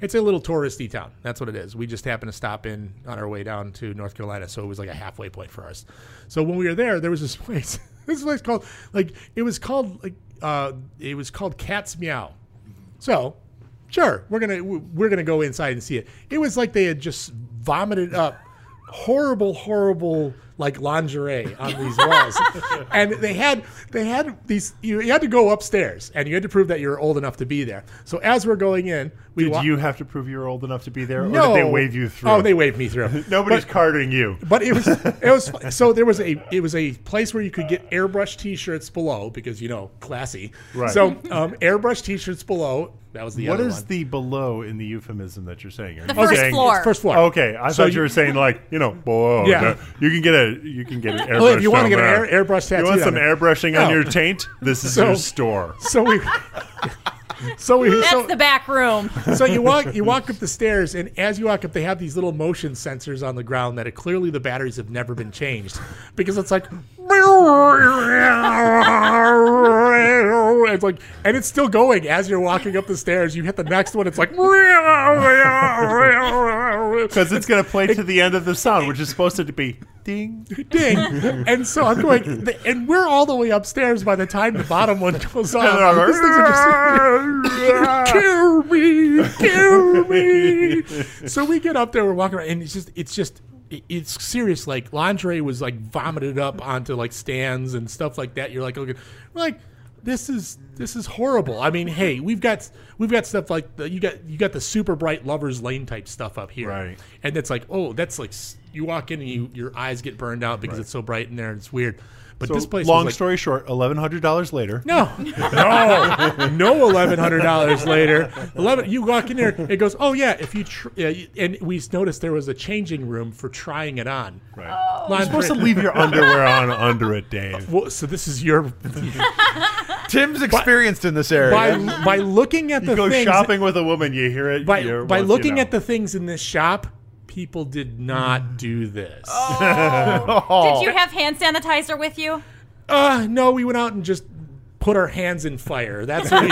it's a little touristy town. That's what it is. We just happened to stop in on our way down to North Carolina, so it was like a halfway point for us. So when we were there, there was this place. this place called like it was called like uh, it was called Cat's Meow. So, sure, we're gonna we're gonna go inside and see it. It was like they had just vomited up horrible, horrible like lingerie on these walls, and they had they had these. You, you had to go upstairs, and you had to prove that you were old enough to be there. So as we're going in, we Did wa- you have to prove you're old enough to be there, no. or did they wave you through? Oh, they waved me through. Nobody's carding you. But it was it was fu- so there was a it was a place where you could get airbrush T-shirts below because you know classy. Right. So um, airbrush T-shirts below. That was the What other is one. the below in the euphemism that you're saying? Are The you first saying- floor. It's first floor. Okay, I So thought you, you- were saying like you know below. Yeah. Yeah. you can get a you can get an airbrush. Oh, if you want to down get an there. air, airbrush tattoo, you want on some it. airbrushing on No. your taint? This is So- your store. So we, so we, That's so, the back room. so you walk, you walk up the stairs, and as you walk up, they have these little motion sensors on the ground that are, clearly the batteries have never been changed because it's like, it's like, and it's still going as you're walking up the stairs. You hit the next one, it's like, Because it's going to play to the end of the sound, which is supposed to be. ding, ding. And so I'm going, and we're all the way upstairs by the time the bottom one goes on. These things are just, kill me, kill me. So we get up there, we're walking around, and it's just, it's just, it- it's serious. Like lingerie was like vomited up onto like stands and stuff like that. You're like, okay, we're like. This is this is horrible. I mean, hey, we've got we've got stuff like the, you got you got the super bright lovers lane type stuff up here, right? And it's like, oh, that's like s- you walk in and you your eyes get burned out because it's so bright in there and it's weird. But So, this place, was Long like, story short, eleven hundred dollars later. no, no, no. Eleven hundred dollars later, eleven. You walk in there, it goes. Oh yeah, if you tr- yeah, you- and we noticed there was a changing room for trying it on. Right. Oh. You're supposed to leave your underwear on under it, Dave. Well, so this is your Tim's experienced in this area. by by looking at You the go things, shopping with a woman, you hear it. By, you're by once, you looking know. at the things in this shop, people did not do this. Oh. Oh, Did you have hand sanitizer with you? Uh, no, we went out and just put our hands in fire. That's what we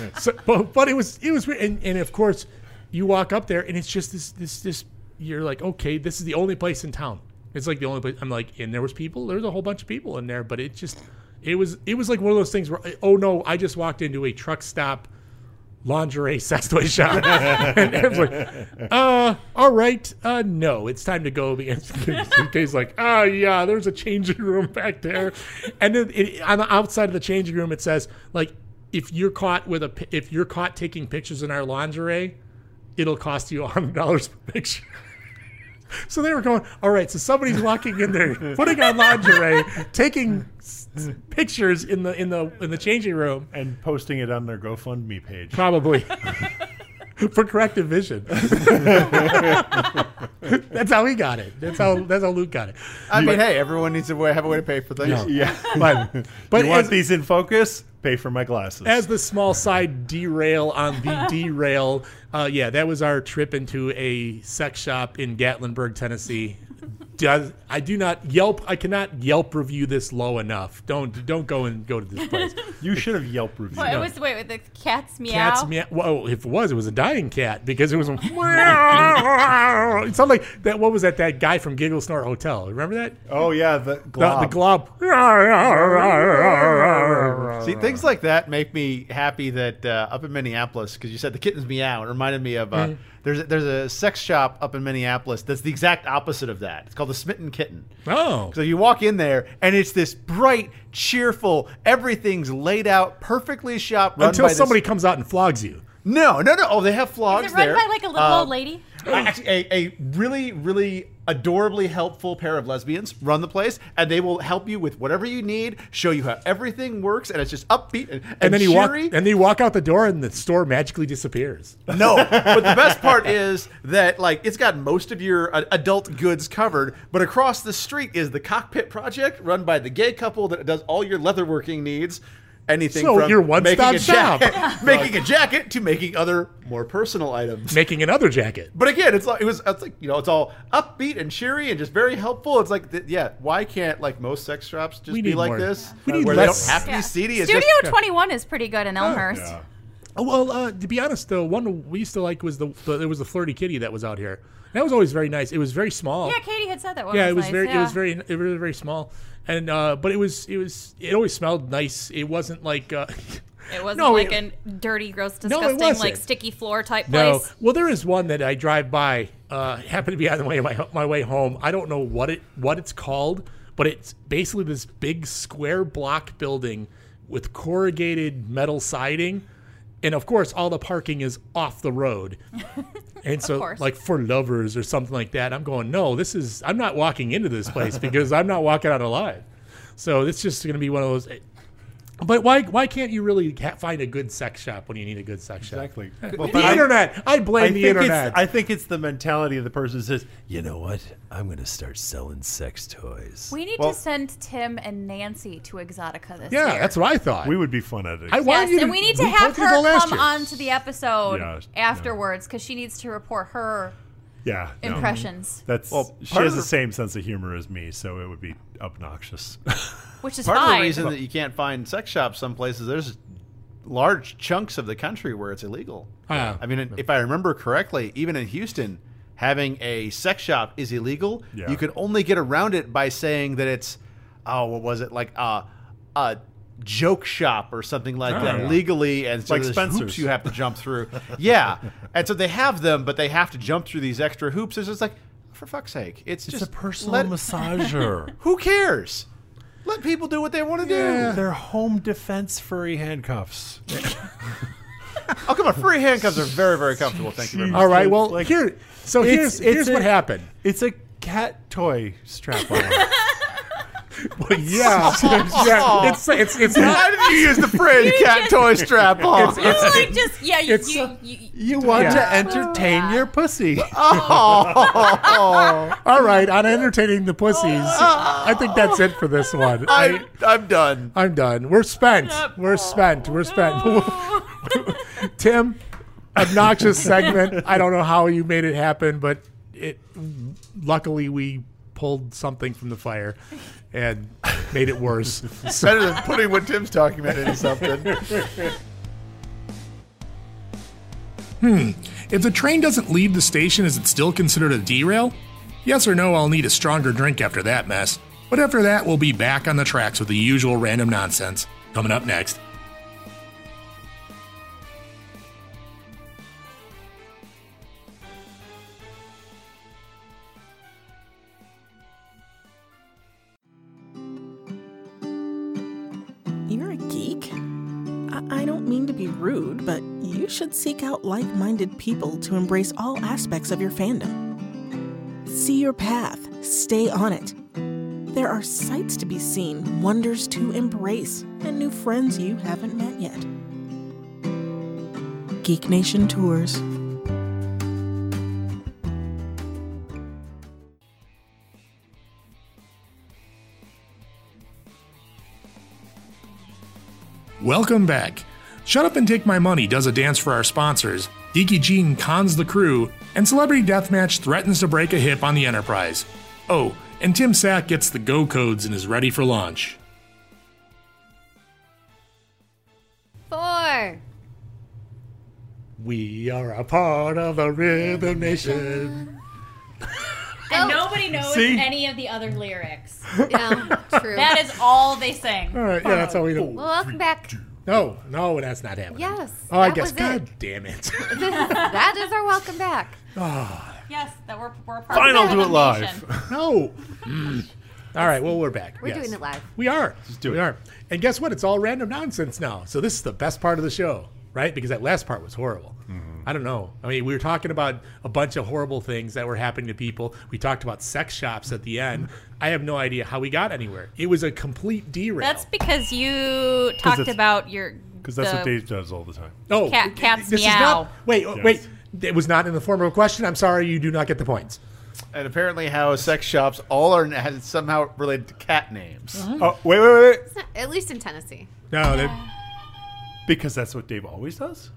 did. so, but, but it was it was weird. And, and of course, you walk up there and it's just this this this. You're like, okay, this is the only place in town. It's like the only place. I'm like, and there was people. There was a whole bunch of people in there, but it just it was it was like one of those things where oh no, I just walked into a truck stop lingerie sassoy shop. and everyone's like, uh, all right, uh, no, it's time to go. Because Dave's like, oh, yeah, there's a changing room back there. And then it, on the outside of the changing room, it says, like, if you're caught with a, pi- if you're caught taking pictures in our lingerie, it'll cost you $100 per picture. So they were going, all right, so somebody's walking in there, putting on lingerie, taking s- s- pictures in the in the in the changing room and posting it on their GoFundMe page. Probably. For corrective vision. that's how he got it. That's how that's how Luke got it. I mean, But- hey, everyone needs to wa- have a way to pay for things. No. But- but you want as- these in focus? Pay for my glasses. As the small side derail on the derail, uh, yeah, that was our trip into a sex shop in Gatlinburg, Tennessee. Does I do not Yelp? I cannot Yelp review this low enough. Don't don't go and go to this place. You should have Yelp reviewed. Well, it was wait with the cat's meow. Cat's meow. Well, if it was, it was a dying cat because it was. A meow. it sounded like that. What was that? That guy from Giggle Snort Hotel. Remember that? Oh yeah, the The, glob. glob. See, things like that make me happy that uh, up in Minneapolis, because you said the kittens meow, it reminded me of uh, Mhm. there's a, there's a sex shop up in Minneapolis that's the exact opposite of that. It's called the Smitten Kitten. Oh, so you walk in there and it's this bright, cheerful, everything's laid out, perfectly shopped. run Until by this- somebody comes out and flogs you. No, no, no. Oh, they have flogs Is it run there. by like a little Uh, old lady? Actually, a, a really, really adorably helpful pair of lesbians run the place, and they will help you with whatever you need, show you how everything works, and it's just upbeat and, And, then you walk, cheery. and then you walk out the door, and the store magically disappears. No, but the best part is that like it's got most of your uh, adult goods covered, but across the street is the Cockpit Project, run by the gay couple that does all your leatherworking needs. Anything So from you're one making stop a shop. jacket, making a jacket to making other more personal items. making another jacket. But again, it's like it was. It's like you know, it's all upbeat and cheery and just very helpful. It's like, th- yeah, why can't like most sex shops just We be need like more. this? We need where less- they don't have to Yeah. be seedy. It's Studio just, 21 is pretty good in Elmhurst. Oh, well, uh, to be honest, though, one we used to like was the, the there was the flirty kitty that was out here. That was always very nice. It was very small. Yeah, Katie had said that one. yeah, it was nice, very it yeah. was very it was very small, and uh, but it was it was it always smelled nice. It wasn't like uh, It wasn't No, like it- a dirty, gross, No, it disgusting, like wasn't. sticky floor type no. place. Well, there is one that I drive by. Uh, happened to be on the way my my way home. I don't know what it what it's called, but it's basically this big square block building with corrugated metal siding, and of course all the parking is off the road. And so, course. like for lovers or something like that, I'm going. No, this is. I'm not walking into this place because I'm not walking out alive. So it's just going to be one of those. eh, But why why can't you really ha- find a good sex shop when you need a good sex Exactly. shop? Well, but the I- internet. I blame I the think it's- internet. I think it's the mentality of the person who says, You know what? I'm going to start selling sex toys. We need Well- to send Tim and Nancy to Exotica this year. what I thought. We would be fun at it. yes, and we need to have her come on to the episode Yeah, afterwards because she needs to report her. Yeah, no. Impressions. That's Well, she part has of the the- same sense of humor as me, so it would be obnoxious. Which is part of fine. the reason that you can't find sex shops some places. There's large chunks of the country where it's illegal. Yeah. I mean, if I remember correctly, even in Houston, having a sex shop is illegal, Yeah. you can only get around it by saying that it's, oh, what was it like uh, a joke shop or something like Oh, that yeah. legally, and so Like there's Spencer's. hoops you have to jump through. yeah, and so they have them, but they have to jump through these extra hoops. It's just like, for fuck's sake, it's, It's just a personal massager. Who cares? Let people do what they want to do. They're home defense furry handcuffs. Oh come on, free handcuffs are very, very comfortable. Thank you very much. All right. Well, here. So It's- here's it's here's a- what happened. It's a cat toy strap on. well, yeah, yeah. It's it's it's Why did you use the phrase You cat just- toy strap on? It's, like just yeah, you, it's- you, you, You want Yeah. to entertain your pussy. Oh. All right, on entertaining the pussies. I think that's it for this one. I, I'm done. I'm done. We're spent. We're spent. We're spent. Oh, Tim, obnoxious segment. I don't know how you made it happen, but it luckily we pulled something from the fire and made it worse. So- Better than putting what Tim's talking about into something. Hmm. If the train doesn't leave the station, is it still considered a derail? Yes or no, I'll need a stronger drink after that mess. But after that, we'll be back on the tracks with the usual random nonsense. Coming up next. You're a geek? I, I don't mean to be rude, but you should seek out like minded people to embrace all aspects of your fandom. See your path, stay on it. There are sights to be seen, wonders to embrace, and new friends you haven't met yet. Geek Nation Tours. Welcome back. Shut Up and Take My Money does a dance for our sponsors. Geeky Jean cons the crew, and Celebrity Deathmatch threatens to break a hip on the Enterprise. Oh, and Tim Sack gets the go codes and is ready for launch. Four. we are a part of the Rhythm Nation. and nobody knows See? any of the other lyrics. Yeah, true. That is all they sing. All right, yeah, that's all we know. Well, welcome back. No, no, that's not happening. Yes. Oh, I that guess. was God it. damn it. that is our welcome back. Ah. Yes, that we're, we're a part Fine, of I'll do it Rhythm live. Nation. No. Mm. All right, well, we're back. We're Yes. doing it live. We are. Just do we are. And guess what? It's all random nonsense now. So this is the best part of the show, right? Because that last part was horrible. I don't know. I mean, we were talking about a bunch of horrible things that were happening to people. We talked about sex shops at the end. I have no idea how we got anywhere. It was a complete derail. That's because you talked it's- about your. the- does all the time. Oh, Cat- cat's this is meow. not. Wait, wait. It was not in the form of a question. I'm sorry, you do not get the points. And apparently, how sex shops all are has somehow related to cat names. Mhm. Oh, wait, wait, wait. It's not, at least in Tennessee. No, they. Because that's what Dave always does.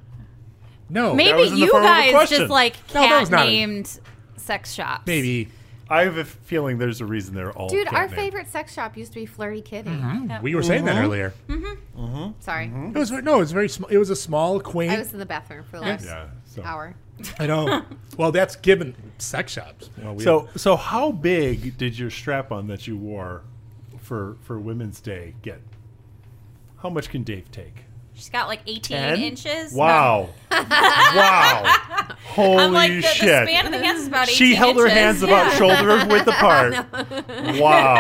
No, Maybe you guys just like cat named sex shops. Maybe. I have a feeling there's a reason they're all. Dude, cat our named. favorite sex shop used to be Flirty Kitty. Mhm. Yep. We were saying that Mhm. earlier. Mm-hmm. Sorry. It was no. It was very small. It was a small, quaint. I was in the bathroom for the Yeah. last Yeah, so- hour. I know. well, that's given sex shops. Well, we- So, so how big did your strap on that you wore for for Women's Day get? How much can Dave take? She's got like 18 Ten? inches. Wow. No. wow. Holy I'm like, the, shit. The span of the hands is about 18 she held her inches. hands about shoulder width apart. Wow.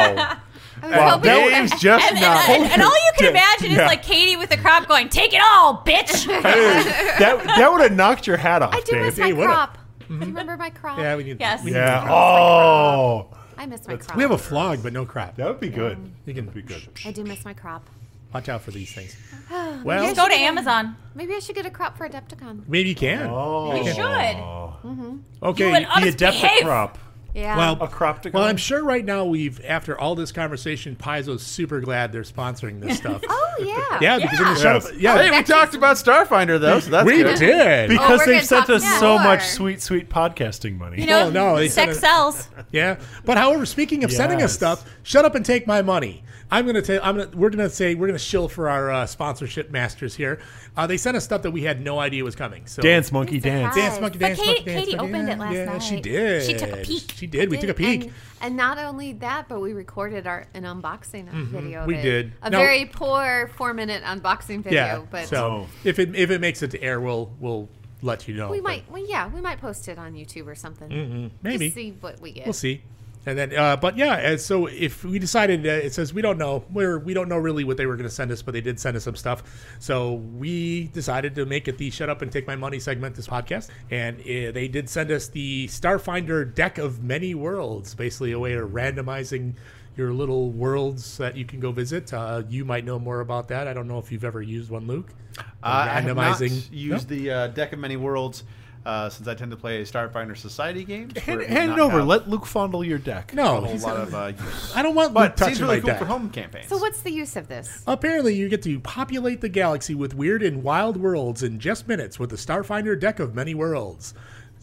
I Oh, was Wow. hoping- Dave's just and, not. And, and, and all you can imagine is Yeah. like Katie with the crop going, "Take it all, bitch." that that would have knocked your hat off, I do Dave. miss my crop. Do you Mm-hmm. remember my crop? Yes. Yeah. Oh. I miss my crop. we have a flog, but no crop. That would be Oh, good. You can be good. I do miss my crop. Watch out for these things. Maybe Well- I Just go should to get a- Amazon. Maybe I should get a crop for Adepticon. Maybe you can. Oh. We should. Mm-hmm. Okay, You would the always adept behave. crop. Yeah. Well, A cropticon? Well, I'm sure right now we've after all this conversation, Paizo's super glad they're sponsoring this stuff. oh yeah. Yeah, because in the Yes. shut up, yeah, Hey, we talked about Starfinder though, so that's We good. did. Because we're they've gonna sent talk us so more. much sweet, sweet podcasting money. You know, Well, Oh, no, they sex sent it- sells. Yeah. But however, speaking of sending us Yes. stuff, shut up and take my money. I'm gonna tell. I'm gonna. We're gonna say we're gonna shill for our uh, sponsorship masters here. Uh, they sent us stuff that we had no idea was coming. So Dance, monkey, Yes, it dance. has. dance, monkey, But dance, Katie- monkey, dance. Katie monkey, opened dance. it last yeah, She night. did. She took a peek. She did. We took a peek. And, and not only that, but we recorded our an unboxing Mhm. video. of We it. did. a Now- very poor four minute unboxing video, yeah. but so Oh. if it if it makes it to air, we'll we'll let you know. we might. Well, yeah, we might post it on YouTube or something. Mhm. Just Maybe. see what we get. We'll see. And then, uh, but yeah, and so if we decided, uh, it says we don't know, we're we don't know really what they were going to send us, but they did send us some stuff. So we decided to make it the "Shut Up and Take My Money" segment this podcast, and uh, they did send us the Starfinder deck of many worlds, basically a way of randomizing your little worlds that you can go visit. Uh, you might know more about that. I don't know if you've ever used one, Luke. Uh, I have not Randomizing- No? used the uh, deck of many worlds uh, since I tend to play Starfinder Society games. where Hand, it does hand not it over. have Let Luke fondle your deck. a whole lot of uh, use. I don't want but Luke it seems touching really my cool deck. for home campaigns. So what's the use of this? Apparently, you get to populate the galaxy with weird and wild worlds in just minutes with the Starfinder deck of many worlds.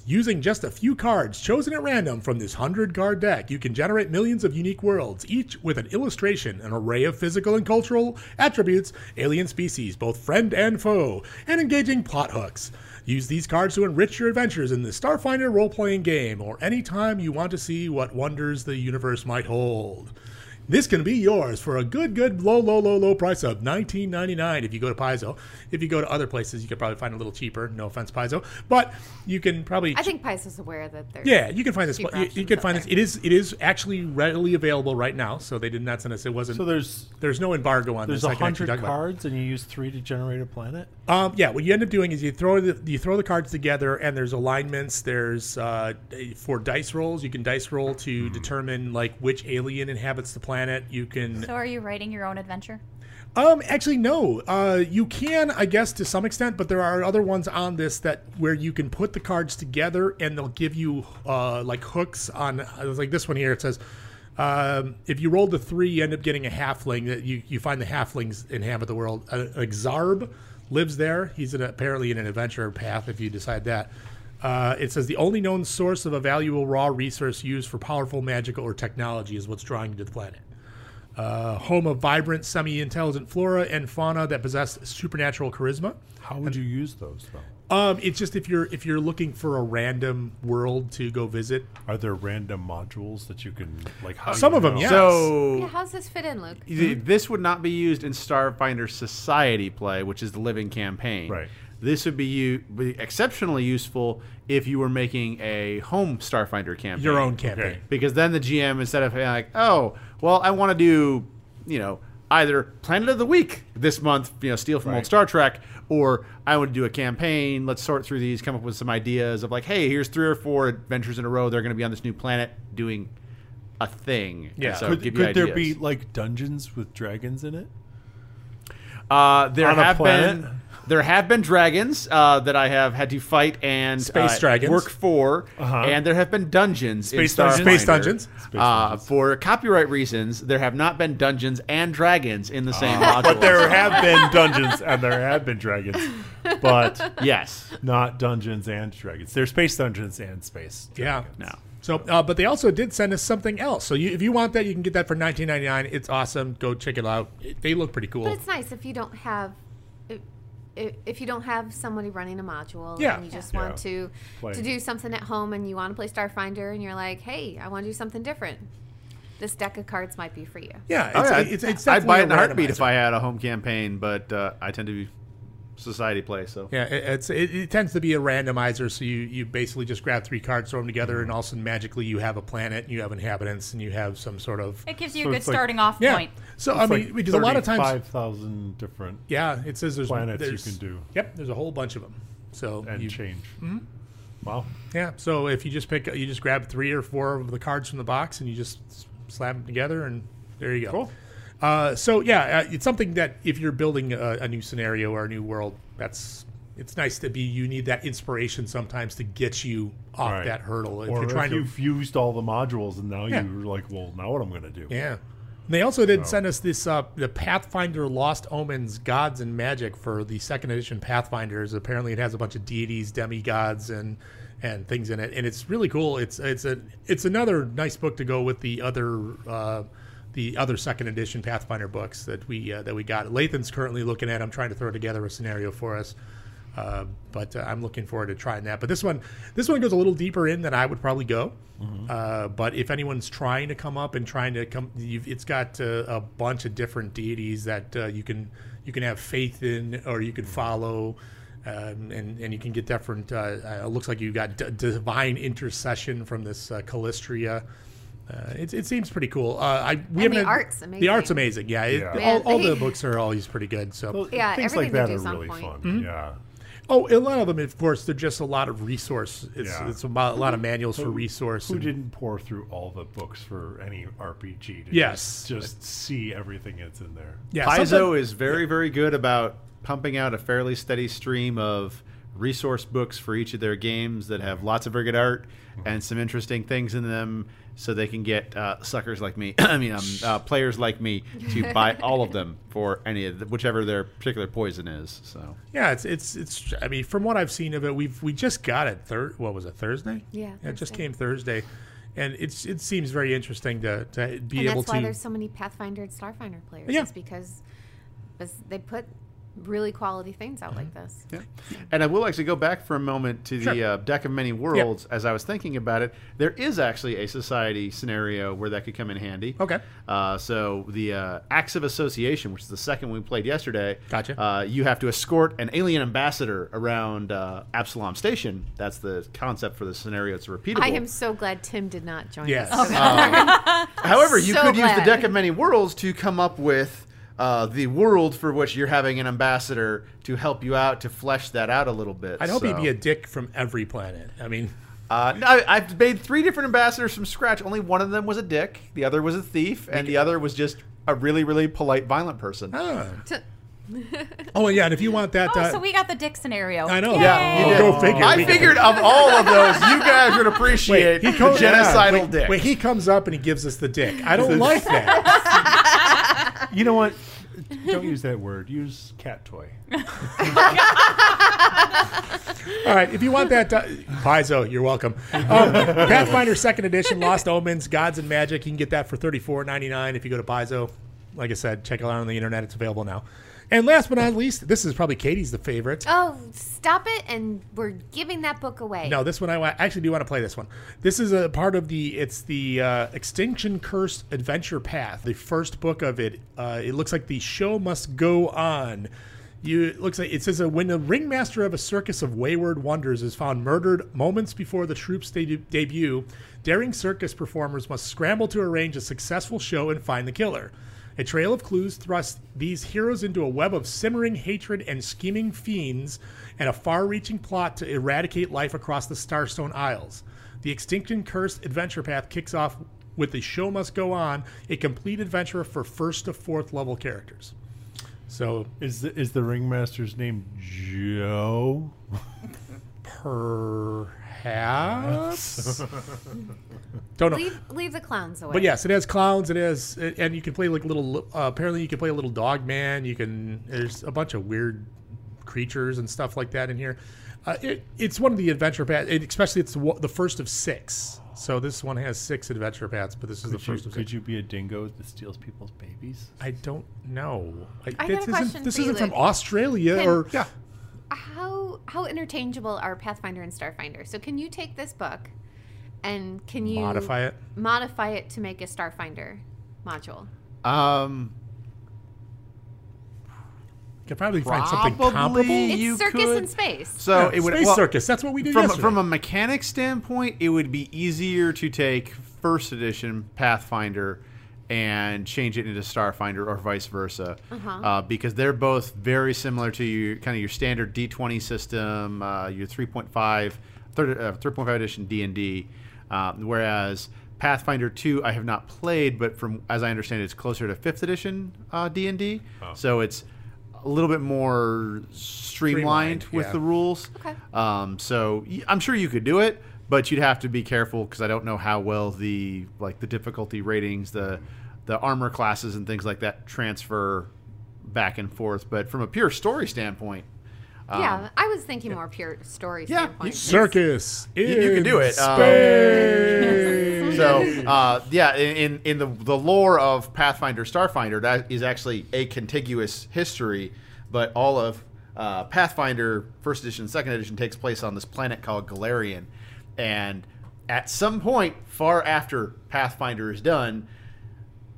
Using just a few cards chosen at random from this 100 card deck, you can generate millions of unique worlds, each with an illustration, an array of physical and cultural attributes, alien species, both friend and foe, and engaging plot hooks. Use these cards to enrich your adventures in the Starfinder role playing game or any time you want to see what wonders the universe might hold. This can be yours for a good, good, low, low, low, low price of nineteen ninety nine. If you go to Paizo, if you go to other places, you could probably find a little cheaper. No offense, Paizo, but you can probably I think Pice is aware that there's yeah, you can find this. cheaper You, you options can out find there. this. It is it is actually readily available right now. So they did not send us. It wasn't. So there's- there's no embargo on There's this. a I can actually hundred talk about it. cards, and you use three to generate a planet. Um, yeah, what you end up doing is you throw the you throw the cards together, and there's alignments. There's uh, for dice rolls, you can dice roll Hmm. to determine like which alien inhabits the planet. You can So are you writing your own adventure? um, actually, no. Uh, you can, I guess, to some extent, but there are other ones on this that where you can put the cards together and they'll give you uh, like hooks on. uh, Like this one here, it says, um, if you rolled a three, you end up getting a halfling. That you you find the halflings in half of the world. Uh, Exarb lives there. He's in apparently in an adventure path. If you decide that. Uh, it says the only known source of a valuable raw resource used for powerful magical or technology is what's drawing you to the planet uh, home of vibrant, semi-intelligent flora and fauna that possess supernatural charisma. How would you use those though? Um, it's just if you're if you're looking for a random world to go visit. Are there random modules that you can like? How Some you of them, know? yes. So Yeah, how's this fit in, Luke? Th- This would not be used in Starfinder Society play, which is the living campaign. Right. This would be, u- be exceptionally useful if you were making a home Starfinder campaign. Your own campaign. Okay. Because then the GM, instead of being like, oh, well, I want to do, you know, either Planet of the Week this month, you know, steal from old Star Trek, or I want to do a campaign. Let's sort through these, come up with some ideas of like, hey, here's three or four adventures in a row. They're going to be on this new planet doing a thing. So could give you could there ideas. be like dungeons with dragons in it? Uh, there On a have planet? been there have been dragons uh, that I have had to fight and Space uh, dragons. work for, Uh-huh. and there have been dungeons. in Space dungeons. Space Starfinder. dungeons. Uh, for copyright reasons, there have not been dungeons and dragons in the Oh. same module. but there have been dungeons and there have been dragons, but yes, not dungeons and dragons. They're space dungeons and space. Yeah. Dragons. No. So, uh, but they also did send us something else. So, you, if you want that, you can get that for 19.99. It's awesome. Go check it out. It- they look pretty But cool. it's nice if you don't have, if, if if you don't have somebody running a module Yeah. and you just Yeah. want to Play. to do something at home and you want to play Starfinder and you're like, hey, I want to do something different. This deck of cards might be for you. Yeah, Oh, it's, yeah, it's, it's I'd definitely buy a it in a heartbeat randomizer. if I had a home campaign, but uh, I tend to be society play. So Yeah, it, it's it, it tends to be a randomizer. So you, you basically just grab three cards, throw them together, Mm-hmm. and all of a sudden magically you have a planet, you have inhabitants, and you have some sort of. It gives you a So good it's like- starting off yeah. point. So I mean, because a lot of times five thousand different. Yeah, it says there's planets there's- you can do. Yep, there's a whole bunch of them. So And you, change. Mhm. Wow. Yeah, so if you just pick, you just grab three or four of the cards from the box and you just s- slap them together, and there you go. Cool. Uh, so yeah, uh, it's something that if you're building a, a new scenario or a new world, that's it's nice to be. You need that inspiration sometimes to get you off Right. that hurdle. If or you're trying if to you've used all the modules and now Yeah. you're like, well, now what I'm going to do? Yeah. And They also did So- send us this uh, the Pathfinder Lost Omens Gods and Magic for the second edition Pathfinders. Apparently, it has a bunch of deities, demigods, and and things in it, and it's really cool. It's it's a it's another nice book to go with the other uh, the other second edition Pathfinder books that we uh, that we got. Lathan's currently looking at. I'm trying to throw together a scenario for us, uh, but uh, I'm looking forward to trying that. But this one this one goes a little deeper in than I would probably go. Uh, but if anyone's trying to come up and trying to come, you've, it's got uh, a bunch of different deities that uh, you can you can have faith in or you can follow. Um, and, and you can get different. Uh, uh, it looks like you got d- divine intercession from this uh, Calistria. Uh, it, it seems pretty cool. Uh, I we And haven't the had- art's The amazing. art's amazing. Yeah, it- Yeah. all, all Man, the they- books are always pretty good. So Well, Yeah, things like everything they that do is are on really point. fun, Mhm. Yeah. Oh, a lot of them, of course, they're just a lot of resource. It's, Yeah. it's a, mo- a lot of manuals for Who- resource. Who and- didn't pour through all the books for any RPG? To Yes. just, just see everything that's in there. Paizo is very, very good about pumping out a fairly steady stream of resource books for each of their games that have lots of very good art and some interesting things in them, so they can get uh, suckers like me. I mean, um, uh, players like me to buy all of them for any of the, whichever their particular poison is. So Yeah, it's it's it's. I mean, from what I've seen of it, we've we just got it. Thir- what was it Thursday? Yeah, it just Thursday. came Thursday, and it's it seems very interesting to to be and able that's why to. there's so many Pathfinder and Starfinder players. Yeah. is because bes- they put really quality things out Mm-hmm. like this. And I will actually go back for a moment to the Sure. uh, deck of many worlds. As I was thinking about it, there is actually a society scenario where that could come in handy. Okay. Uh, so the uh, acts of association, which is the second we played yesterday. Gotcha. Uh, you have to escort an alien ambassador around uh, Absalom Station. That's the concept for the scenario. It's repeatable. I am so glad Tim did not join Yes. Oh, us. Um, However, you So could use the glad. deck of many worlds to come up with uh, the world for which you're having an ambassador to help you out to flesh that out a little bit. I'd hope so. he'd be a dick from every planet. I mean, Uh, no, I, I've made three different ambassadors from scratch. Only one of them was a dick. The other was a thief, and the other was just a really, really polite, violent person. oh yeah, and if you want that, Oh, so we got the dick scenario. I know. Yay. Yeah, you did. go figure. I We- figured of all of those, you guys would appreciate the comes- yeah, genocidal wait, dick. Wait, he comes up and he gives us the dick. I don't like that. You know what? Don't use that word. Use cat toy. All right, if you want that, uh, Paizo, you're welcome. Um, Pathfinder Second Edition, Lost Omens, Gods and Magic. You can get that for thirty four ninety nine if you go to Paizo. Like I said, check it out on the internet; it's available now. And last but not least, this is probably Katie's the favorite. Oh, stop it! And we're giving that book away. Uh-huh. No, this one I wa- actually do want to play this one. This is a part of the it's the uh, Extinction Cursed Adventure Path, the first book of it. Uh, it looks like the show must go on. You it looks like it says uh, when the ringmaster of a circus of wayward wonders is found murdered moments before the troup's de- debut, daring circus performers must scramble to arrange a successful show and find the killer. A trail of clues thrusts these heroes into a web of simmering hatred and scheming fiends, and a far reaching plot to eradicate life across the Starstone Isles. The Extinction Cursed Adventure Path kicks off with The Show Must Go On, a complete adventure for first to fourth level characters. So is the, is the ringmaster's name Joe? Perhaps. Don't know. Leave, leave the clowns away. But yes, it has clowns. It has, and you can play like little. Uh, apparently, you can play a little dog man. You can. There's a bunch of weird creatures and stuff like that in here. Uh, it, it's one of the adventure paths, and especially it's wa- the first of six. So this one has six adventure paths, but this is the Could you- first of six. could you be a dingo that steals people's babies? I don't know. I got a this question isn't, this for you, isn't from Luke. Australia Can- or yeah. How how interchangeable are Pathfinder and Starfinder? So can you take this book, and can you Modify it? Modify it to make a Starfinder module. Um, could probably find something comparable. It's circus in space. So Yeah, it would space well, circus. That's what we did From yesterday. from a mechanic standpoint, it would be easier to take first edition Pathfinder and change it into Starfinder or vice versa, Uh-huh. uh, because they're both very similar to your kind of your standard D20 system, uh, your 3.5, third, uh, 3.5 edition D and D. uh, Whereas Pathfinder 2, I have not played, but from as I understand, it, it's closer to fifth edition uh, D and D. Oh. So it's a little bit more streamlined, Streamlined, with yeah. the rules. Okay. Um, so y- I'm sure you could do it, but you'd have to be careful because I don't know how well the like the difficulty ratings, the the armor classes and things like that transfer back and forth. But from a pure story standpoint, um, yeah, I was thinking more pure story yeah, standpoint. you- Circus. You- you can in do it, um, space. So uh, yeah, in in the the lore of Pathfinder Starfinder, that is actually a contiguous history, but all of uh, Pathfinder First Edition, Second Edition takes place on this planet called Galarian, and at some point far after Pathfinder is done,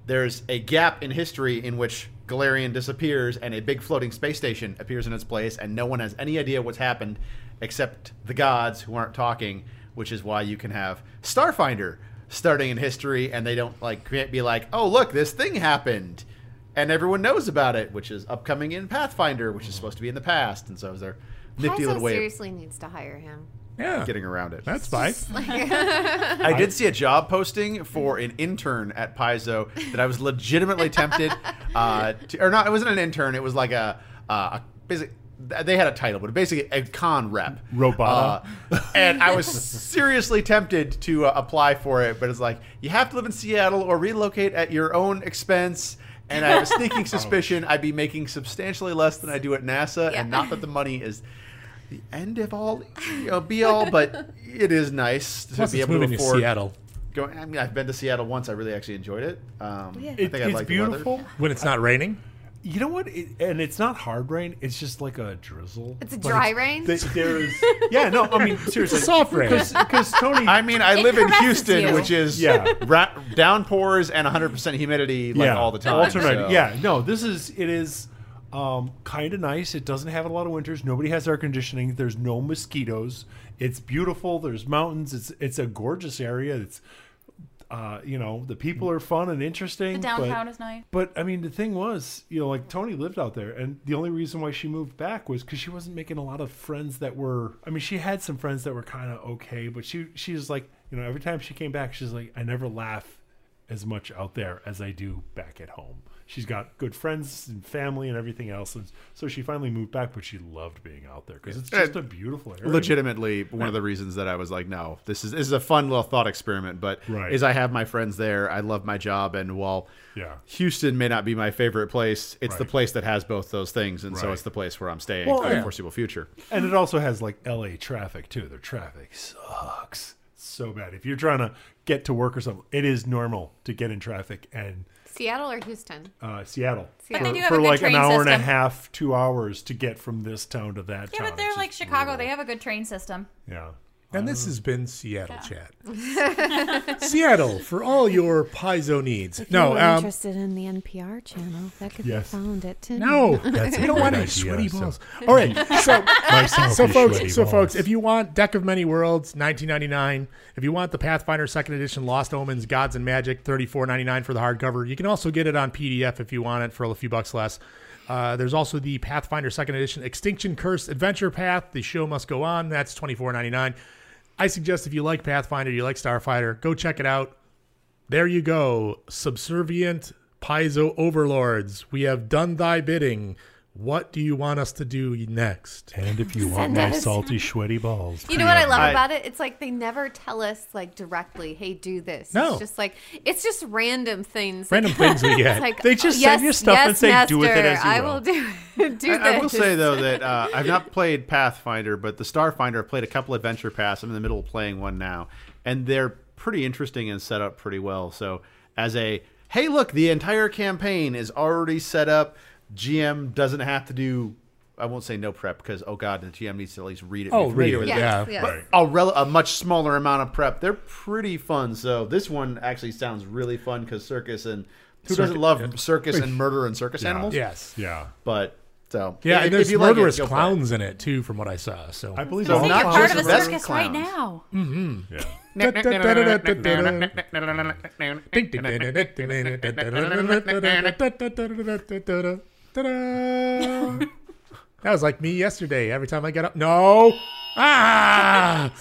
there's a gap in history in which Galarian disappears and a big floating space station appears in its place, and no one has any idea what's happened except the gods who aren't talking, which is why you can have Starfinder starting in history, and they don't like can't be like, oh look, this thing happened, and everyone knows about it, which is upcoming in Pathfinder, which is supposed to be in the past, and so is their nifty Paizo little way of seriously needs to hire him. getting around it. That's fine. I did see a job posting for an intern at Paizo that I was legitimately tempted, uh, to, or not. It wasn't an intern. It was like a, uh, a basic. They had a title, but basically a con rep. Robot. Uh, and I was seriously tempted to uh, apply for it, but it's like you have to live in Seattle or relocate at your own expense. And I have a sneaking suspicion I'd be making substantially less than I do at NASA, and not that the money is the end of all, you know, be all, but it is nice to Plus be it's able moving to to afford Seattle. Going, I mean, I've been to Seattle once. I really actually enjoyed it. Um, I think I it's like beautiful The weather. When it's not raining? You know what? It, and it's not hard rain. It's just like a drizzle. It's a But dry rain? th- there is. Yeah, no. I mean, seriously, soft rain. Because Tony. I mean, I It live in caresses Houston, you. which is Yeah. ra- downpours and 100% humidity like all the time. Alternate. so- Yeah. No, this is it is um, kind of nice. It doesn't have a lot of winters. Nobody has air conditioning. There's no mosquitoes. It's beautiful. There's mountains. It's it's a gorgeous area. It's uh, you know the people are fun and interesting. Mm. The but- downtown is nice. But I mean, the thing was, you know, like Tony lived out there, and the only reason why she moved back was because she wasn't making a lot of friends that were. I mean, she had some friends that were kind of okay, but she she was like, you know, every time she came back, she's like, I never laugh as much out there as I do back at home. She's got good friends and family and everything else, and so she finally moved back. But she loved being out there because it's just a beautiful area. legitimately one of the reasons that I was like, no, this is this is a fun little thought experiment. But Right. is I have my friends there, I love my job, and while Yeah. Houston may not be my favorite place, it's the Right. place that has both those things, and so Right. it's the place where I'm staying Well, for yeah. the foreseeable future. And it also has like LA traffic too. Their traffic sucks so bad. If you're trying to get to work or something, it is normal to get in traffic and Seattle or Houston? uh, Seattle But for, they do have for a good like an train hour and a system. half, two hours to get from this town to that Yeah, town. but they're It's like just- Chicago. They have a good train system. yeah. And this has been Seattle Chat. Seattle for all your piezo needs. If you No, were um, interested in the NPR channel, that could Yes. be found at Tim. no, we don't want any sweaty balls. All right, so so folks, so folks, if you want Deck of Many Worlds, nineteen ninety nine. If you want the Pathfinder Second Edition Lost Omens, Gods and Magic, thirty four ninety nine for the hardcover. You can also get it on PDF if you want it for a few bucks less. Uh, there's also the Pathfinder Second Edition Extinction Curse Adventure Path. The show must go on. That's twenty four ninety nine. I suggest if you like Pathfinder, you like Starfighter, go check it out. There you go. Subservient piezo overlords. We have done thy bidding. What do you want us to do next? And if you want Send my us- salty, sweaty balls, You know what I love about it? It's like they never tell us like directly, "Hey, do this." No. it's just like it's just random things. Random things we get. It's like, They just oh, yes, send you stuff yes, and say, "Do with it master, as you I will." will do. do I, I will this. say though that uh, I've not played Pathfinder, but the Starfinder. I've played a couple adventure paths. I'm in the middle of playing one now, and they're pretty interesting and set up pretty well. So as a hey, look, the entire campaign is already set up. GM doesn't have to do. I won't say no prep because oh god, the GM needs to at least read it. Oh, be familiar read it, with yeah, Yes, yes. But A, rel- a much smaller amount of prep. They're pretty fun. So this one actually sounds really fun because circus and who Circus- doesn't love circus and murder and circus Yeah. animals? Yes. Yeah. But so Yeah, if- and there's if you like it, murderous go for it. clowns in it too, from what I saw. So I believe So all the not you're clowns part of are a murderous circus Right Clowns. now. Mm-hmm. Yeah. That was like me yesterday. Every time I got up, no, ah,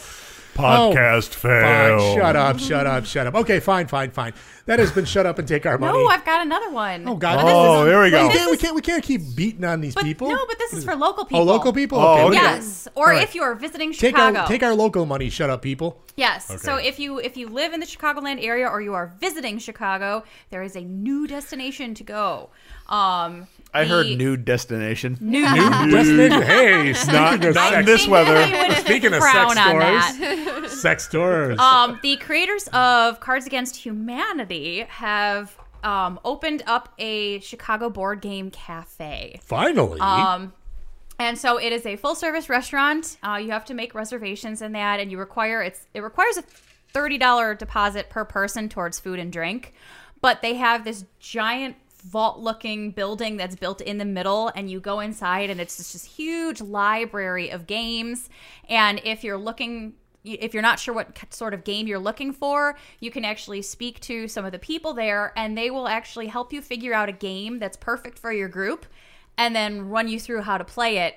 Podcast fine, fail. Oh, shut up, shut up, shut up. Okay, fine, fine, fine. That has been shut up and take our money. No, I've got another one. Oh God! This is- We This can't, we is- can't. We can't keep beating on these people. no, but this is for local people. Oh, local people. Yes, or All right. if you are visiting take Chicago, our take our local money. Shut up, people. Yes. Okay. So if you if you live in the Chicagoland area or you are visiting Chicago, there is a new destination to go. Um, I heard the- nude destination. Nude Nude destination? Hey, it's not- Speaking of not in sex- this weather. I would Speaking of frown sex on doors. that. Sex doors. Um, the creators of Cards Against Humanity have um, opened up a Chicago board game cafe. Finally. Um, and so it is a full service restaurant. Uh, you have to make reservations in that, and you require it's it requires a thirty dollar deposit per person towards food and drink. But they have this giant vault looking building that's built in the middle and you go inside and it's just this huge library of games and if you're looking if you're not sure what k- sort of game you're looking for, you can actually speak to some of the people there and they will actually help you figure out a game that's perfect for your group and then run you through how to play it.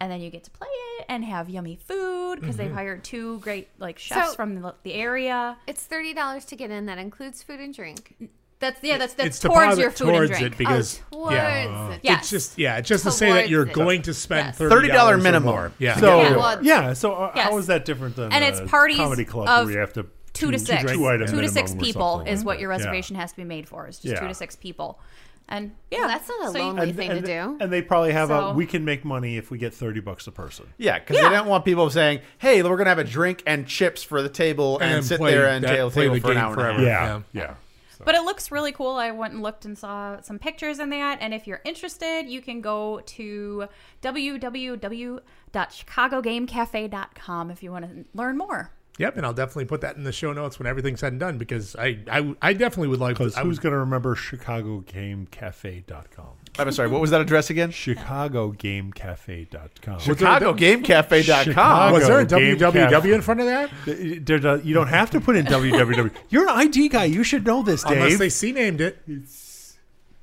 And then you get to play it and have yummy food because they've Mhm. hired two great like chefs So- from the, the area. It's thirty dollars to get in. That includes food and drink. That's yeah. That's that's it's towards deposit your food and towards drink. it because Oh, towards yeah, it. it's Yes. just yeah, it's just to say that Towards you're it. going to spend Yes. thirty $30 dollars minimum. Or more. Yeah, So Yeah, well, yeah, so uh, yes. how is that different than And it's a parties comedy club of where you have to two to six, two, item to minimum six or people something is like what that. your Yeah. reservation has to be made for. Is just two Yeah. to six people, and yeah, that's not a lonely lonely thing to do. And they probably have So- a we can make money if we get thirty bucks a person. Yeah, because they don't want people saying, "Hey, we're gonna have a drink and chips for the table and, And sit play there and that- table, play table the for an game hour." And a half. forever. Yeah. Yeah. Yeah. But it looks really cool. I went and looked and saw some pictures in that. And if you're interested, you can go to www.chicagogamecafe.com if you want to learn more. Yep, and I'll definitely put that in the show notes when everything's said and done because I I, I definitely would like. Because I who's was going to remember ChicagoGameCafe.com? I'm sorry. What was that address again? ChicagoGameCafe.com. ChicagoGameCafe.com. Was there a Chicago Game www in Cafe. front of that? Th- there does- you don't have to put in www. You're an ID guy. You should know this, Dave. Unless they C named it.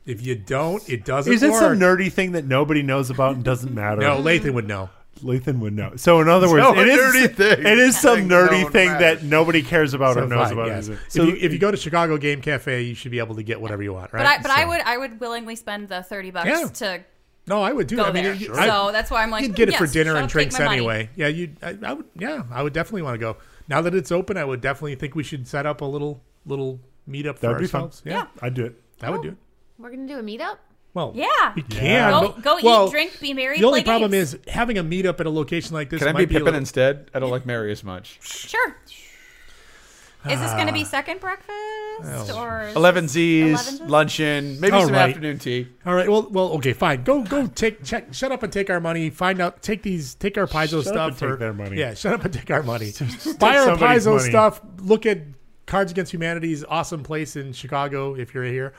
If you don't, it doesn't. Is it work. some nerdy thing that nobody knows about and doesn't matter? No, Lathan would know. Lathan would know. So in other So words, a it is nerdy thing. it is some Thing no nerdy one thing matters. that nobody cares about So or knows fine, about. yes. So if, you, if you go to Chicago Game Cafe, you should be able to get whatever you want, right? But I but I So- would I would willingly spend the thirty bucks Yeah. to No, I would do. go it. I mean, there. you- I- so that's why I'm like you'd get it "Mm, for yes, dinner and I'll take drinks my money." anyway. Yeah, you. I, I would. Yeah, I would definitely want to go. Now that it's open, I would definitely think we should set up a little little meetup for That'd be fun. ourselves. Yeah. I'd do it. I would do it. We're gonna do a meetup. Well, Oh, Yeah. we Yeah. can. Go- but- go eat, well, drink, be merry, The only play problem is having a meetup at a location like this. Can I might be a Pippin little- instead? I don't like Mary as much. Sure. Is this going to be Ah. second breakfast Oh. or is Eleven this- Z's, luncheon, maybe All some right. afternoon tea. All right. Well, well, okay, fine. Go, go, take, check, shut up and take our money. Find out, take these, take our Paizo Shut up stuff. and take or- their money. Yeah, shut up and take our money. take Buy our somebody's Paizo money. stuff. Look at Cards Against Humanity's awesome place in Chicago. If you're here,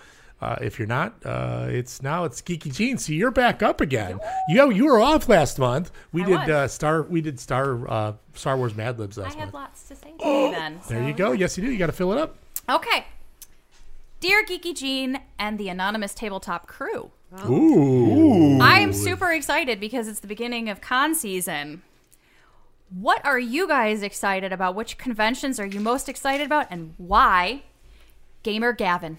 uh, if you're not, uh, it's now it's Geeky Jeans. So you're back up again. You you were off last month. We I did was. Uh, Star. We did Star uh, Star Wars Mad Libs I last have month. lots to say today then. There so- you go. Yes, you do. You got to fill it up. Okay. Dear Geeky Jean and the anonymous tabletop crew. Ooh. I am super excited because it's the beginning of con season. What are you guys excited about? Which conventions are you most excited about and why? Gamer Gavin.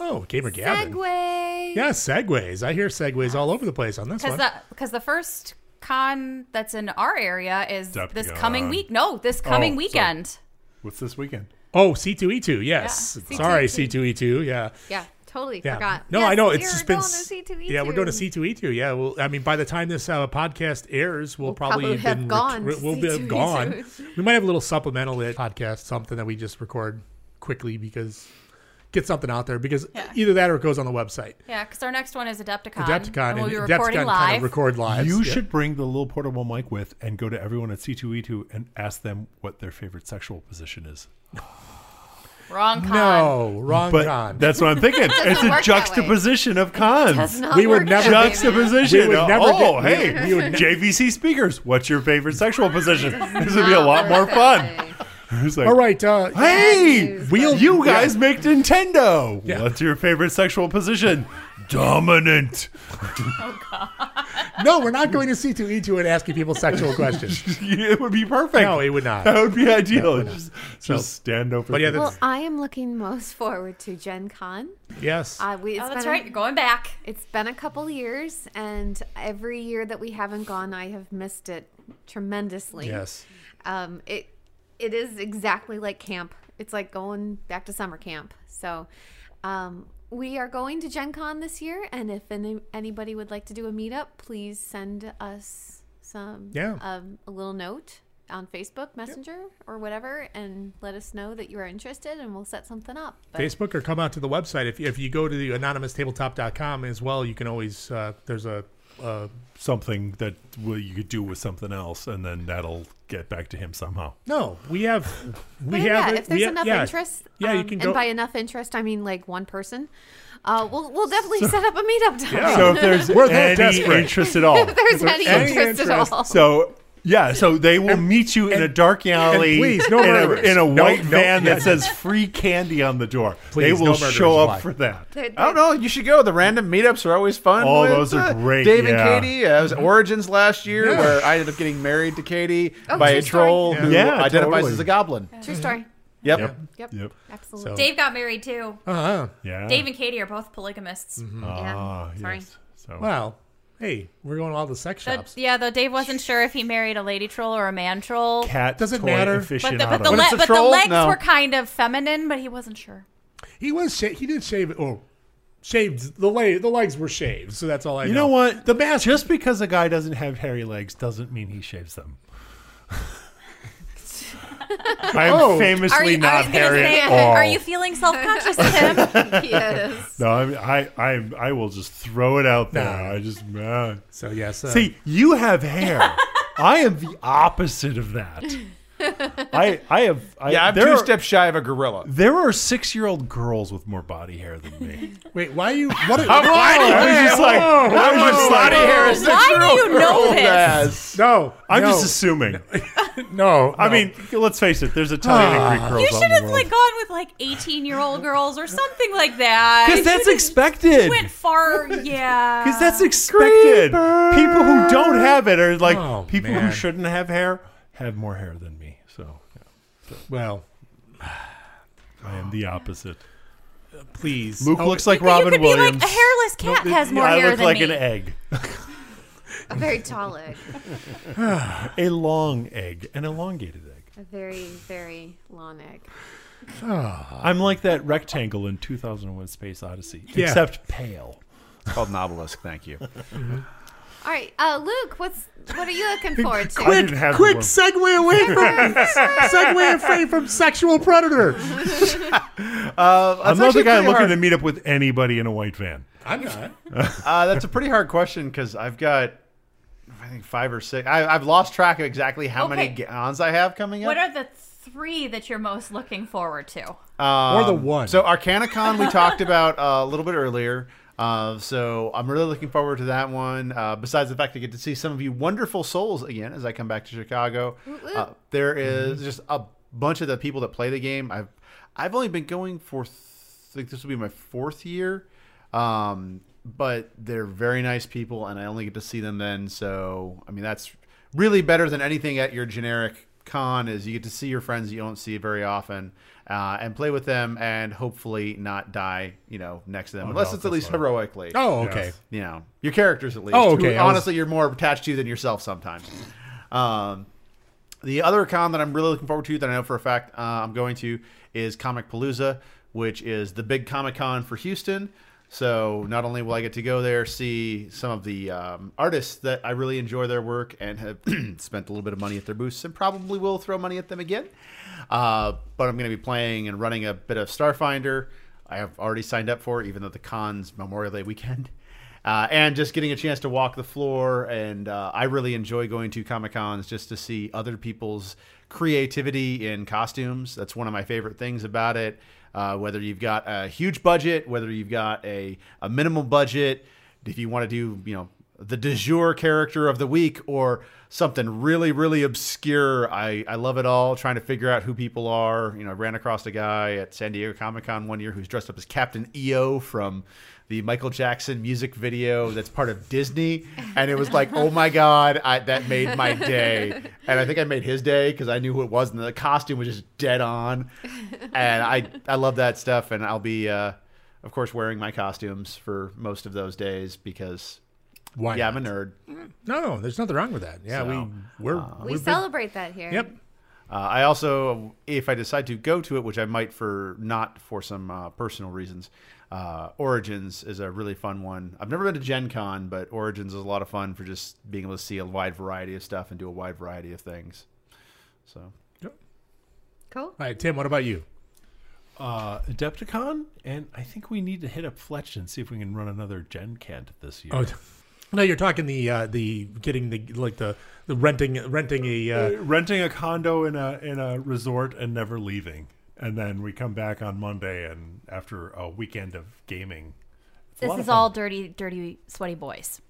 Oh, Gamer Gavin. Segway. Yeah, segways. I hear segways all over the place on this Because one. the because the first con that's in our area is this coming Decepticon. week. No, this Oh, coming sorry. weekend. What's this weekend? Oh, C two E two. Yes. Yeah, Sorry, C two E C2E2. two. Yeah. Yeah, totally Yeah. forgot. No, Yes, I know. It's you're just been. going to s- C2E2. Yeah, we're going to C two E two. Yeah. Well, I mean, by the time this uh, podcast airs, we'll, probably, probably have been gone to we'll be C2E2. gone. We might have a little supplemental lit podcast, something that we just record quickly because get something out there because either that or it goes on the website. Yeah, because our next one is Adepticon. Adepticon and we'll be and recording Adepticon live. kind of record live. You Yeah. should bring the little portable mic with and go to everyone at C2E2 and ask them what their favorite sexual position is. Wrong con. No, wrong But con. That's what I'm thinking. Doesn't it's work a that juxtaposition of cons. Does not We would work that never- way, juxtaposition. man. We would never get- oh, we- hey, we would- JVC speakers. What's your favorite sexual position? This would be a lot more fun. It's like, All right. Uh, Hey, wheel. you guys make Nintendo. What's your favorite sexual position? Dominant. no, we're not going to C2E2 and asking people sexual questions. it would be perfect. No, it would not. That would be No, it ideal. would not. just So- just stand over. But yeah, there. well, I am looking most forward to Gen Con. Yes. Uh, we, Oh, it's that's been a- right. You're going back. It's been a couple years, and every year that we haven't gone, I have missed it tremendously. Yes. Um, it it is exactly like camp. It's like going back to summer camp. So, um, we are going to Gen Con this year, and if any, anybody would like to do a meetup, please send us some Yeah. um, a little note on Facebook Messenger or whatever, and let us know that you are interested, and we'll set something up. But- Facebook or come out to the website. If, if you go to the anonymoustavletop.com as well, you can always, uh, there's a, uh, something that well, you could do with something else, and then that'll get back to him somehow. no, we have, we But have, yeah, it- if there's we have- enough yeah. interest, Yeah, you um, can and go. by enough interest, I mean like one person. Uh, we'll we'll definitely set up a meetup time. So if there's We're that any desperate. interest at all, If there's any interest at all. so yeah, so they will meet you in a dark alley, and please, no in, a, murderers. in a No- white no- van that yes. says free candy on the door. Please, they no will murderers show up allowed. for that. I don't know. You should go. The random meetups are always fun. Oh, with, those are uh, great, Dave yeah. Mm-hmm. and Katie. Uh, it was Origins last year Yeah. where I ended up getting married to Katie Oh, by true a troll story. who Yeah, identifies totally. as a goblin. True story. Yep. Yep. Yep. Yep. Absolutely. Dave got married too. Oh. Uh-huh. Mm-hmm. Yeah. Dave and Katie are both polygamists. Ah, yeah. Sorry. yes. So Well, hey, we're going to all the sex The- shops. yeah, though Dave wasn't sure if he married a lady troll or a man troll. cat Doesn't toy matter. aficionado. But the, but the, le- but the legs were kind of feminine, but he wasn't sure. He was sha- he did shave oh shaved the leg the legs were shaved so that's all I you know what? The mask. Just because a guy doesn't have hairy legs doesn't mean he shaves them. I'm Oh. Are famously you, I not was gonna hairy say, at all. Are you feeling self conscious, Tim? yes. No, I, mean, I, I, I will just throw it out there. Nah. I just, man. So yes. uh, See, you have hair. I am the opposite of that. I, I have. I, yeah, I'm there two are- steps shy of a gorilla. There are six-year-old girls with more body hair than me. Wait, why are you what are, I was just like, I was just like, No, I'm no, just assuming. No, I no. Ah. mean, let's face it. There's Italian and Greek girls. You out should in the have world. like gone with like eighteen year old girls or something like that. 'Cause that's You expected. Went far, yeah. Because that's expected. People who don't have it are like Oh, people who man. shouldn't have hair have more hair than me. So, yeah. So, well, I am the opposite. please. Luke Oh, looks like But you Robin could be Williams. like a hairless No, cat th- has more I hair look than like me. an egg, A very tall egg. a long egg, an elongated egg. A very very long egg. I'm like that rectangle in 2001: Space Odyssey, Yeah. except pale. It's called Nautilus. Thank you. All right, uh, Luke, what's what are you looking forward to? Quick, quick segue away from segue away from sexual predator. Uh, I'm that's not actually the guy pretty looking hard. to meet up with anybody in a white van. I'm not. uh, that's a pretty hard question because I've got, I think five or six. I, I've lost track of exactly how many Okay. many ons I have coming up. What are the three that you're most looking forward to? Um, Or the one. So Arcanicon we talked about uh, a little bit earlier. Uh, so I'm really looking forward to that one. Uh, besides the fact I get to see some of you wonderful souls again as I come back to Chicago. Uh, there is just a bunch of the people that play the game. I've I've only been going for th- I think this will be my fourth year. Um, but they're very nice people, and I only get to see them then. So I mean, that's really better than anything at your generic con is you get to see your friends you don't see very often uh, and play with them and hopefully not die you know next to them Oh, unless no, it's at that's least fine. heroically Oh, okay. Yes. you know your characters at least Oh, who okay, I was- honestly you're more attached to than yourself sometimes um, the other con that I'm really looking forward to that I know for a fact uh, I'm going to is Comic Palooza, which is the big Comic Con for Houston. So not only will I get to go there, see some of the um, artists that I really enjoy their work and have spent a little bit of money at their booths and probably will throw money at them again, uh, but I'm going to be playing and running a bit of Starfinder. I have already signed up for, it, even though the con's Memorial Day weekend uh, and just getting a chance to walk the floor. And uh, I really enjoy going to Comic Cons just to see other people's creativity in costumes. That's one of my favorite things about it. Uh, whether you've got a huge budget, whether you've got a, a minimal budget, if you want to do, you know, the de jour character of the week or something really, really obscure. I, I love it all, trying to figure out who people are. You know, I ran across a guy at San Diego Comic Con one year who's dressed up as Captain EO from the Michael Jackson music video that's part of Disney. And it was like, oh my God, I, that made my day. And I think I made his day because I knew who it was. And the costume was just dead on. And I, I love that stuff. And I'll be, uh, of course, wearing my costumes for most of those days because Why yeah, I'm not? a nerd. No, no, there's nothing wrong with that. Yeah, So, we uh, we're we celebrate that here. Uh, I also, if I decide to go to it, which I might for not for some uh, personal reasons, uh, Origins is a really fun one. I've never been to Gen Con, but Origins is a lot of fun for just being able to see a wide variety of stuff and do a wide variety of things. So Cool. All right, Tim, what about you? Uh, Adepticon, and I think we need to hit up Fletch and see if we can run another Gen Cant this year. Oh, no, you're talking the uh, the getting the like the, the renting renting a uh, Uh, renting a condo in a in a resort and never leaving, and then we come back on Monday and after a weekend of gaming. It's a This lot is of fun. all dirty, dirty, sweaty boys.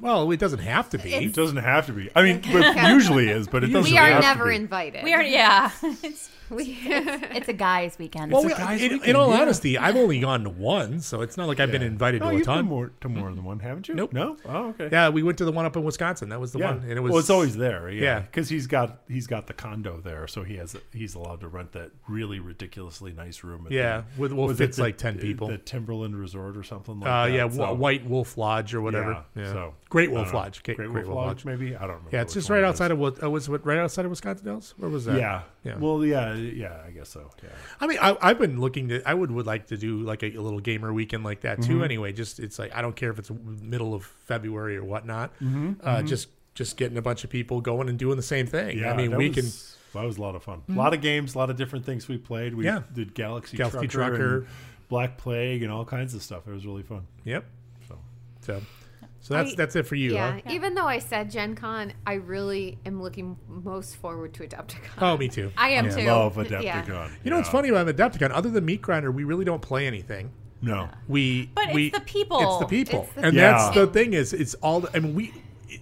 Well, it doesn't have to be. It's- It doesn't have to be. I mean, but usually is, but it doesn't. We are have never to be. invited. We are, yeah. it's, it's, it's a guy's weekend. Well, we- in, in all honesty, I've only gone to one, so it's not like I've been invited No, to a Oh, you've been ton. more- to more than one, haven't you? Nope. No? Oh, okay. Yeah, we went to the one up in Wisconsin. That was the yeah. one, and it was. well, it's always there. Yeah, yeah. because he's got he's got the condo there, so he has he's allowed to rent that really ridiculously nice room. Yeah, the, with- well, was it fits like 10 people. The Timberland Resort or something like uh, that. yeah, so- Wh- White Wolf Lodge or whatever. Yeah, Yeah, so, Great I Wolf don't know. Lodge. Great, Great Wolf, Wolf Lodge, maybe? I don't remember Yeah, it's which just one right it outside of what uh, was it right outside of Wisconsin Dells? Where was that? Yeah. yeah. Well, yeah, yeah. I guess so. Yeah. I mean, I, I've been looking to. I would would like to do like a, a little gamer weekend like that too. Mhm. Anyway, just it's like I don't care if it's middle of February or whatnot. Mhm, Uh, mhm. Just just getting a bunch of people going and doing the same thing. Yeah, I mean, that we was, can. That was a lot of fun. Mhm. A lot of games, a lot of different things we played. We Yeah. did Galaxy, Galaxy Trucker, Trucker. and Black Plague, and all kinds of stuff. It was really fun. Yep. So, so, so that's I- that's it for you. Yeah. huh? Even though I said Gen Con, I really am looking most forward to Adepticon. Oh, me too. I am Yeah. too. Yeah. You know what's funny about Adepticon? Other than Meat Grinder, we really don't play anything. No. We. But it's we, the people. It's the people, It's the and people. that's the thing is, it's all. the- I mean, we.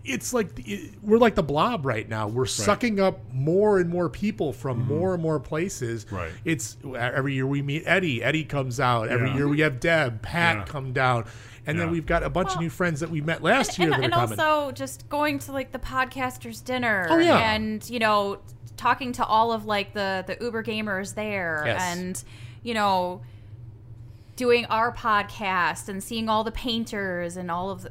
It's like the- it, we're like the blob right now. We're sucking up more and more people from more and more places. Right. It's e-, every year we meet Eddie. Eddie comes out. Every Yeah. year we have Deb, Pat Yeah. come down, and then we've got a bunch of new friends that we met last year and, that and are coming. also just going to like the podcasters dinner Oh, yeah. and you know talking to all of like the the uber gamers there Yes. and you know doing our podcast and seeing all the painters and all of the,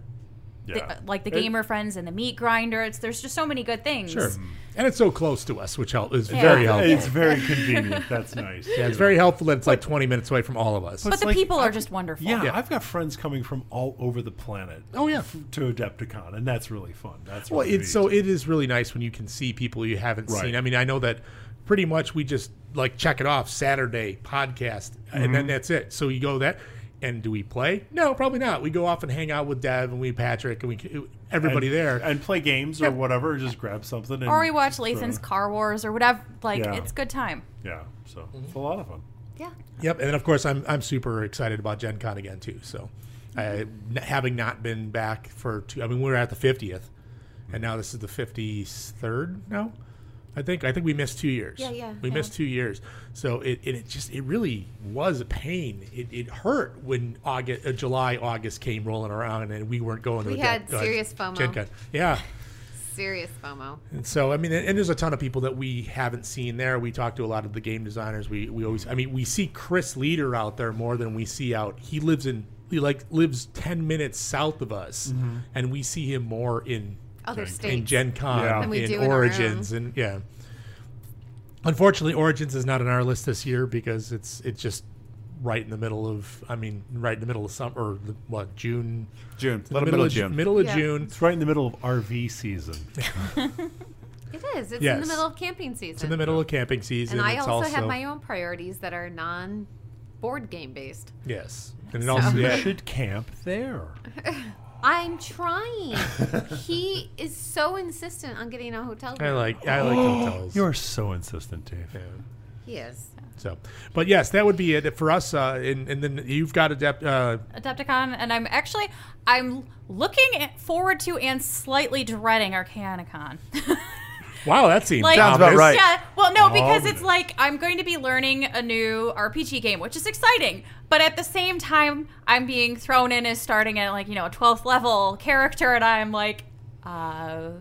the- Yeah. like the It- gamer friends and the meat grinder it's there's just so many good things Sure. And it's so close to us, which help, is Yeah. very Yeah. helpful. It's very convenient. That's nice. Yeah, it's very helpful that it's like 20 minutes away from all of us. but the people are just wonderful yeah, I've got friends coming from all over the planet. Oh yeah, to Adepticon, and that's really fun. That's well, really it's so it is really nice when you can see people you haven't Right. seen. I mean, I know that pretty much we just like check it off Saturday podcast, and Mm-hmm. then Mhm. that's it. So you go that, and do we play? No, probably not. We go off and hang out with Dev and we Patrick and we everybody And- there and play games Yeah. or whatever. Just grab something. And or we watch just, uh, lathan's car wars or whatever like Yeah. it's good time Yeah, so Mm-hmm. it's a lot of fun. Yep, and then of course I'm I'm super excited about Gen Con again too. So, I, n- having not been back for two, I mean we were at the 50th, and now this is the 53rd now. I think I think we missed two years. Yeah, yeah, We yeah. missed two years. So it and it just it really was a pain. It, it hurt when August, uh, July, August came rolling around and we weren't going to We the had Gen- uh, serious FOMO. Gen Con. Yeah. Serious FOMO. And so, I mean, and there's a ton of people that we haven't seen there. We talk to a lot of the game designers. We we always, I mean, we see Chris Leader out there more than we see out. He lives in he like lives ten minutes south of us, Mhm. and we see him more in Other in states Mm-hmm. Gen Con, Yeah. than we in do in our Origins, and yeah. Unfortunately, Origins is not on our list this year because it's it's just right in the middle of I mean, right in the middle of summer or the, what June June middle, of Ju- middle of Yeah. June. It's right in the middle of RV season. It is. It's in Yes. the middle of camping season. It's in the middle of camping season. And I It's also, have also- my own priorities that are non board game based. Yes, and it also you yeah. should camp there. I'm trying. he is so insistent on getting a hotel room. I like I like hotels. You're so insistent, Dave. Yeah. He is. So, but yes, that would be it for us. Uh, and, and then you've got Adept. Uh, Adepticon, and I'm actually I'm looking at- forward to and slightly dreading Arcanicon. wow, that seems Like, ominous. Yeah. Well, no, because it's like I'm going to be learning a new RPG game, which is exciting. But at the same time, I'm being thrown in as starting at like you know a 12th level character, and I'm like, uh,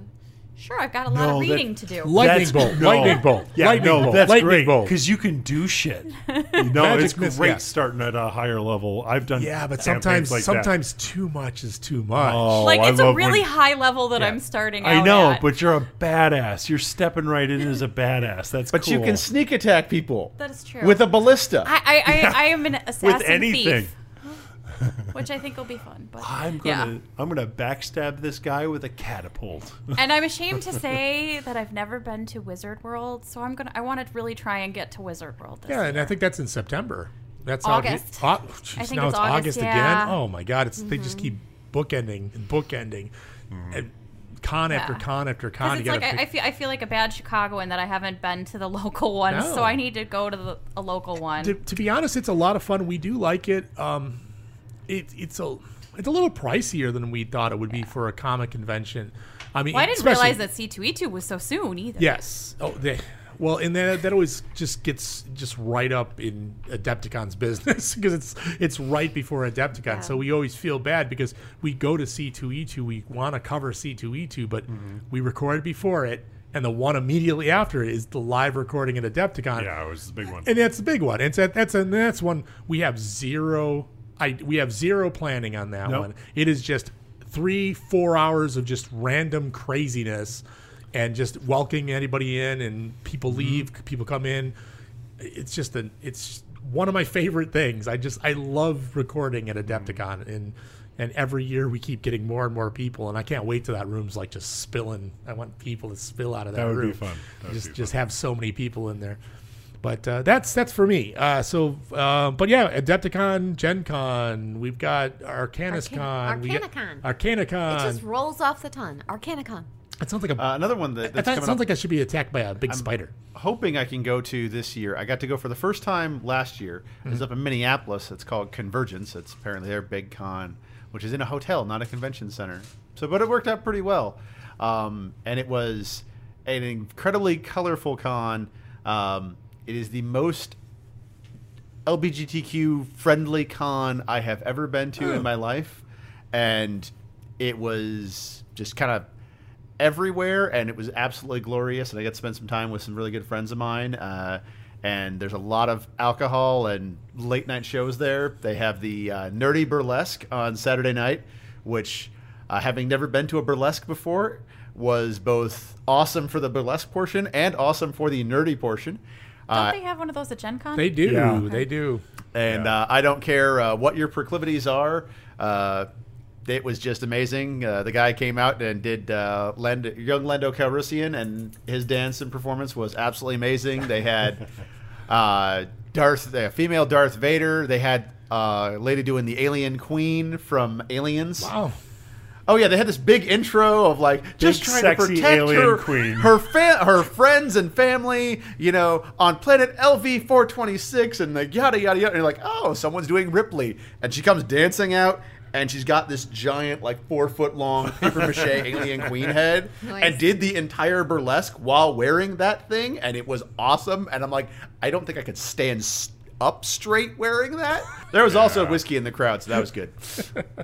sure, I've got a lot No, of that- reading to do. Lightning bolt, no. lightning bolt, Yeah, lightning no, bolt, that's lightning great bolt. because you can do shit. No, Magic it's missile. great Yeah. starting at a higher level. I've done Yeah, but campaigns sometimes like that. sometimes too much is too much. Oh, like I it's a love when- really high level that I'm starting. I out know, at. but you're a badass. You're stepping right in as a badass. That's But you cool. can sneak attack people. That is true. With a ballista. I I, I, I am an assassin anything. thief, which I think will be fun. But I'm gonna I'm gonna backstab this guy with a catapult. and I'm ashamed to say that I've never been to Wizard World, so I'm gonna. I want to really try and get to Wizard World. This Yeah, and I year. think that's in September. That's August. How it, oh, jeez, I think now it's it's, August, August, yeah. Mm-hmm. again. Oh my God! It's they just keep bookending and bookending, Mm-hmm. and con after Yeah. con after 'Cause con. it's You like gotta I, I pick- feel I feel like a bad Chicagoan that I haven't been to the local one, so No. I need to go to the, a local one. to, to be honest, it's a lot of fun. We do like it. Um, it it's a it's a little pricier than we thought it would be for a comic convention. I mean, well, I didn't especially- realize that C two E two was so soon either. Yes. Oh, they, well, and that that always just gets just right up in Adepticon's business because it's it's right before Adepticon, so we always feel bad because we go to C two E two, we want to cover C two E two, but we record before it, and the one immediately after it is the live recording at Adepticon. Yeah, it was the big one. and that's the big one. And so that's and that's one we have zero. I we have zero planning on that Nope. one. It is just three four hours of just random craziness, and just welcoming anybody in, and people Mm-hmm. leave, people come in. It's just an it's one of my favorite things. I just I love recording at Adepticon Mm-hmm. and. And every year we keep getting more and more people, and I can't wait till that room's like just spilling. I want people to spill out of that, That would be room. fun. That would just be just have so many people in there. But uh, that's that's for me. Uh, so, uh, but yeah, Adepticon, Gen Con, we've got Arcanus Con, we got- Arcanicon. Arcanicon. It just rolls off the tongue. Arcanicon. it sounds like a, uh, another one that I that's thought it coming sounds up. like I should be attacked by a big spider. Oh. hoping I can go to this year. I got to go for the first time last year. It was up in Minneapolis. It's called Convergence. It's apparently their big con, which is in a hotel, not a convention center. So, but it worked out pretty well. Um, and it was an incredibly colorful con. Um, it is the most LBGTQ friendly con I have ever been to in my life. And it was just kind of everywhere and it was absolutely glorious and i got to spend some time with some really good friends of mine uh, and there's a lot of alcohol and late night shows there they have the uh, nerdy burlesque on saturday night which uh, having never been to a burlesque before was both awesome for the burlesque portion and awesome for the nerdy portion Don't Uh, they have one of those at Gen Con? They do, Yeah. they do. and uh, I don't care uh, what your proclivities are. Uh, it was just amazing. Uh, the guy came out and did uh, Lend- young Lendo Calrissian, and his dance and performance was absolutely amazing. They had uh, Darth, uh, female Darth Vader. They had uh, a lady doing the Alien Queen from Aliens. Wow. Oh yeah, they had this big intro of like just trying to sexy protect alien her, queen. her fa- her friends and family, you know, on planet LV four twenty six, and the yada yada yada. And you're like, oh, someone's doing Ripley, and she comes dancing out, and she's got this giant, like four foot long paper mache alien queen head, Nice. and did the entire burlesque while wearing that thing, and it was awesome. And I'm like, I don't think I could stand. s up straight wearing that. There was also whiskey in the crowd, so that was good.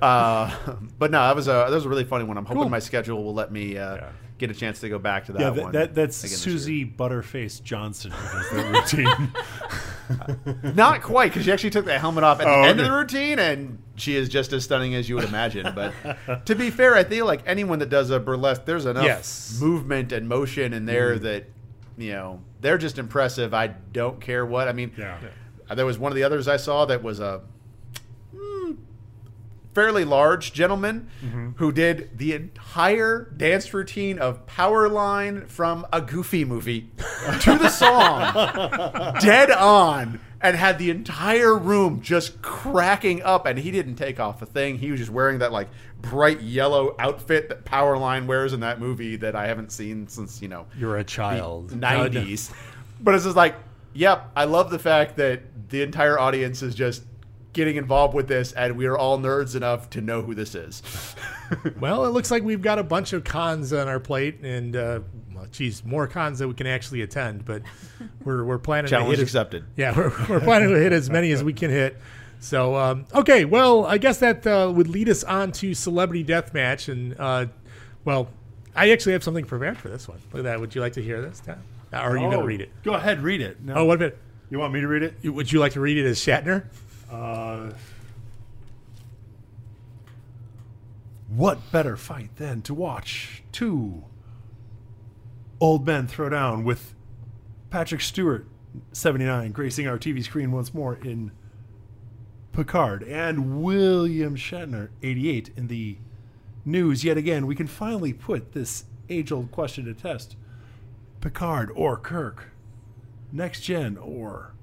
Uh, but no, that was a that was a really funny one. I'm hoping Cool. my schedule will let me uh, get a chance to go back to that yeah, one. that, that, that's again this Susie Butterface Johnson who does that routine. year. Not quite, because she actually took that helmet off at Oh, the end okay. of the routine, and she is just as stunning as you would imagine. But to be fair, I feel like anyone that does a burlesque, there's enough Yes. movement and motion in there Mm. that you know they're just impressive. I don't care what. I mean, uh, Yeah. there was one of the others I saw that was a mm, fairly large gentleman who did the entire dance routine of Powerline from a Goofy movie to the song dead on and had the entire room just cracking up and he didn't take off a thing he was just wearing that like bright yellow outfit that Powerline wears in that movie that I haven't seen since you know You're a child. the 90s but it's just like Yep, I love the fact that the entire audience is just getting involved with this, and we are all nerds enough to know who this is. well, it looks like we've got a bunch of cons on our plate, and uh, well, geez, more cons that we can actually attend. But we're we're planning to Challenge hit as- accepted. yeah, we're, we're planning to hit as many as we can hit. So um, okay, well, I guess that uh, would lead us on to celebrity deathmatch, and uh, well, I actually have something prepared for this one. Look at that. Would you like to hear this, Tom? Or are you going Oh, to read it? Go ahead, read it. No. Oh, what bit? You want me to read it? Would you like to read it as Shatner? Uh, What better fight than to watch two old men throw down with Patrick Stewart, 79, gracing our TV screen once more in Picard, and William Shatner, 88, in the news yet again. We can finally put this age old question to test Picard or Kirk, next gen or.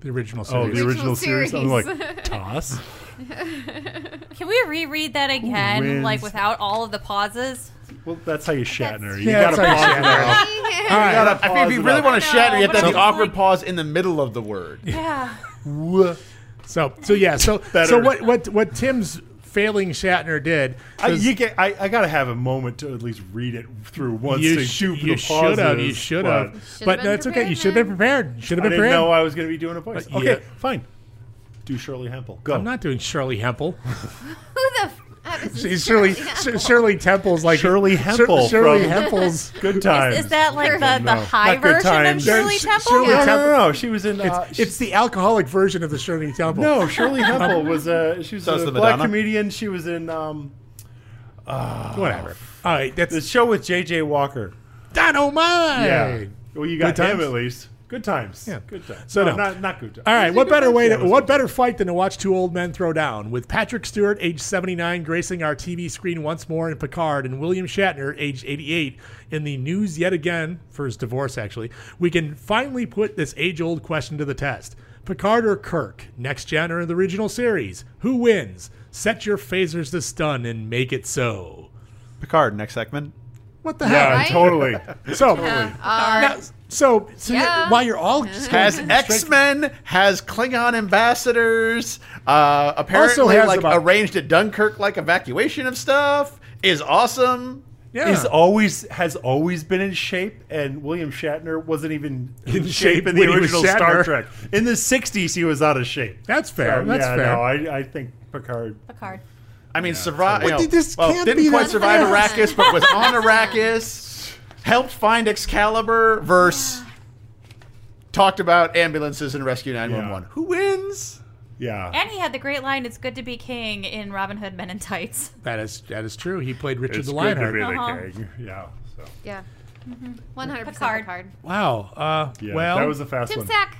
The original Oh, the series. original Original series. I'm series. like, toss? Can we reread that again, wins? like without all of the pauses? Well, that's how you Shatner. Yeah, you gotta that's how you pause it Shatner. out. You gotta I think if you really want to shatter, you have to but have it's the awkward pause in the middle of the word. Yeah. So so yeah so so Better. what what what Tim's failing Shatner did. I, was- you get, I, I gotta have a moment to at least read it through once You to sh- do you the should have, pauses, you should but- have. Should've But been no, it's okay, prepared, you should've been man. prepared. You should've been I didn't prepared. know I was gonna be doing a voice. But okay, Uh, yeah. fine. Do Shirley Hempel. Go. Oh, I'm not doing Shirley Hemple. Who the? F- that is She's Shirley Shir- Shirley Temple's like Shirley Hempel Shirley from Hemple's Good Times. Is that like the, the No. high Not Good version of Times. Shirley Sh- Temple? Shirley Yeah. Temple. No, no, no, she was in, uh, it's, it's the alcoholic version of the Shirley Temple. No, Shirley Hempel was a she was So it's a the black Madonna? comedian. She was in um, uh, whatever. All right, that's the show with J.J. Walker. Dynamite. Yeah. Well, you got Good him times? at least. Good times. Yeah. Good times. So no, no. not not good times. All right, what better way to Yeah, it was what better fight than to watch two old men throw down with Patrick Stewart, age 79, gracing our TV screen once more in Picard, and William Shatner, age 88, in the news yet again for his divorce. Actually, we can finally put this age-old question to the test: Picard or Kirk, next gen or the original series? Who wins? Set your phasers to stun and make it so. Picard, next segment. What the Yeah, hell? Right? totally. So, Yeah, now- so, so Yeah. while you're all Has X Men, has Klingon ambassadors, uh, apparently Also has like about- arranged a Dunkirk like evacuation of stuff, is awesome. is always has always been in shape, and William Shatner wasn't even in, In shape shape in the when he was original Star Shatner. Trek. In the '60s, he was out of shape. That's fair, So, that's yeah, fair. No, I, I think Picard. Picard. I mean, survive. But you know, th- this well, can't didn't be quite that survive fast. Arrakis, but was on Arrakis. Helped find Excalibur. Verse talked about ambulances and rescue nine one one. Who wins? Yeah. And he had the great line, "It's good to be king" in Robin Hood Men in Tights. That is that is true. He played Richard It's the good to Lionheart. be Uh-huh. the king. Yeah. So. Yeah. One hundred Picard. percent Picard. Wow. Uh, Yeah, well, that was a fast Tim one. Sack.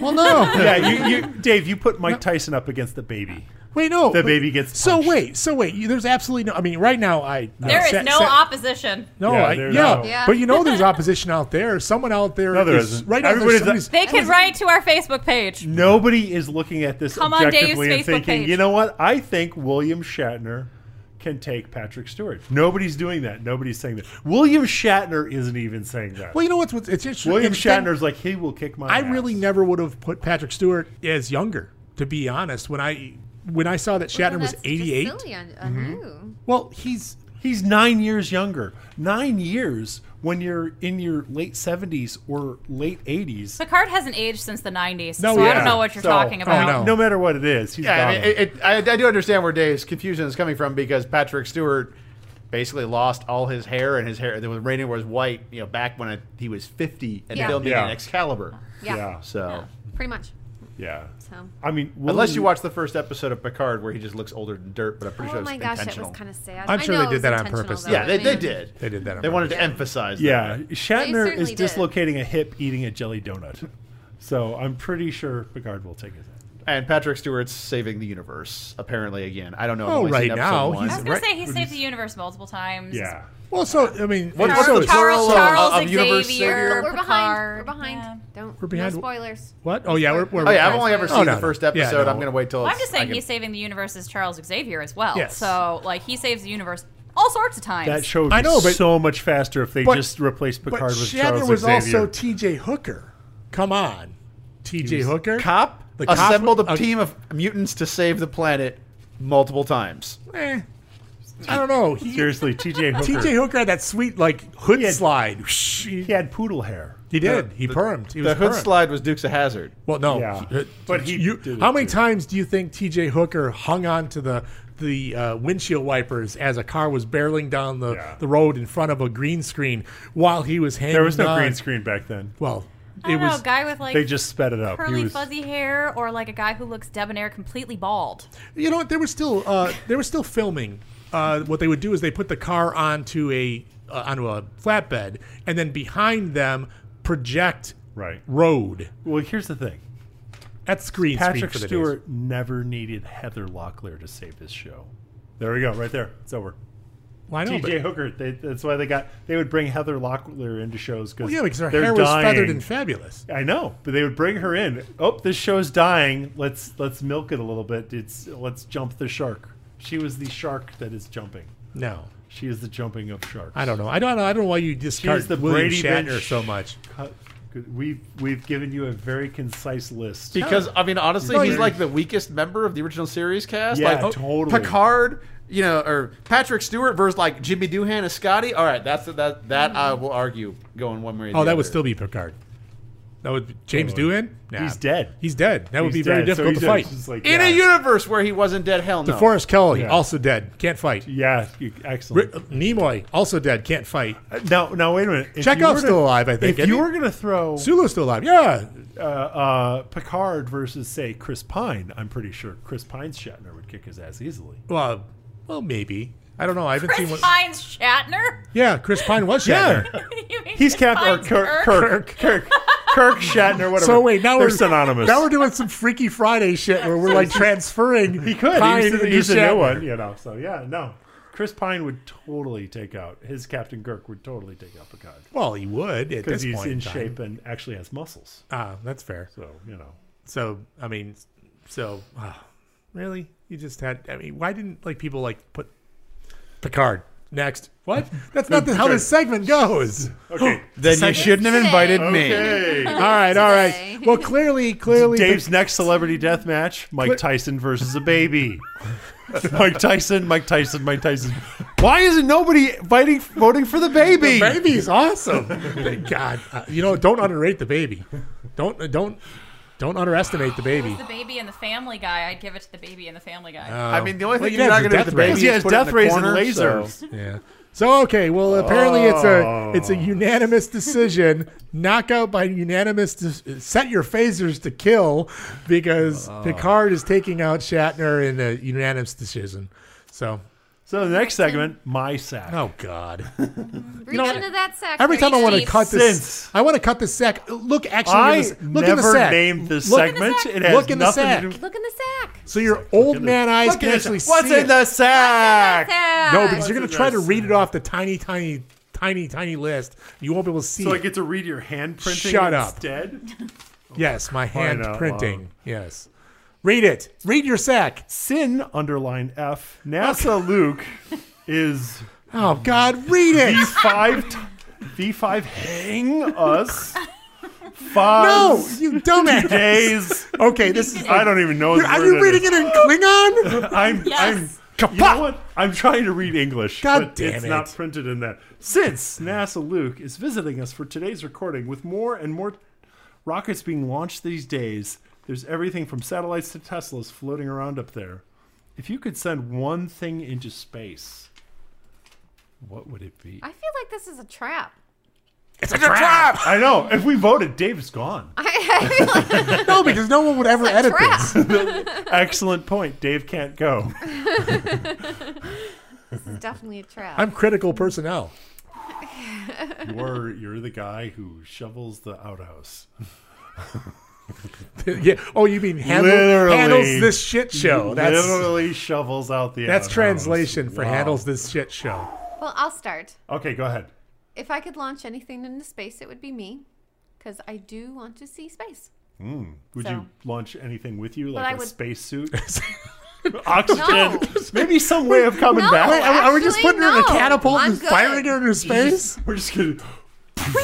Well, no. yeah, you, you, Dave, you put Mike Tyson up against the baby. Wait, no. The but- baby gets So wait, so wait. You, there's absolutely no. I mean, right now, I There is Sa- no Sa- opposition. no, Yeah, I, yeah, there's no- Yeah. but you know, there's opposition out there. Someone out there. No, there is- isn't. Right now, there's Everybody's- somebody's- They could write to our Facebook page. Nobody is looking at this Come on, Dave's objectively and Facebook thinking, page. you know what? I think William Shatner can take Patrick Stewart. Nobody's doing that. Nobody's saying that. William Shatner isn't even saying that. Well, you know what's what's it's interesting. William interesting- Shatner's like, he will kick my I ass. really never would have put Patrick Stewart as younger, to be honest. When I when I saw that Shatner was 88, Silly on, uh, on Mm-hmm. Mhm. you. Well, he's he's nine years younger. Nine years when you're in your late seventies or late eighties. Picard hasn't aged since the '90s, so I don't know what you're So- oh, talking about. no. matter what it is, he's Yeah, I, gone. mean, it, it, I, I do understand where Dave's confusion is coming from because Patrick Stewart basically lost all his hair and his hair that was raining was white. You know, back when it, he was fifty and Yeah. filming Yeah. in Excalibur. Yeah. Yeah. So. Pretty much. Yeah. So. Oh I mean, unless you watch the first episode of Picard where he just looks older than dirt, but I'm pretty Oh sure it's my gosh, that was intentional. kinda sad. I'm I sure know they it did was that on intentional, purpose, though. yeah, they, I they mean- did. They did that on They wanted to purpose. emphasize. Yeah, that. Shatner certainly is did. dislocating a hip eating a jelly donut. So I'm pretty sure Picard will take it. and Patrick Stewart's saving the universe. Apparently, again, I don't know. I've Oh, only seen right episode now, one. he's- I was gonna say he saved the universe multiple times. Well, so I mean, What- it's what's so the Charles, plural Charles of- of universe Xavier, We're behind. We're Picard. behind. Don't. We're behind. No spoilers. What? Oh yeah, we're. we're Oh, yeah, I've only ever Oh, seen no, the first no. episode. Yeah, no. I'm gonna wait till Well, I'm it's- just saying I can- he's saving the universe as Charles Xavier as well. Yes. So like he saves the universe all sorts of times. That show would be so much faster if they but- just replaced but Picard with Shatner Charles was Xavier. also T.J. Hooker. Come on, T.J. Hooker, cop, the cop- assembled a uh, team of mutants to save the planet multiple times. Eh, I don't know. He, Seriously, T.J. Hooker. T.J. Hooker had that sweet like hood slide. He had poodle hair. He did. he permed. He was the hood permed. slide was Dukes of Hazard. Well, no, Yeah. He- uh, But he you- did it how many times do you think T.J. Hooker hung on to the the uh, windshield wipers as a car was barreling down the, the road in front of a green screen while he was hanging? There was no on- green screen back then. Well, I don't know, a guy with like they just sped it up. He Curly was- fuzzy hair, or like a guy who looks debonair, completely bald. You know what? They were still uh, they were still filming. Uh, what they would do is they put the car onto a uh, onto a flatbed, and then behind them project right road. Well, here's the thing. That's screen speed Patrick for the days. Stewart never needed Heather Locklear to save his show. There we go, right there. It's over. Well, I know, T.J. Hooker. They, that's why they got. They would bring Heather Locklear into shows because Well, yeah, because her they're hair was feathered dying. and fabulous. I know, but they would bring her in. Oh, this show's dying. Let's let's milk it a little bit. It's let's jump the shark. She was the shark that is jumping. No. she is the jumping of sharks. I don't know. I don't know. I don't know why you discard She's the William Brady Shatner Bench. so much. We've we've given you a very concise list Because I mean, honestly, No, he's you- like the weakest member of the original series cast. Yeah, like, oh, totally. Picard, you know, or Patrick Stewart versus like Jimmy Doohan and Scotty. All right, that's that. That I will argue going one way. Or the Oh, that other. would still be Picard. That would James Totally. Doohan. He's dead. He's dead. That would be He's very dead, so difficult he's to dead. fight. It's just like, in a universe where he wasn't dead. Hell no. DeForest Kelly Yeah. also dead. Can't fight. Yeah, excellent. Uh, Nimoy also dead. Can't fight. now, now wait a minute. If you were Chekhov's to- still alive. I think. If you isn't were going to throw he? Sulu's still alive. Yeah. uh, uh, Picard versus say Chris Pine, I'm pretty sure Chris Pine's Shatner would kick his ass easily. Well, well, maybe. I don't know. I haven't seen Chris one. Pine's Shatner. Yeah, Chris Pine was Shatner. He's Captain or Pine's Kirk, Kirk. Kirk, Kirk, Kirk, Shatner, whatever. So wait, now They're we're synonymous. Now we're doing some Freaky Friday shit where we're like transferring. he could. Pine he's into he's a Shatner. new one, you know. So yeah, no. Chris Pine would totally take out his Captain Kirk would totally take out Picard. Well, he would at this because he's point in time. shape and actually has muscles. Ah, that's fair. So you know. So I mean, so ah, really, you just had. I mean, why didn't like people like put Picard next? What? That's not the, how this segment goes. Okay. Then you shouldn't have invited me. Okay. all right, all right. Well, clearly, clearly, Dave's next celebrity death match: Cle- Mike Tyson versus a baby. Mike Tyson, Mike Tyson, Mike Tyson. Why isn't nobody fighting, voting for the baby? The baby's awesome. Thank God, Uh, you know, don't underrate the baby. Don't uh, don't don't underestimate the If it baby. was the baby and the family guy, I'd give it to the baby and the family guy. Uh, Oh. Well, you're can have not gonna do with the death baby rays. is Yes, put it in death the rays and corner, lasers. so- Yeah. So okay, well apparently it's a it's a Oh. unanimous decision, knockout by unanimous. De- set your phasers to kill, because Picard is taking out Shatner in a unanimous decision. So So the next segment, my sack. Oh God. Reach into that sack. Every time I want to cut this, Since- I want to cut the sack. Look, actually, I look in the- look in the never sack. named this Look in the segment. sack. It has look in the nothing to sack. do with- Look in the sack. So your old man eyes Look can at it. actually see What's in it. the sack? No, because you're What's going in to the try to sack? read it off the tiny, tiny, tiny, tiny list. You won't be able to see So I it. get to read your hand printing Shut up. instead. yes, my hand Fine, out printing. loud. Yes. Read it. Read your sack. Sin underline F. NASA Luke is. Oh God, read it. V five. V five hang us. Five. No, Oh, you dumbass. Days. Okay, this is. I don't even know. You're- the Are word you that reading is. it in Klingon? I'm. I'm. You know what? I'm trying to read English. God but damn it's it. not printed in that. Since NASA Luke is visiting us for today's recording, with more and more rockets being launched these days, there's everything from satellites to Teslas floating around up there. If you could send one thing into space, what would it be? I feel like this is a trap. It's a trap. I know. If we voted, Dave is gone. no, because no one would ever edit this. Excellent point. Dave can't go. This is definitely a trap. I'm critical personnel. You're you're the guy who shovels the outhouse. yeah. Oh, you mean handle, handles this shit show? That's literally shovels out the. that's outhouse. translation for Wow. handles this shit show. Well, I'll start. Okay, go ahead. If I could launch anything into space, it would be me, because I do want to see space. Mm. Would So- you launch anything with you, But like I a would- spacesuit? Oxygen. Maybe some way of coming No, back. Wait, are we- are we just actually, putting her in a no. catapult I'm and good. firing her into space? We're just gonna.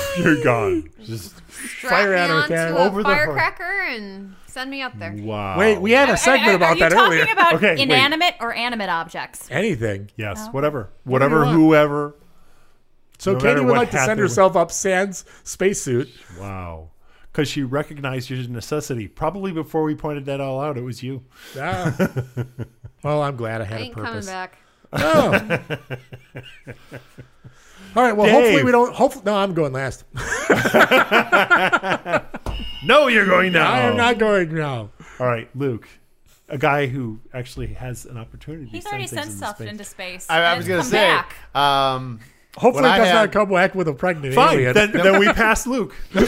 You're gone. Just Strap me onto cannon a firecracker and send me up there. Wow. Wait, we had a segment about that earlier. Talking about Okay, wait. inanimate or animate objects. Anything. Yes, No. whatever. Whatever Whatever, you want. whoever. So No Katie matter would what like to send happened with- herself up Sans spacesuit. Wow. Because she recognized your necessity. Probably before we pointed that all out, it was you. Ah. well, I'm glad I had I a ain't coming purpose. back. Oh. All right. Well, hopefully Dave. we don't. Hopefully, no, I'm going last. No, you're going now. I am not going now. All right, Luke. A guy who actually has an opportunity. He's to send already things sent into stuff space. into space. I, I and was it's gonna come say, back. um, Hopefully, when it I does had- not come back with a pregnant Fine, alien. then- then we pass Luke. no,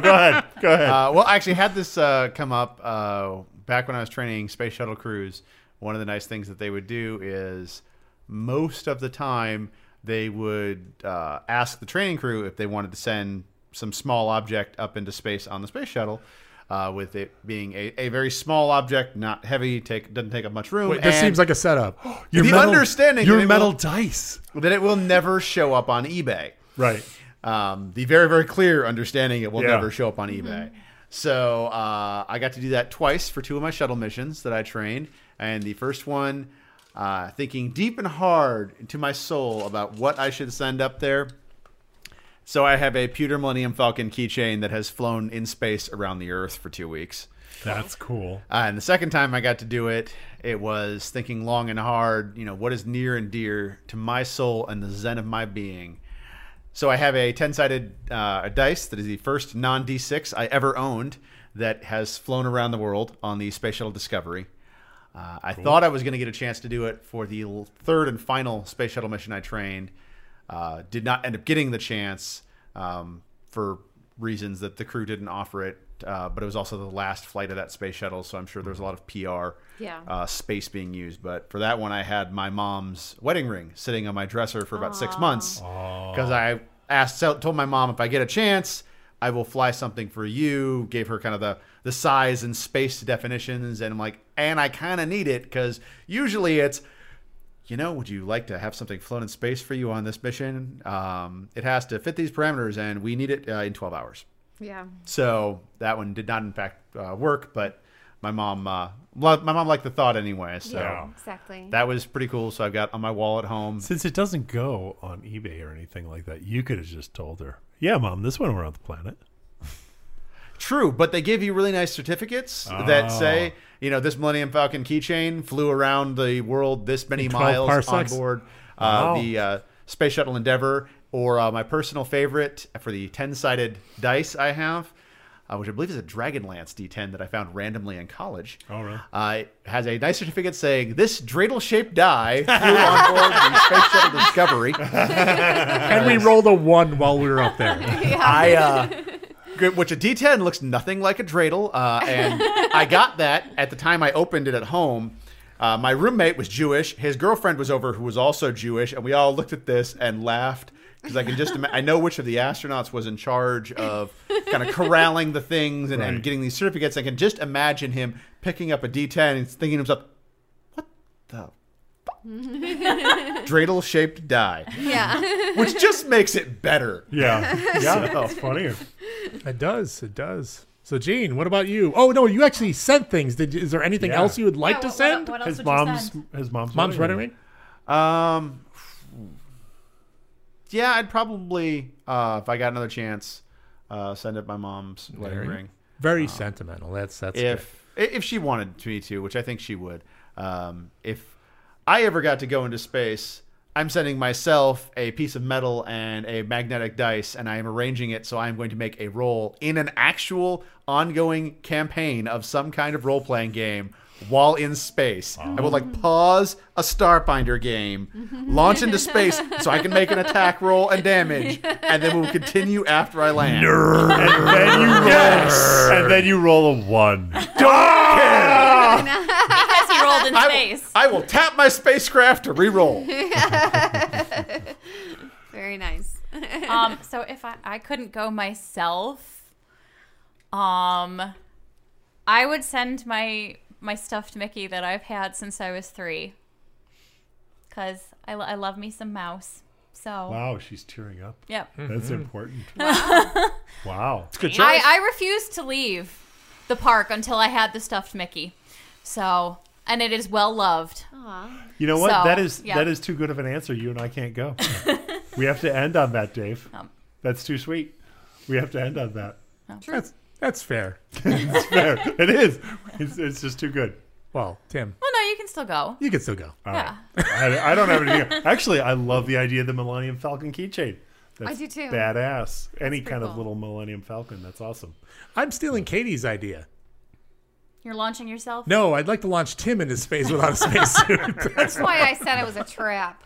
go ahead. Go ahead. Uh, well, I actually had this uh, come up uh, back when I was training space shuttle crews. One of the nice things that they would do is most of the time they would uh, ask the training crew if they wanted to send some small object up into space on the space shuttle. Uh, with it being a, a very small object, not heavy, take doesn't take up much room. Wait, this and- seems like a setup. the understanding your that it metal will- dice that it will never show up on eBay. Right. Um, the very very clear understanding it will Yeah. never show up on eBay. So uh, I got to do that twice for two of my shuttle missions that I trained, and the first one, uh, thinking deep and hard into my soul about what I should send up there. So I have a pewter Millennium Falcon keychain that has flown in space around the Earth for two weeks. That's cool. Uh, and the second time I got to do it, it was thinking long and hard, you know, what is near and dear to my soul and the zen of my being. So I have a 10 sided uh, dice that is the first non D6 I ever owned that has flown around the world on the Space Shuttle Discovery. Uh, I thought I was going to get a chance to do it for the l- third and final Space Shuttle mission I trained. Uh, did not end up getting the chance um, for reasons that the crew didn't offer it. Uh, but it was also the last flight of that space shuttle, so I'm sure there was a lot of PR Yeah. uh, space being used. But for that one, I had my mom's wedding ring sitting on my dresser for about six months because I asked, told my mom if I get a chance, I will fly something for you. Gave her kind of the the size and space definitions, and I'm like, and I kind of need it because usually it's you know, would you like to have something flown in space for you on this mission? Um, it has to fit these parameters, and we need it uh, in 12 hours. Yeah. So that one did not, in fact, uh, work. But my mom, uh, lo- my mom liked the thought anyway. So Yeah, exactly. That was pretty cool. So I've got on my wall at home. Since it doesn't go on eBay or anything like that, you could have just told her, "Yeah, mom, this went around the planet." True, but they give you really nice certificates Oh. that say, you know, this Millennium Falcon keychain flew around the world this many In 12 miles parsecs. on board uh, Wow. the uh, Space Shuttle Endeavor, or uh, my personal favorite for the 10 sided dice I have, uh, which I believe is a Dragonlance D10 that I found randomly in college. Oh, really? Uh, it has a nice certificate saying, this dreidel shaped die flew on board the Space Shuttle Discovery. and we rolled a one while we were up there. I, uh, good- which a D10 looks nothing like a dreidel, uh, and I got that at the time I opened it at home. Uh, my roommate was Jewish. His girlfriend was over, who was also Jewish, and we all looked at this and laughed because I can just ima- I know which of the astronauts was in charge of kind of corralling the things and, and Right. getting these certificates. I can just imagine him picking up a D10 and thinking to himself, "What the yeah. dreidel shaped die," which just makes it better. Yeah, Oh, yeah, So- that's funnier. It does. It does. So, Gene, what about you? Oh no, you actually sent things. Did you, is there anything Yeah. else you would like Yeah, to what- what- send? what else His would you mom's- send? his mom's mom's wedding wedding ring. ring. Um, yeah, I'd probably, uh, if I got another chance, uh, send up my mom's wedding Very- ring. very Uh, sentimental. That's that's if if she wanted me to, which I think she would. Um, if I ever got to go into space, I'm sending myself a piece of metal and a magnetic dice, and I am arranging it so I'm going to make a roll in an actual ongoing campaign of some kind of role playing game while in space. I will like pause a Starfinder game, launch into space so I can make an attack roll and damage, and then we'll continue after I land. and then you roll, and then you roll a one. because he rolled in I will- space. I will tap my spacecraft to re-roll. Very nice. um, so if I, I couldn't go myself, um, I would send my my stuffed Mickey that I've had since I was three, cause I, lo- I love me some mouse. So Wow, she's tearing up. Yep. That's Mhm. important. Wow. wow. It's a good choice. I, I refused to leave the park until I had the stuffed Mickey. So, and it is well loved. you know what? So, that is yeah. that is too good of an answer. You and I can't go. we have to end on that, Dave. Um. That's too sweet. We have to end on that. Oh. That's that's fair. it's fair. It is. It's, it's just too good. Well, Tim, Well, no, you can still go. you can still go. All yeah. right. I, I don't have anything. Actually, I love the idea of the Millennium Falcon keychain. That's do too. Badass. Any pretty kind of cool. little Millennium Falcon. That's awesome. I'm stealing Katie's idea. You're launching yourself. No, I'd like to launch Tim into space without a spacesuit. That's why I said it was a trap.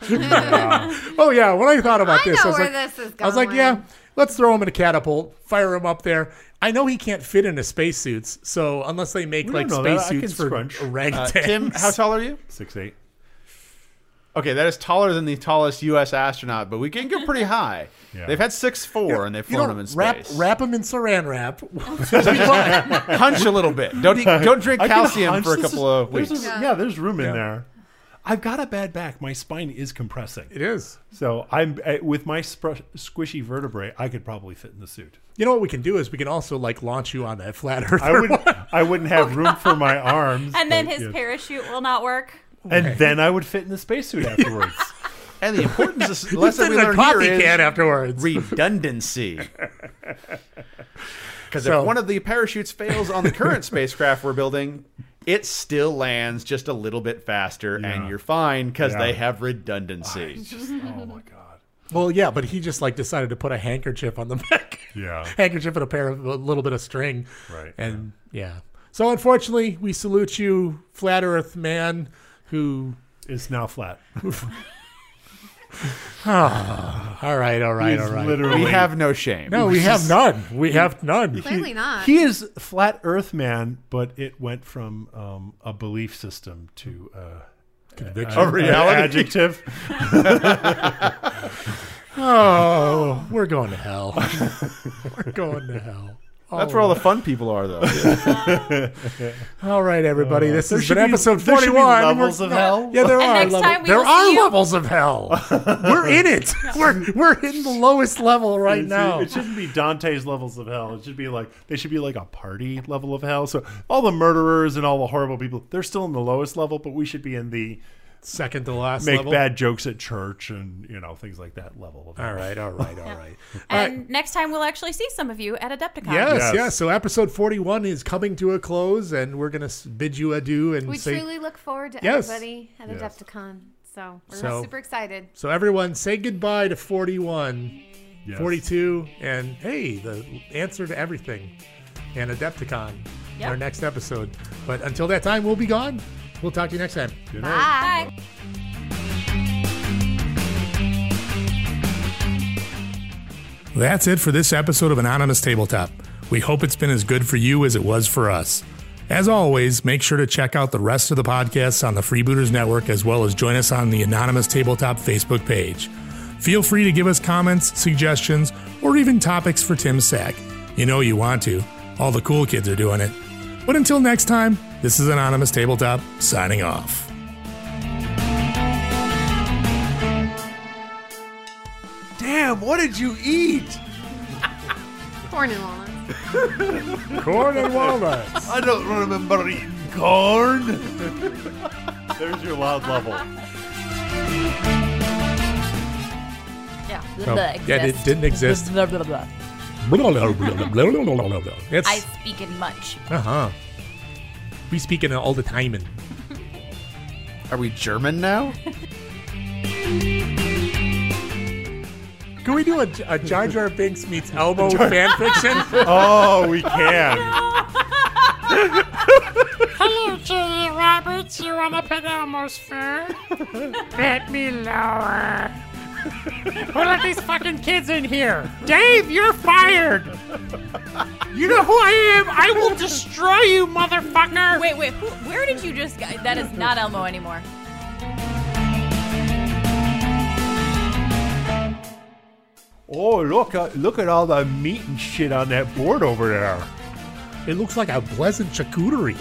oh yeah, when I thought about I know this, I was where like, this is I was like, going. yeah, let's throw him in a catapult, fire him up there. I know he can't fit into spacesuits, so unless they make We like don't know that. I spacesuits can for scrunch. orangutans. Uh, Tim, how tall are you? Six eight. Okay, that is taller than the tallest U.S. astronaut, but we can get pretty high. Yeah. They've had six four, and they've You flown know, them in space. wrap wrap him in Saran wrap. hunch a little bit. Don't eat, don't drink I can calcium hunch. for a This is- couple of there's weeks. a- yeah, there's room Yeah. in there. I've got a bad back. My spine is compressing. It is. So I'm I, with my spr- squishy vertebrae. I could probably fit in the suit. You know what we can do is we can also like launch you on that flat Earth. I wouldn't. I wouldn't have room for my arms. And then but his yes. parachute will not work. And then I would fit in the spacesuit afterwards. and the importance is You fit lesson we in a learned here coffee is can afterwards. redundancy. Because So- if one of the parachutes fails on the current spacecraft we're building, it still lands just a little bit faster, and you're fine because Yeah. they have redundancy. Oh Well, yeah, but he just like decided to put a handkerchief on the back. Yeah. handkerchief and a pair of a little bit of string. Right. And yeah. So unfortunately, we salute you, flat Earth man, who is now flat. all right, all right, He's all right. literally- We have no shame. No, we have none. We have none. Clearly not. He is flat Earth man, but it went from um, a belief system to uh, Conviction. a- A reality. an adjective. Oh, we're going to hell. we're going to hell. That's where all the fun people are, though. All right, everybody. Uh, this there has should been be- episode there should be forty-one. We're- levels of no, hell. Yeah, there And are. next level- time we there will are see you- levels of hell. we're in it. We're we're in the lowest level right It's- now. It shouldn't be Dante's levels of hell. It should be like they should be like a party level of hell. So all the murderers and all the horrible people, they're still in the lowest level, but we should be in the second to last make level. bad jokes at church and you know things like that level. Of All right, all right, all Yeah. right. And next time we'll actually see some of you at Adepticon. Yes, yes, So episode 41 is coming to a close, and we're going to bid you adieu and We say. truly look forward to Yes. everybody at Yes. Adepticon. So we're So- super excited. so everyone, say goodbye to 41, Yes. 42, and hey, the answer to everything, and Adepticon, in Yep. our next episode. But until that time, we'll be gone. We'll talk to you next time. Good Bye. That's it for this episode of Anonymous Tabletop. We hope it's been as good for you as it was for us. As always, make sure to check out the rest of the podcasts on the Freebooters Network as well as join us on the Anonymous Tabletop Facebook page. Feel free to give us comments, suggestions, or even topics for Tim Sack. You know you want to. All the cool kids are doing it. But until next time, this is Anonymous Tabletop signing off. Damn, what did you eat? Corn and walnuts. Corn and walnuts. I don't remember eating corn. There's your loud level. Yeah. Oh, yeah, it Exist. didn't exist. Blah, blah, blah, night. blah. I It's, speak in much. uh huh. We speak in all the time. And Are we German now? Can we do a, a Jar Jar Binks meets Elmo fan fiction? Oh, we can. Hello, Julia Roberts. You wanna put Elmo's fur? Bet me lower. Who let these fucking kids in here? Dave, you're fired. You know who I am. I will destroy you, motherfucker. Wait, wait. Who, where did you just? go? That is not Elmo anymore. Oh look! uh, Look at all the meat and shit on that board over there. It looks like a pleasant charcuterie.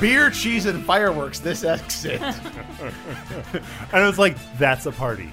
beer, cheese, and fireworks this exit. And I was like, that's a party.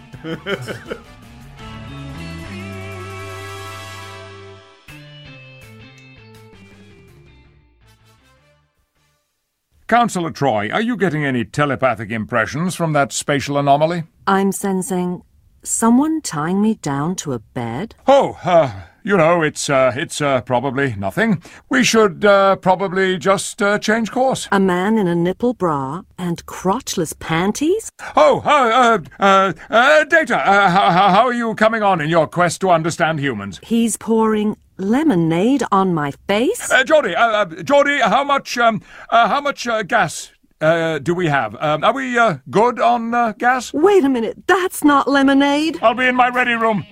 Counselor Troy, are you getting any telepathic impressions from that spatial anomaly? I'm sensing someone tying me down to a bed. Oh, uh, you know, it's uh, it's uh, probably nothing. We should uh, probably just uh, change course. A man in a nipple bra and crotchless panties? Oh, uh, uh, uh, uh, Data, uh, how, how are you coming on in your quest to understand humans? He's pouring lemonade on my face? Uh, Geordie, uh, uh, Geordie, how much, um, uh, how much uh, gas uh, do we have? Um, are we uh, good on uh, gas? Wait a minute, that's not lemonade. I'll be in my ready room.